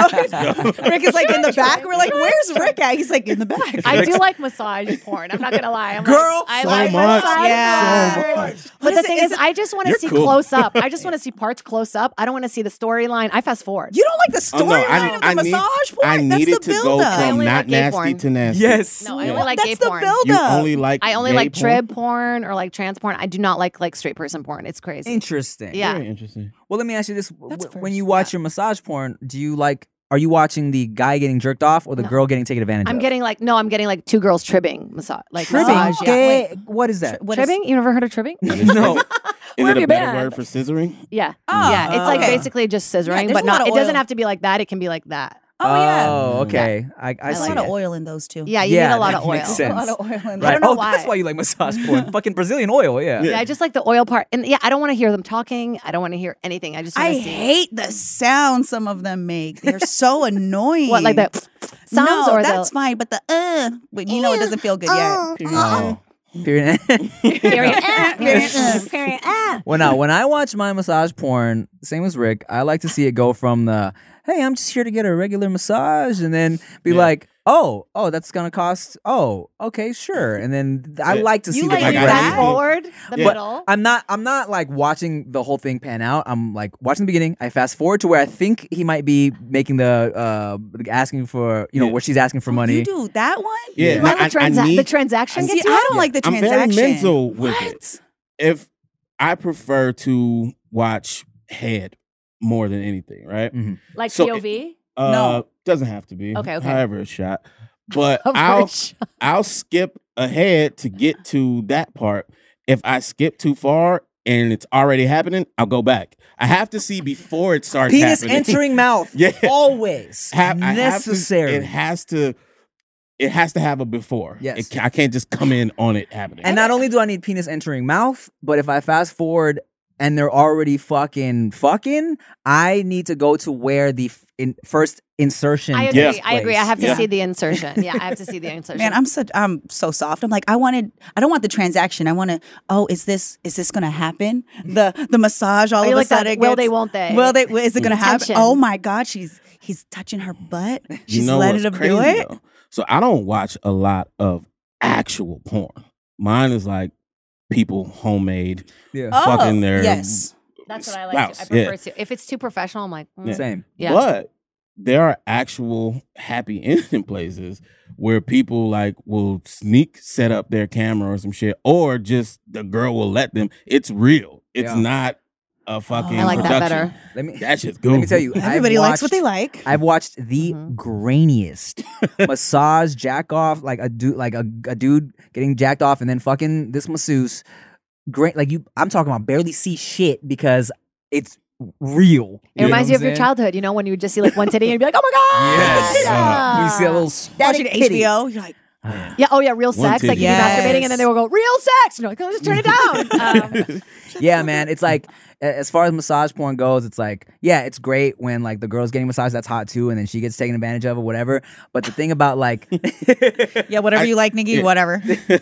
[SPEAKER 3] Rick is like in the back. We're like, where's Rick at? He's like in the back.
[SPEAKER 4] I do like massage porn. I'm not gonna lie. I'm
[SPEAKER 1] Girl,
[SPEAKER 4] like, I
[SPEAKER 2] so
[SPEAKER 4] like
[SPEAKER 2] much.
[SPEAKER 4] massage
[SPEAKER 3] Yeah.
[SPEAKER 4] porn.
[SPEAKER 2] So much.
[SPEAKER 4] But the thing is, I just want to
[SPEAKER 2] You're
[SPEAKER 4] see
[SPEAKER 2] cool.
[SPEAKER 4] close up. I just want to see parts close up. I don't want to see the storyline. I fast forward.
[SPEAKER 3] You don't like the storyline
[SPEAKER 2] Oh, no, I,
[SPEAKER 3] of the
[SPEAKER 2] I need-
[SPEAKER 3] massage porn?
[SPEAKER 2] I
[SPEAKER 3] That's
[SPEAKER 2] needed
[SPEAKER 3] the
[SPEAKER 2] to go
[SPEAKER 3] buildup.
[SPEAKER 4] I
[SPEAKER 2] from
[SPEAKER 4] only
[SPEAKER 2] not
[SPEAKER 4] like gay
[SPEAKER 2] nasty
[SPEAKER 4] porn.
[SPEAKER 2] to nasty.
[SPEAKER 1] Yes.
[SPEAKER 4] no, I only like gay
[SPEAKER 3] That's the
[SPEAKER 4] porn.
[SPEAKER 3] buildup.
[SPEAKER 2] You only like
[SPEAKER 4] I only
[SPEAKER 2] gay
[SPEAKER 4] like
[SPEAKER 2] porn?
[SPEAKER 4] trib porn or like trans porn. I do not like like straight person porn. It's crazy.
[SPEAKER 1] Interesting.
[SPEAKER 4] Yeah.
[SPEAKER 2] Very interesting.
[SPEAKER 1] Well, let me ask you this:
[SPEAKER 3] That's
[SPEAKER 1] Wh- when
[SPEAKER 3] first.
[SPEAKER 1] you watch your massage porn, do you like? Are you watching the guy getting jerked off or the
[SPEAKER 4] No.
[SPEAKER 1] girl getting taken advantage
[SPEAKER 4] I'm
[SPEAKER 1] of?
[SPEAKER 4] getting like no, I'm getting like two girls tribbing massage like
[SPEAKER 1] tribbing.
[SPEAKER 4] massage. Yeah.
[SPEAKER 1] Gay- What is that?
[SPEAKER 3] What is-
[SPEAKER 4] (laughs) tribbing? You never heard of tribbing?
[SPEAKER 1] no.
[SPEAKER 2] (laughs) Is
[SPEAKER 4] Where
[SPEAKER 2] it
[SPEAKER 4] have
[SPEAKER 2] a
[SPEAKER 4] you
[SPEAKER 2] better
[SPEAKER 4] been?
[SPEAKER 2] word for scissoring?
[SPEAKER 4] Yeah.
[SPEAKER 3] Oh,
[SPEAKER 4] yeah. It's like
[SPEAKER 3] okay.
[SPEAKER 4] basically just scissoring,
[SPEAKER 3] there's
[SPEAKER 4] but
[SPEAKER 3] a lot
[SPEAKER 4] not
[SPEAKER 3] of
[SPEAKER 4] it doesn't
[SPEAKER 3] oil.
[SPEAKER 4] have to be like that. It can be like that.
[SPEAKER 3] Oh,
[SPEAKER 1] (laughs)
[SPEAKER 3] yeah.
[SPEAKER 1] Oh, okay. I, I,
[SPEAKER 3] There's
[SPEAKER 1] see.
[SPEAKER 3] a lot of oil in those too.
[SPEAKER 4] Yeah, you
[SPEAKER 1] Yeah,
[SPEAKER 4] need a lot
[SPEAKER 1] that
[SPEAKER 4] of oil.
[SPEAKER 1] makes sense.
[SPEAKER 3] A lot of oil in
[SPEAKER 1] Right.
[SPEAKER 3] there.
[SPEAKER 4] don't know
[SPEAKER 1] oh, that's
[SPEAKER 4] why.
[SPEAKER 1] why you like massage
[SPEAKER 4] (laughs)
[SPEAKER 1] porn. Fucking Brazilian oil. Yeah.
[SPEAKER 4] Yeah, I just like the oil part. And yeah, I don't want to hear them talking. I don't want to hear anything. I just want
[SPEAKER 3] I
[SPEAKER 4] to see
[SPEAKER 3] hate the sound some of them make. They're
[SPEAKER 4] (laughs)
[SPEAKER 3] so annoying.
[SPEAKER 4] what like the (sniffs) sounds
[SPEAKER 3] no,
[SPEAKER 4] or
[SPEAKER 3] that's
[SPEAKER 4] (laughs) the
[SPEAKER 3] fine, but the uh, but you know it doesn't feel good yet.
[SPEAKER 2] Um,
[SPEAKER 4] Uh-huh.
[SPEAKER 1] Oh. Period. (laughs)
[SPEAKER 3] (laughs)
[SPEAKER 4] period. Ah, period, ah, period, ah.
[SPEAKER 1] Well, now when I watch my massage porn, same as Rick, I like to see it go from the "Hey, I'm just here to get a regular massage," and then be
[SPEAKER 2] Yeah.
[SPEAKER 1] like, "Oh, oh, that's gonna cost. Oh, okay, sure." And then th- I
[SPEAKER 2] Yeah.
[SPEAKER 1] like to see
[SPEAKER 4] You
[SPEAKER 1] the
[SPEAKER 4] like
[SPEAKER 2] I
[SPEAKER 1] progression.
[SPEAKER 2] got
[SPEAKER 4] fast
[SPEAKER 2] you.
[SPEAKER 4] forward the
[SPEAKER 2] Yeah.
[SPEAKER 4] middle.
[SPEAKER 1] I'm not. I'm not like watching the whole thing pan out. I'm like watching the beginning. I fast forward to where I think he might be making the uh asking for you know
[SPEAKER 2] Yeah.
[SPEAKER 1] where she's asking for money.
[SPEAKER 3] You do that one?
[SPEAKER 2] Yeah.
[SPEAKER 4] You
[SPEAKER 2] I-
[SPEAKER 4] like
[SPEAKER 2] I- I
[SPEAKER 4] transa- the
[SPEAKER 2] need-
[SPEAKER 4] transaction
[SPEAKER 3] See,
[SPEAKER 4] gets
[SPEAKER 3] I
[SPEAKER 4] you?
[SPEAKER 3] don't like the
[SPEAKER 2] I'm
[SPEAKER 3] transaction.
[SPEAKER 2] very mental with it.
[SPEAKER 3] What?
[SPEAKER 2] If I prefer to watch head more than anything, right?
[SPEAKER 4] (laughs) like
[SPEAKER 2] So-
[SPEAKER 4] POV?
[SPEAKER 2] Uh,
[SPEAKER 3] No.
[SPEAKER 2] doesn't have to be.
[SPEAKER 4] Okay, okay.
[SPEAKER 2] However, it's shot.
[SPEAKER 4] (laughs)
[SPEAKER 2] But
[SPEAKER 4] Of
[SPEAKER 2] I'll
[SPEAKER 4] which-
[SPEAKER 2] I'll skip ahead to get to that part. If I skip too far and it's already happening, I'll go back. I have to see before it starts.
[SPEAKER 1] Penis
[SPEAKER 2] happening.
[SPEAKER 1] entering mouth.
[SPEAKER 2] (laughs) Yeah.
[SPEAKER 1] Always
[SPEAKER 2] Ha- I have to-
[SPEAKER 1] necessary.
[SPEAKER 2] it has to. It has to have a before.
[SPEAKER 1] Yes.
[SPEAKER 2] It ca- I can't just come in on it happening.
[SPEAKER 1] And not only do I need penis entering mouth, but if I fast forward and they're already fucking fucking, I need to go to where the f- in, first insertion.
[SPEAKER 4] I agree.
[SPEAKER 2] Yeah.
[SPEAKER 1] takes
[SPEAKER 4] I agree. I
[SPEAKER 1] place.
[SPEAKER 4] have to
[SPEAKER 2] Yeah.
[SPEAKER 4] see the insertion. Yeah, I have to see the insertion.
[SPEAKER 3] Man, I'm such I'm so soft. I'm like I wanted I don't want the transaction. I want to oh is this is this going to happen? The the massage all
[SPEAKER 4] Are
[SPEAKER 3] of
[SPEAKER 4] you
[SPEAKER 3] a
[SPEAKER 4] like that?
[SPEAKER 3] sudden it
[SPEAKER 4] Will
[SPEAKER 3] gets-
[SPEAKER 4] they? Won't they?
[SPEAKER 3] Well, they, well, is it going to happen?
[SPEAKER 4] Tension.
[SPEAKER 3] Oh my God, she's he's touching her butt. She's letting
[SPEAKER 2] what's
[SPEAKER 3] him
[SPEAKER 2] crazy,
[SPEAKER 3] do it.
[SPEAKER 2] though? So I don't watch a lot of actual porn. Mine is like people homemade
[SPEAKER 1] Yeah.
[SPEAKER 3] Oh,
[SPEAKER 2] fucking their
[SPEAKER 3] yes.
[SPEAKER 4] That's what I like. to- I
[SPEAKER 2] spouse,
[SPEAKER 4] prefer
[SPEAKER 2] yeah.
[SPEAKER 4] to. If it's too professional, I'm like, mm,
[SPEAKER 1] Same.
[SPEAKER 4] yeah.
[SPEAKER 2] But there are actual happy (laughs) ending places where people like will sneak set up their camera or some shit, or just the girl will let them. It's real. It's
[SPEAKER 1] Yeah.
[SPEAKER 2] not a fucking.
[SPEAKER 4] Oh, I like that
[SPEAKER 2] production.
[SPEAKER 4] better.
[SPEAKER 1] Let me
[SPEAKER 2] That shit's good.
[SPEAKER 1] let me tell you.
[SPEAKER 3] Everybody
[SPEAKER 1] I've
[SPEAKER 3] likes
[SPEAKER 1] watched-
[SPEAKER 3] what they like.
[SPEAKER 1] I've watched the
[SPEAKER 4] Mhm. (laughs)
[SPEAKER 1] grainiest massage jack off, like a dude, like a, a dude getting jacked off and then fucking this masseuse. Great, like you. I'm talking about barely see shit because it's real.
[SPEAKER 4] It
[SPEAKER 1] You know what
[SPEAKER 4] reminds you
[SPEAKER 1] I'm
[SPEAKER 4] of your
[SPEAKER 1] saying?
[SPEAKER 4] childhood, you know, when you would just see like one titty and you'd be like, oh
[SPEAKER 1] (laughs)
[SPEAKER 4] my God.
[SPEAKER 2] Yes.
[SPEAKER 4] Yeah.
[SPEAKER 1] You see a little
[SPEAKER 3] Watching
[SPEAKER 1] static titty.
[SPEAKER 3] HBO, you're like,
[SPEAKER 4] Yeah. Oh, yeah. Real sex.
[SPEAKER 2] titty.
[SPEAKER 4] Like you'd
[SPEAKER 3] Yes.
[SPEAKER 4] be masturbating and then they will go, real sex. And you're like, oh,
[SPEAKER 1] (laughs)
[SPEAKER 4] just turn it down. Um,
[SPEAKER 1] yeah, man. It's like a- as far as massage porn goes, it's like yeah, it's great when like the girl's getting massaged. That's hot too, and then she gets taken advantage of or whatever. But the thing about like
[SPEAKER 3] yeah, whatever you like, Nikki,
[SPEAKER 2] yeah. (laughs)
[SPEAKER 3] whatever.
[SPEAKER 1] (laughs)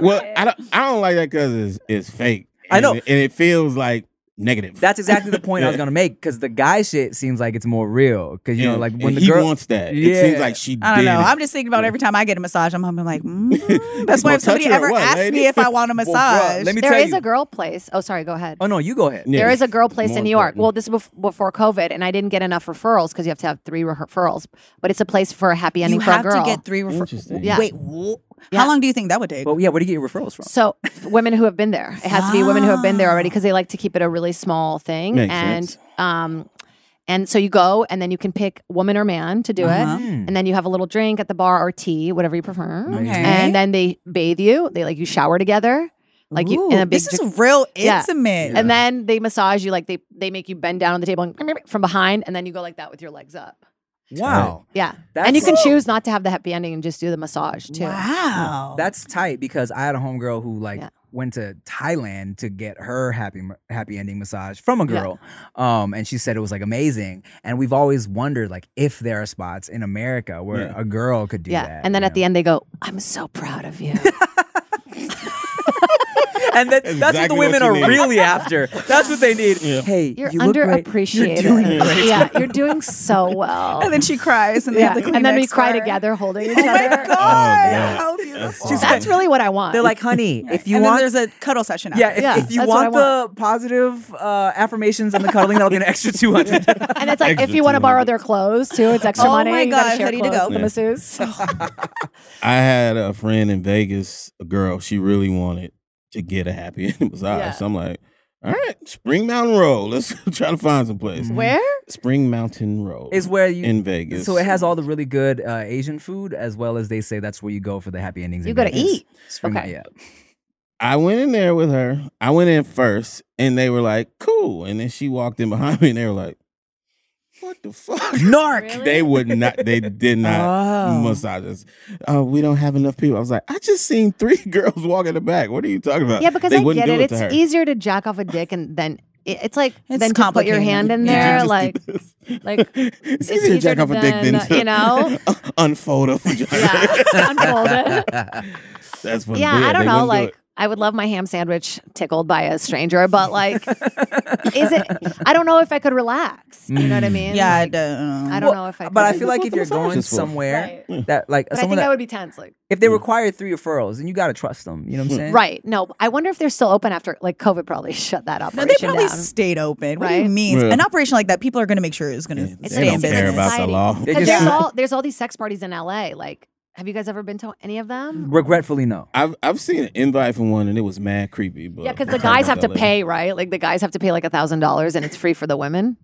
[SPEAKER 2] well, I don't. I don't like that because it's, it's fake.
[SPEAKER 1] I know.
[SPEAKER 2] and it, and it feels like negative.
[SPEAKER 1] that's exactly the point I
[SPEAKER 2] (laughs)
[SPEAKER 1] was gonna make because the guy shit seems like it's more real because you know
[SPEAKER 2] And-
[SPEAKER 1] like
[SPEAKER 2] and
[SPEAKER 1] when the
[SPEAKER 2] he
[SPEAKER 1] girl
[SPEAKER 2] wants that. It
[SPEAKER 1] Yeah.
[SPEAKER 2] seems like she.
[SPEAKER 3] I don't
[SPEAKER 2] did
[SPEAKER 3] know.
[SPEAKER 2] it.
[SPEAKER 3] I'm just thinking about every time I get a massage, I'm, I'm
[SPEAKER 2] (laughs)
[SPEAKER 3] like, mm, that's why
[SPEAKER 2] gonna
[SPEAKER 3] if somebody
[SPEAKER 2] touch her or
[SPEAKER 3] ever
[SPEAKER 2] what,
[SPEAKER 3] asks
[SPEAKER 2] lady?
[SPEAKER 3] me if I want
[SPEAKER 2] (laughs)
[SPEAKER 3] a
[SPEAKER 1] Well, (laughs) bruh,
[SPEAKER 3] massage,
[SPEAKER 1] let me
[SPEAKER 4] there
[SPEAKER 1] tell
[SPEAKER 4] is
[SPEAKER 1] you.
[SPEAKER 4] a girl place. Oh, sorry. Go ahead.
[SPEAKER 1] oh no, you go ahead.
[SPEAKER 2] Yeah.
[SPEAKER 4] There is a girl place
[SPEAKER 2] More
[SPEAKER 4] in New York.
[SPEAKER 2] important.
[SPEAKER 4] Well, this was bef- before COVID, and I didn't get enough referrals because you have to have three re- referrals. But it's a place for a happy ending
[SPEAKER 3] you
[SPEAKER 4] for
[SPEAKER 3] have
[SPEAKER 4] a girl.
[SPEAKER 3] to get three referrals.
[SPEAKER 2] Interesting.
[SPEAKER 4] Yeah.
[SPEAKER 3] Wait, wh-
[SPEAKER 4] Yeah.
[SPEAKER 3] how long do you think that would take?
[SPEAKER 1] Well, yeah, where do you get your referrals from?
[SPEAKER 4] So women who have been there. It has to be women who have been there already because they like to keep it a really small thing.
[SPEAKER 2] Makes
[SPEAKER 4] and
[SPEAKER 2] sense.
[SPEAKER 4] um and so you go and then you can pick woman or man to do
[SPEAKER 3] Uh-huh.
[SPEAKER 4] it. And then you have a little drink at the bar or tea, whatever you prefer.
[SPEAKER 3] Okay.
[SPEAKER 4] And then they bathe you. They like you shower together. Like you in
[SPEAKER 3] Ooh,
[SPEAKER 4] a big
[SPEAKER 3] this
[SPEAKER 4] jac-
[SPEAKER 3] is real
[SPEAKER 4] Yeah.
[SPEAKER 3] intimate.
[SPEAKER 4] and then they massage you like they they make you bend down on the table and (clears throat) from behind and then you go like that with your legs up.
[SPEAKER 1] wow,
[SPEAKER 4] Yeah.
[SPEAKER 1] That's-
[SPEAKER 4] and you can choose not to have the happy ending and just do the massage too.
[SPEAKER 3] Wow.
[SPEAKER 1] (laughs) that's tight because I had a homegirl who like
[SPEAKER 4] Yeah.
[SPEAKER 1] went to Thailand to get her happy happy ending massage from a
[SPEAKER 4] Yeah.
[SPEAKER 1] girl, um, and she said it was like amazing. And we've always wondered like if there are spots in America where
[SPEAKER 2] Yeah.
[SPEAKER 1] a girl could do
[SPEAKER 4] Yeah.
[SPEAKER 1] that.
[SPEAKER 4] and then at the end they go, I'm so proud of you.
[SPEAKER 1] and that, that's what the
[SPEAKER 2] Exactly
[SPEAKER 1] women
[SPEAKER 2] what you
[SPEAKER 1] are
[SPEAKER 2] need.
[SPEAKER 1] really after. That's what they need.
[SPEAKER 2] Yeah.
[SPEAKER 1] Hey,
[SPEAKER 4] You're
[SPEAKER 1] you look great.
[SPEAKER 4] underappreciated.
[SPEAKER 1] You're doing great.
[SPEAKER 4] (laughs) Yeah, you're doing so well.
[SPEAKER 5] And then she cries, and they
[SPEAKER 4] yeah.
[SPEAKER 5] have the
[SPEAKER 4] and then we
[SPEAKER 5] Kleenex
[SPEAKER 4] cry
[SPEAKER 5] for her.
[SPEAKER 4] together, holding each
[SPEAKER 5] Oh
[SPEAKER 4] (laughs)
[SPEAKER 5] my
[SPEAKER 4] other.
[SPEAKER 5] god!
[SPEAKER 2] God.
[SPEAKER 5] How beautiful.
[SPEAKER 2] She's
[SPEAKER 4] That's really what I want.
[SPEAKER 1] They're like, honey, if you
[SPEAKER 5] and
[SPEAKER 1] want,
[SPEAKER 5] then there's a cuddle session.
[SPEAKER 1] yeah,
[SPEAKER 5] after.
[SPEAKER 1] if,
[SPEAKER 4] Yeah,
[SPEAKER 1] if you
[SPEAKER 4] that's what
[SPEAKER 1] want,
[SPEAKER 4] I
[SPEAKER 1] the positive uh, affirmations and the cuddling, that'll be an extra two hundred.
[SPEAKER 2] (laughs)
[SPEAKER 4] and it's like if
[SPEAKER 2] Extra
[SPEAKER 4] you want to borrow
[SPEAKER 2] 200.
[SPEAKER 4] their clothes too, it's extra
[SPEAKER 5] Oh
[SPEAKER 4] money.
[SPEAKER 5] my
[SPEAKER 4] You gotta
[SPEAKER 5] God,
[SPEAKER 4] share
[SPEAKER 5] ready to
[SPEAKER 4] clothes
[SPEAKER 5] go.
[SPEAKER 4] with The masseuse.
[SPEAKER 2] I had a friend in Vegas, a girl, she really wanted to get a happy (laughs) ending massage.
[SPEAKER 4] Yeah.
[SPEAKER 2] So I'm like, all right, Spring Mountain Road. Let's (laughs) try to find some place.
[SPEAKER 4] (laughs) Where?
[SPEAKER 2] Spring Mountain Road
[SPEAKER 1] Is where you.
[SPEAKER 2] in Vegas.
[SPEAKER 1] so it has all the really good uh, Asian food, as well as they say that's where you go for the happy endings.
[SPEAKER 4] You
[SPEAKER 1] in
[SPEAKER 4] gotta
[SPEAKER 1] Vegas.
[SPEAKER 4] eat.
[SPEAKER 1] Spring-
[SPEAKER 4] Okay. (laughs)
[SPEAKER 1] Yeah.
[SPEAKER 2] I went in there with her. I went in first, and they were like, "Cool," and then she walked in (laughs) behind me, and they were like, "What the fuck?"
[SPEAKER 1] Narc.
[SPEAKER 2] (laughs)
[SPEAKER 4] Really?
[SPEAKER 2] They would not. They did not
[SPEAKER 4] Oh.
[SPEAKER 2] massage us. Uh, we don't have enough people. I was like, I just seen three (laughs) girls walk in the back. What are you talking about?
[SPEAKER 4] Yeah, because
[SPEAKER 2] They
[SPEAKER 4] I
[SPEAKER 2] wouldn't
[SPEAKER 4] get
[SPEAKER 2] do
[SPEAKER 4] it.
[SPEAKER 2] to
[SPEAKER 4] It's
[SPEAKER 2] her.
[SPEAKER 4] easier to jack off a dick and then it- it's like
[SPEAKER 5] It's
[SPEAKER 4] then to put your
[SPEAKER 5] complicated.
[SPEAKER 4] hand in
[SPEAKER 2] You can
[SPEAKER 4] there.
[SPEAKER 2] just do (laughs)
[SPEAKER 4] Like
[SPEAKER 2] this.
[SPEAKER 4] like,
[SPEAKER 2] it's
[SPEAKER 4] it's
[SPEAKER 2] easier to
[SPEAKER 4] easier
[SPEAKER 2] jack off a dick than
[SPEAKER 4] than,
[SPEAKER 2] to,
[SPEAKER 4] you know?
[SPEAKER 2] (laughs) unfold a vagina.
[SPEAKER 4] (laughs) yeah, unfold it.
[SPEAKER 2] (laughs) That's funny.
[SPEAKER 4] Yeah,
[SPEAKER 2] But
[SPEAKER 4] I
[SPEAKER 2] they
[SPEAKER 4] don't know.
[SPEAKER 2] wouldn't do it.
[SPEAKER 4] Like I would love my ham sandwich tickled by a stranger,
[SPEAKER 2] (laughs)
[SPEAKER 4] but like, is it? I don't know if I could relax. You know what I
[SPEAKER 2] Mm.
[SPEAKER 4] mean?
[SPEAKER 5] yeah. I
[SPEAKER 4] Like,
[SPEAKER 5] don't.
[SPEAKER 4] I don't know if I. Could.
[SPEAKER 1] (laughs) But I feel like
[SPEAKER 2] what
[SPEAKER 1] if
[SPEAKER 2] the
[SPEAKER 1] you're
[SPEAKER 2] massage
[SPEAKER 1] going
[SPEAKER 2] is for.
[SPEAKER 1] somewhere
[SPEAKER 4] Right.
[SPEAKER 1] that like
[SPEAKER 4] But I
[SPEAKER 1] someone
[SPEAKER 4] think
[SPEAKER 1] that,
[SPEAKER 4] I would be tense. Like,
[SPEAKER 1] if
[SPEAKER 2] Hmm.
[SPEAKER 1] they require three referrals, then you gotta trust them. You know what I'm saying?
[SPEAKER 4] right? No, I wonder if they're still open after like COVID probably (laughs) shut that
[SPEAKER 5] No, they
[SPEAKER 4] operation
[SPEAKER 5] probably
[SPEAKER 4] down.
[SPEAKER 5] stayed open. What do you
[SPEAKER 4] Right?
[SPEAKER 5] mean?
[SPEAKER 2] Yeah.
[SPEAKER 5] An operation like that, people are going to make sure it's going to
[SPEAKER 2] They
[SPEAKER 5] stay
[SPEAKER 2] don't
[SPEAKER 5] in business.
[SPEAKER 2] care about the
[SPEAKER 4] Society.
[SPEAKER 2] law.
[SPEAKER 1] They
[SPEAKER 4] Because
[SPEAKER 1] just-
[SPEAKER 4] there's all there's all these sex parties in LA. Like, have you guys ever been to any of them?
[SPEAKER 1] Regretfully, no.
[SPEAKER 2] I've I've seen an invite from one and it was mad creepy. But
[SPEAKER 4] Yeah, because
[SPEAKER 2] we'll
[SPEAKER 4] the
[SPEAKER 2] talk
[SPEAKER 4] guys have
[SPEAKER 2] about
[SPEAKER 4] to
[SPEAKER 2] that later.
[SPEAKER 4] pay, right? Like the guys have to pay like a thousand dollars, and it's free for the women.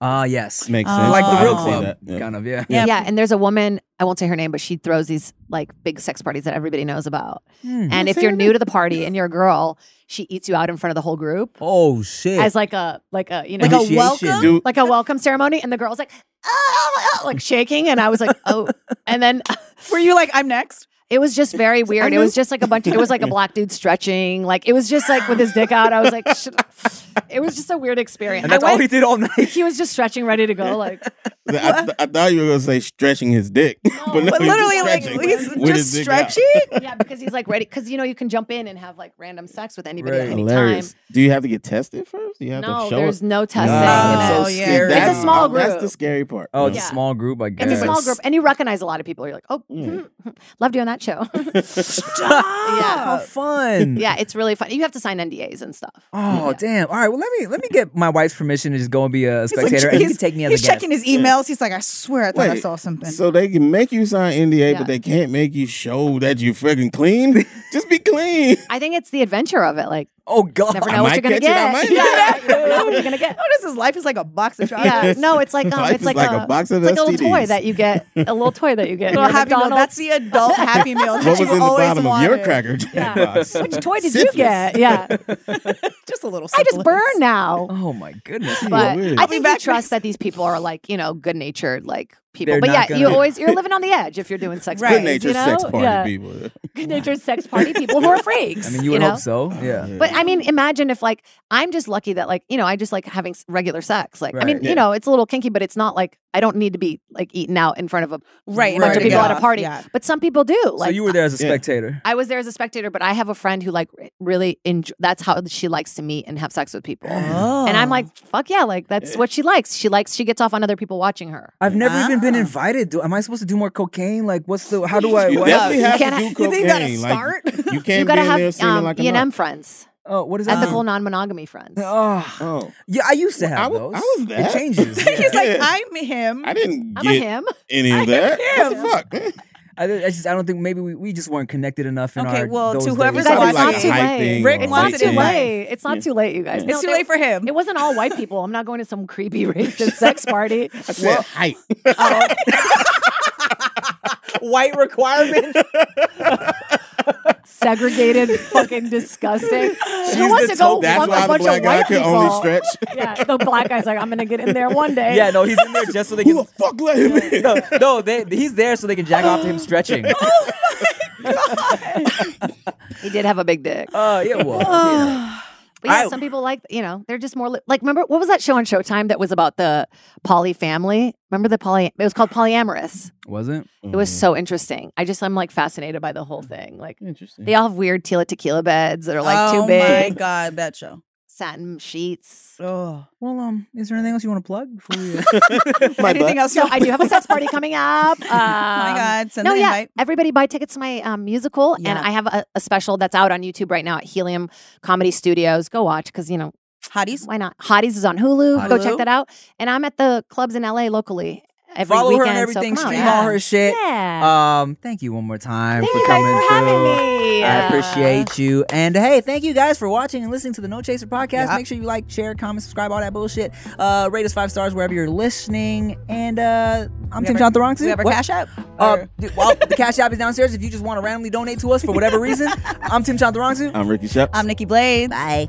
[SPEAKER 1] Ah, yes.
[SPEAKER 2] Makes
[SPEAKER 5] Oh.
[SPEAKER 2] sense.
[SPEAKER 1] Like the
[SPEAKER 2] I
[SPEAKER 1] real
[SPEAKER 2] can see
[SPEAKER 1] club,
[SPEAKER 2] that, yeah.
[SPEAKER 1] kind of. Yeah.
[SPEAKER 5] Yeah.
[SPEAKER 4] Yeah, and there's a woman. I won't say her name, but she throws these like big sex parties that everybody knows about.
[SPEAKER 1] Hmm.
[SPEAKER 4] And if you're new to the party and you're a girl, she eats you out in front of the whole group
[SPEAKER 1] Oh shit.
[SPEAKER 4] as like a like a you know
[SPEAKER 5] Like a
[SPEAKER 1] Appreciation.
[SPEAKER 5] welcome.
[SPEAKER 2] Do
[SPEAKER 4] like a welcome ceremony, and the girl's like oh, like shaking, and I was like oh, and then
[SPEAKER 5] Were you like, I'm next?
[SPEAKER 4] it was just
[SPEAKER 1] (laughs)
[SPEAKER 4] very weird. It was just like a bunch. It was like a black dude stretching, like it was just like with his dick out. I was like, Should... it was just a weird experience.
[SPEAKER 1] and that's
[SPEAKER 4] I
[SPEAKER 1] all he
[SPEAKER 4] went-
[SPEAKER 1] did all
[SPEAKER 4] (laughs)
[SPEAKER 1] night.
[SPEAKER 4] he was just stretching, ready to go, like.
[SPEAKER 2] I, th- I thought you were gonna say stretching his dick, (laughs) but, no,
[SPEAKER 5] But
[SPEAKER 2] he's
[SPEAKER 5] literally, like,
[SPEAKER 2] stretching
[SPEAKER 5] he's
[SPEAKER 2] with his
[SPEAKER 5] just
[SPEAKER 2] dick out.
[SPEAKER 5] stretching.
[SPEAKER 4] yeah, because he's like ready. Because you know you can jump in and have like random sex with anybody
[SPEAKER 1] Right.
[SPEAKER 4] at any
[SPEAKER 2] Hilarious. Do you have to get tested first? Do you have to
[SPEAKER 4] time. No,
[SPEAKER 2] show
[SPEAKER 4] there's
[SPEAKER 2] us?
[SPEAKER 4] no testing.
[SPEAKER 1] Wow.
[SPEAKER 4] in
[SPEAKER 1] It's so
[SPEAKER 4] it.
[SPEAKER 5] Oh, yeah.
[SPEAKER 1] scary.
[SPEAKER 2] That's-
[SPEAKER 4] It's a small
[SPEAKER 2] That's
[SPEAKER 4] group.
[SPEAKER 2] the scary part.
[SPEAKER 1] Oh, it's
[SPEAKER 4] Yeah.
[SPEAKER 1] a small group, I guess.
[SPEAKER 4] it's a small group, and you recognize a lot of people. You're like, oh, hmm, love doing
[SPEAKER 1] (laughs)
[SPEAKER 4] that show.
[SPEAKER 1] (laughs) yeah. How fun.
[SPEAKER 4] yeah, it's really fun. You have to sign NDAs and stuff.
[SPEAKER 1] Oh damn! All right, well let me let me get my wife's permission to just go and be a
[SPEAKER 5] He's like-
[SPEAKER 1] spectator, and you can
[SPEAKER 5] he's-
[SPEAKER 1] take me as
[SPEAKER 5] He's
[SPEAKER 1] a guest.
[SPEAKER 5] checking his emails. He's like, I swear, I thought I
[SPEAKER 2] Wait,
[SPEAKER 5] saw something.
[SPEAKER 2] So they can make you sign NDA,
[SPEAKER 4] Yeah.
[SPEAKER 2] but they can't make you show that you freaking clean. (laughs) Just be clean.
[SPEAKER 4] I think it's the adventure of it. Like,
[SPEAKER 1] oh god!
[SPEAKER 4] never
[SPEAKER 2] I
[SPEAKER 4] know what
[SPEAKER 2] might
[SPEAKER 4] you're gonna
[SPEAKER 2] catch it, I
[SPEAKER 4] get.
[SPEAKER 2] might
[SPEAKER 4] (laughs) yeah,
[SPEAKER 2] not.
[SPEAKER 4] you never know what you're gonna get.
[SPEAKER 5] Notice his life is like a box
[SPEAKER 2] (laughs)
[SPEAKER 5] of chocolates.
[SPEAKER 4] Yeah, no, it's
[SPEAKER 1] (laughs)
[SPEAKER 4] like um,
[SPEAKER 2] Life
[SPEAKER 4] it's
[SPEAKER 2] is
[SPEAKER 4] like,
[SPEAKER 2] like a box of
[SPEAKER 4] it's like a little toy
[SPEAKER 2] STDs.
[SPEAKER 4] that you get, a little toy that you get. in
[SPEAKER 5] (laughs) Little
[SPEAKER 4] your
[SPEAKER 5] happy meal. That's
[SPEAKER 4] McDonald's.
[SPEAKER 5] the
[SPEAKER 2] (laughs)
[SPEAKER 5] adult happy meal that
[SPEAKER 2] What was in
[SPEAKER 5] you
[SPEAKER 2] the
[SPEAKER 5] always
[SPEAKER 2] bottom
[SPEAKER 5] wanted.
[SPEAKER 2] of your cracker jack
[SPEAKER 4] Yeah. (laughs)
[SPEAKER 2] box?
[SPEAKER 4] Which toy did
[SPEAKER 2] Syphilis.
[SPEAKER 4] you get? Yeah,
[SPEAKER 1] (laughs)
[SPEAKER 5] Just a little.
[SPEAKER 4] I just
[SPEAKER 5] syphilis.
[SPEAKER 4] burn now.
[SPEAKER 1] Oh my goodness!
[SPEAKER 4] But
[SPEAKER 2] weird.
[SPEAKER 4] I
[SPEAKER 5] be
[SPEAKER 4] think you
[SPEAKER 5] back
[SPEAKER 4] trust that these people are like, you know, good natured like people.
[SPEAKER 1] They're
[SPEAKER 4] but
[SPEAKER 1] not
[SPEAKER 4] yeah, you
[SPEAKER 1] gonna- (laughs)
[SPEAKER 4] always you're living on the edge if you're doing sex
[SPEAKER 5] Right.
[SPEAKER 2] Good
[SPEAKER 4] parties.
[SPEAKER 2] nature
[SPEAKER 4] you know?
[SPEAKER 2] sex party
[SPEAKER 4] yeah.
[SPEAKER 2] people.
[SPEAKER 4] Good natured sex party
[SPEAKER 1] (laughs)
[SPEAKER 4] people who are freaks.
[SPEAKER 1] I mean, you would
[SPEAKER 4] know?
[SPEAKER 1] hope so. Yeah.
[SPEAKER 4] But I mean, imagine if like I'm just lucky that like you know I just like having s- regular sex. Like I mean,
[SPEAKER 1] Right.
[SPEAKER 2] Yeah.
[SPEAKER 4] you know, it's a little kinky, but it's not like I don't need to be like eaten out in front of a
[SPEAKER 5] Right,
[SPEAKER 4] bunch
[SPEAKER 1] Right.
[SPEAKER 4] of people at
[SPEAKER 5] Yeah.
[SPEAKER 4] a party.
[SPEAKER 5] Yeah.
[SPEAKER 4] But some people do. Like
[SPEAKER 1] so you were there as a
[SPEAKER 2] Yeah.
[SPEAKER 1] spectator.
[SPEAKER 4] I was there as a spectator, but I have a friend who like r- really enjoy. That's how she likes to meet and have sex with people. And I'm like,
[SPEAKER 5] Oh.
[SPEAKER 4] fuck yeah, like that's what she likes. She likes she gets off on other people watching her.
[SPEAKER 1] I've never even been
[SPEAKER 5] Ah.
[SPEAKER 1] invited. Do, am I supposed to do more cocaine? Like, what's the? How do I?
[SPEAKER 2] You
[SPEAKER 1] what-
[SPEAKER 2] definitely
[SPEAKER 4] you
[SPEAKER 2] have to
[SPEAKER 4] can't-
[SPEAKER 2] do
[SPEAKER 4] you
[SPEAKER 2] cocaine.
[SPEAKER 5] think you gotta
[SPEAKER 2] Like,
[SPEAKER 5] start? (laughs)
[SPEAKER 2] you can't be
[SPEAKER 4] you gotta
[SPEAKER 2] in there
[SPEAKER 4] have
[SPEAKER 2] seeming
[SPEAKER 4] um,
[SPEAKER 2] like a
[SPEAKER 4] E&M
[SPEAKER 2] nut.
[SPEAKER 4] friends,
[SPEAKER 1] oh, what is that?
[SPEAKER 4] ethical non-monogamy friends.
[SPEAKER 1] Oh.
[SPEAKER 2] Oh,
[SPEAKER 1] Yeah, I used to have
[SPEAKER 2] I was-
[SPEAKER 1] those.
[SPEAKER 2] I was
[SPEAKER 1] It
[SPEAKER 2] that.
[SPEAKER 1] changes. (laughs)
[SPEAKER 5] He's
[SPEAKER 1] yeah.
[SPEAKER 5] like,
[SPEAKER 2] Yeah.
[SPEAKER 5] I'm him.
[SPEAKER 2] I
[SPEAKER 4] (sighs)
[SPEAKER 2] didn't
[SPEAKER 4] I'm a
[SPEAKER 2] get
[SPEAKER 4] him.
[SPEAKER 2] any of that. What the fuck?
[SPEAKER 1] I, I just I don't think maybe we, we just weren't connected enough in
[SPEAKER 5] Okay,
[SPEAKER 1] our
[SPEAKER 5] well, to
[SPEAKER 1] those
[SPEAKER 5] whoever's
[SPEAKER 1] days.
[SPEAKER 4] You guys,
[SPEAKER 5] Probably like
[SPEAKER 4] it's not
[SPEAKER 5] a
[SPEAKER 4] too
[SPEAKER 2] hype
[SPEAKER 4] late.
[SPEAKER 2] thing
[SPEAKER 5] Rick
[SPEAKER 4] It's
[SPEAKER 5] or
[SPEAKER 4] not
[SPEAKER 5] like
[SPEAKER 4] too
[SPEAKER 5] a-
[SPEAKER 4] late. It's not too late, you guys.
[SPEAKER 5] It's
[SPEAKER 4] No,
[SPEAKER 5] too
[SPEAKER 4] they-
[SPEAKER 5] late for him.
[SPEAKER 4] It wasn't all white people. I'm not going to some
[SPEAKER 5] (laughs)
[SPEAKER 4] creepy racist sex party.
[SPEAKER 2] I said
[SPEAKER 4] (laughs)
[SPEAKER 2] hype.
[SPEAKER 1] white (laughs) requirement.
[SPEAKER 4] Segregated, fucking
[SPEAKER 5] (laughs)
[SPEAKER 4] disgusting. Who
[SPEAKER 1] She's
[SPEAKER 4] wants
[SPEAKER 1] the
[SPEAKER 4] to go
[SPEAKER 1] top-
[SPEAKER 2] That's
[SPEAKER 4] fuck
[SPEAKER 2] why
[SPEAKER 4] a
[SPEAKER 2] the
[SPEAKER 4] bunch
[SPEAKER 2] black
[SPEAKER 4] of
[SPEAKER 2] guy
[SPEAKER 4] white
[SPEAKER 2] could
[SPEAKER 4] people?
[SPEAKER 2] only stretch.
[SPEAKER 4] (laughs) Yeah, the black guy's like, I'm gonna get in there one day.
[SPEAKER 1] yeah, no, he's in there just so they
[SPEAKER 4] (laughs)
[SPEAKER 2] Who
[SPEAKER 1] can.
[SPEAKER 2] the fuck let him in?
[SPEAKER 1] (laughs) No, no, they, he's there so they can jack off to him
[SPEAKER 4] (laughs)
[SPEAKER 1] stretching.
[SPEAKER 4] he did have a big dick.
[SPEAKER 1] Uh, yeah, well, you know.
[SPEAKER 4] But yeah,
[SPEAKER 1] Uh, I-
[SPEAKER 4] some people like you know they're just more li- like remember what was that show on Showtime that was about the poly family? Remember the poly? It was called Polyamorous.
[SPEAKER 1] (laughs) Was it?
[SPEAKER 4] It
[SPEAKER 2] Mm.
[SPEAKER 4] was so interesting. I just I'm like fascinated by the whole thing. Like
[SPEAKER 2] interesting.
[SPEAKER 4] they all have weird tila tequila beds that are like
[SPEAKER 5] oh
[SPEAKER 4] too big,
[SPEAKER 5] my god, that show.
[SPEAKER 4] satin sheets.
[SPEAKER 5] Oh,
[SPEAKER 1] Well, um, is there anything else you want to plug before we?
[SPEAKER 2] (laughs)
[SPEAKER 1] uh,
[SPEAKER 2] My
[SPEAKER 5] anything
[SPEAKER 2] butt.
[SPEAKER 5] else?
[SPEAKER 4] So I do have a sex party coming up. Um,
[SPEAKER 5] my god, send
[SPEAKER 4] no,
[SPEAKER 5] the
[SPEAKER 4] yeah,
[SPEAKER 5] invite.
[SPEAKER 4] everybody buy tickets to my um, musical, and
[SPEAKER 3] Yeah.
[SPEAKER 4] I have a, a special that's out on YouTube right now at Helium Comedy Studios. Go watch because you know
[SPEAKER 5] Hotties.
[SPEAKER 4] why not? Hotties is on Hulu. Go
[SPEAKER 5] Hulu.
[SPEAKER 4] check that out. And I'm at the clubs in LA locally (laughs) every
[SPEAKER 1] Follow
[SPEAKER 4] weekend.
[SPEAKER 1] her on
[SPEAKER 4] so
[SPEAKER 1] everything.
[SPEAKER 4] come on,
[SPEAKER 1] stream
[SPEAKER 4] yeah.
[SPEAKER 1] all her shit.
[SPEAKER 4] Yeah.
[SPEAKER 1] Um, thank you one more time
[SPEAKER 4] Thank
[SPEAKER 1] for
[SPEAKER 4] you guys
[SPEAKER 1] coming
[SPEAKER 4] for
[SPEAKER 1] through.
[SPEAKER 4] having me.
[SPEAKER 1] I appreciate you. And hey, thank you guys for watching and listening to the No Chaser podcast.
[SPEAKER 5] Yeah.
[SPEAKER 1] Make sure you like, share, comment, subscribe, all that bullshit. Uh, rate us five stars wherever you're listening. And uh, I'm
[SPEAKER 5] We
[SPEAKER 1] Tim
[SPEAKER 5] have
[SPEAKER 1] John
[SPEAKER 5] our-
[SPEAKER 1] Thorongton.
[SPEAKER 5] We have our
[SPEAKER 1] What?
[SPEAKER 5] cash app.
[SPEAKER 1] Uh,
[SPEAKER 5] Or-
[SPEAKER 1] dude, well, the cash app is downstairs. If you just want to randomly donate to us for whatever reason, I'm Tim John Thorongton.
[SPEAKER 2] I'm Ricky Sheps.
[SPEAKER 5] I'm Nikki Blades.
[SPEAKER 1] Bye.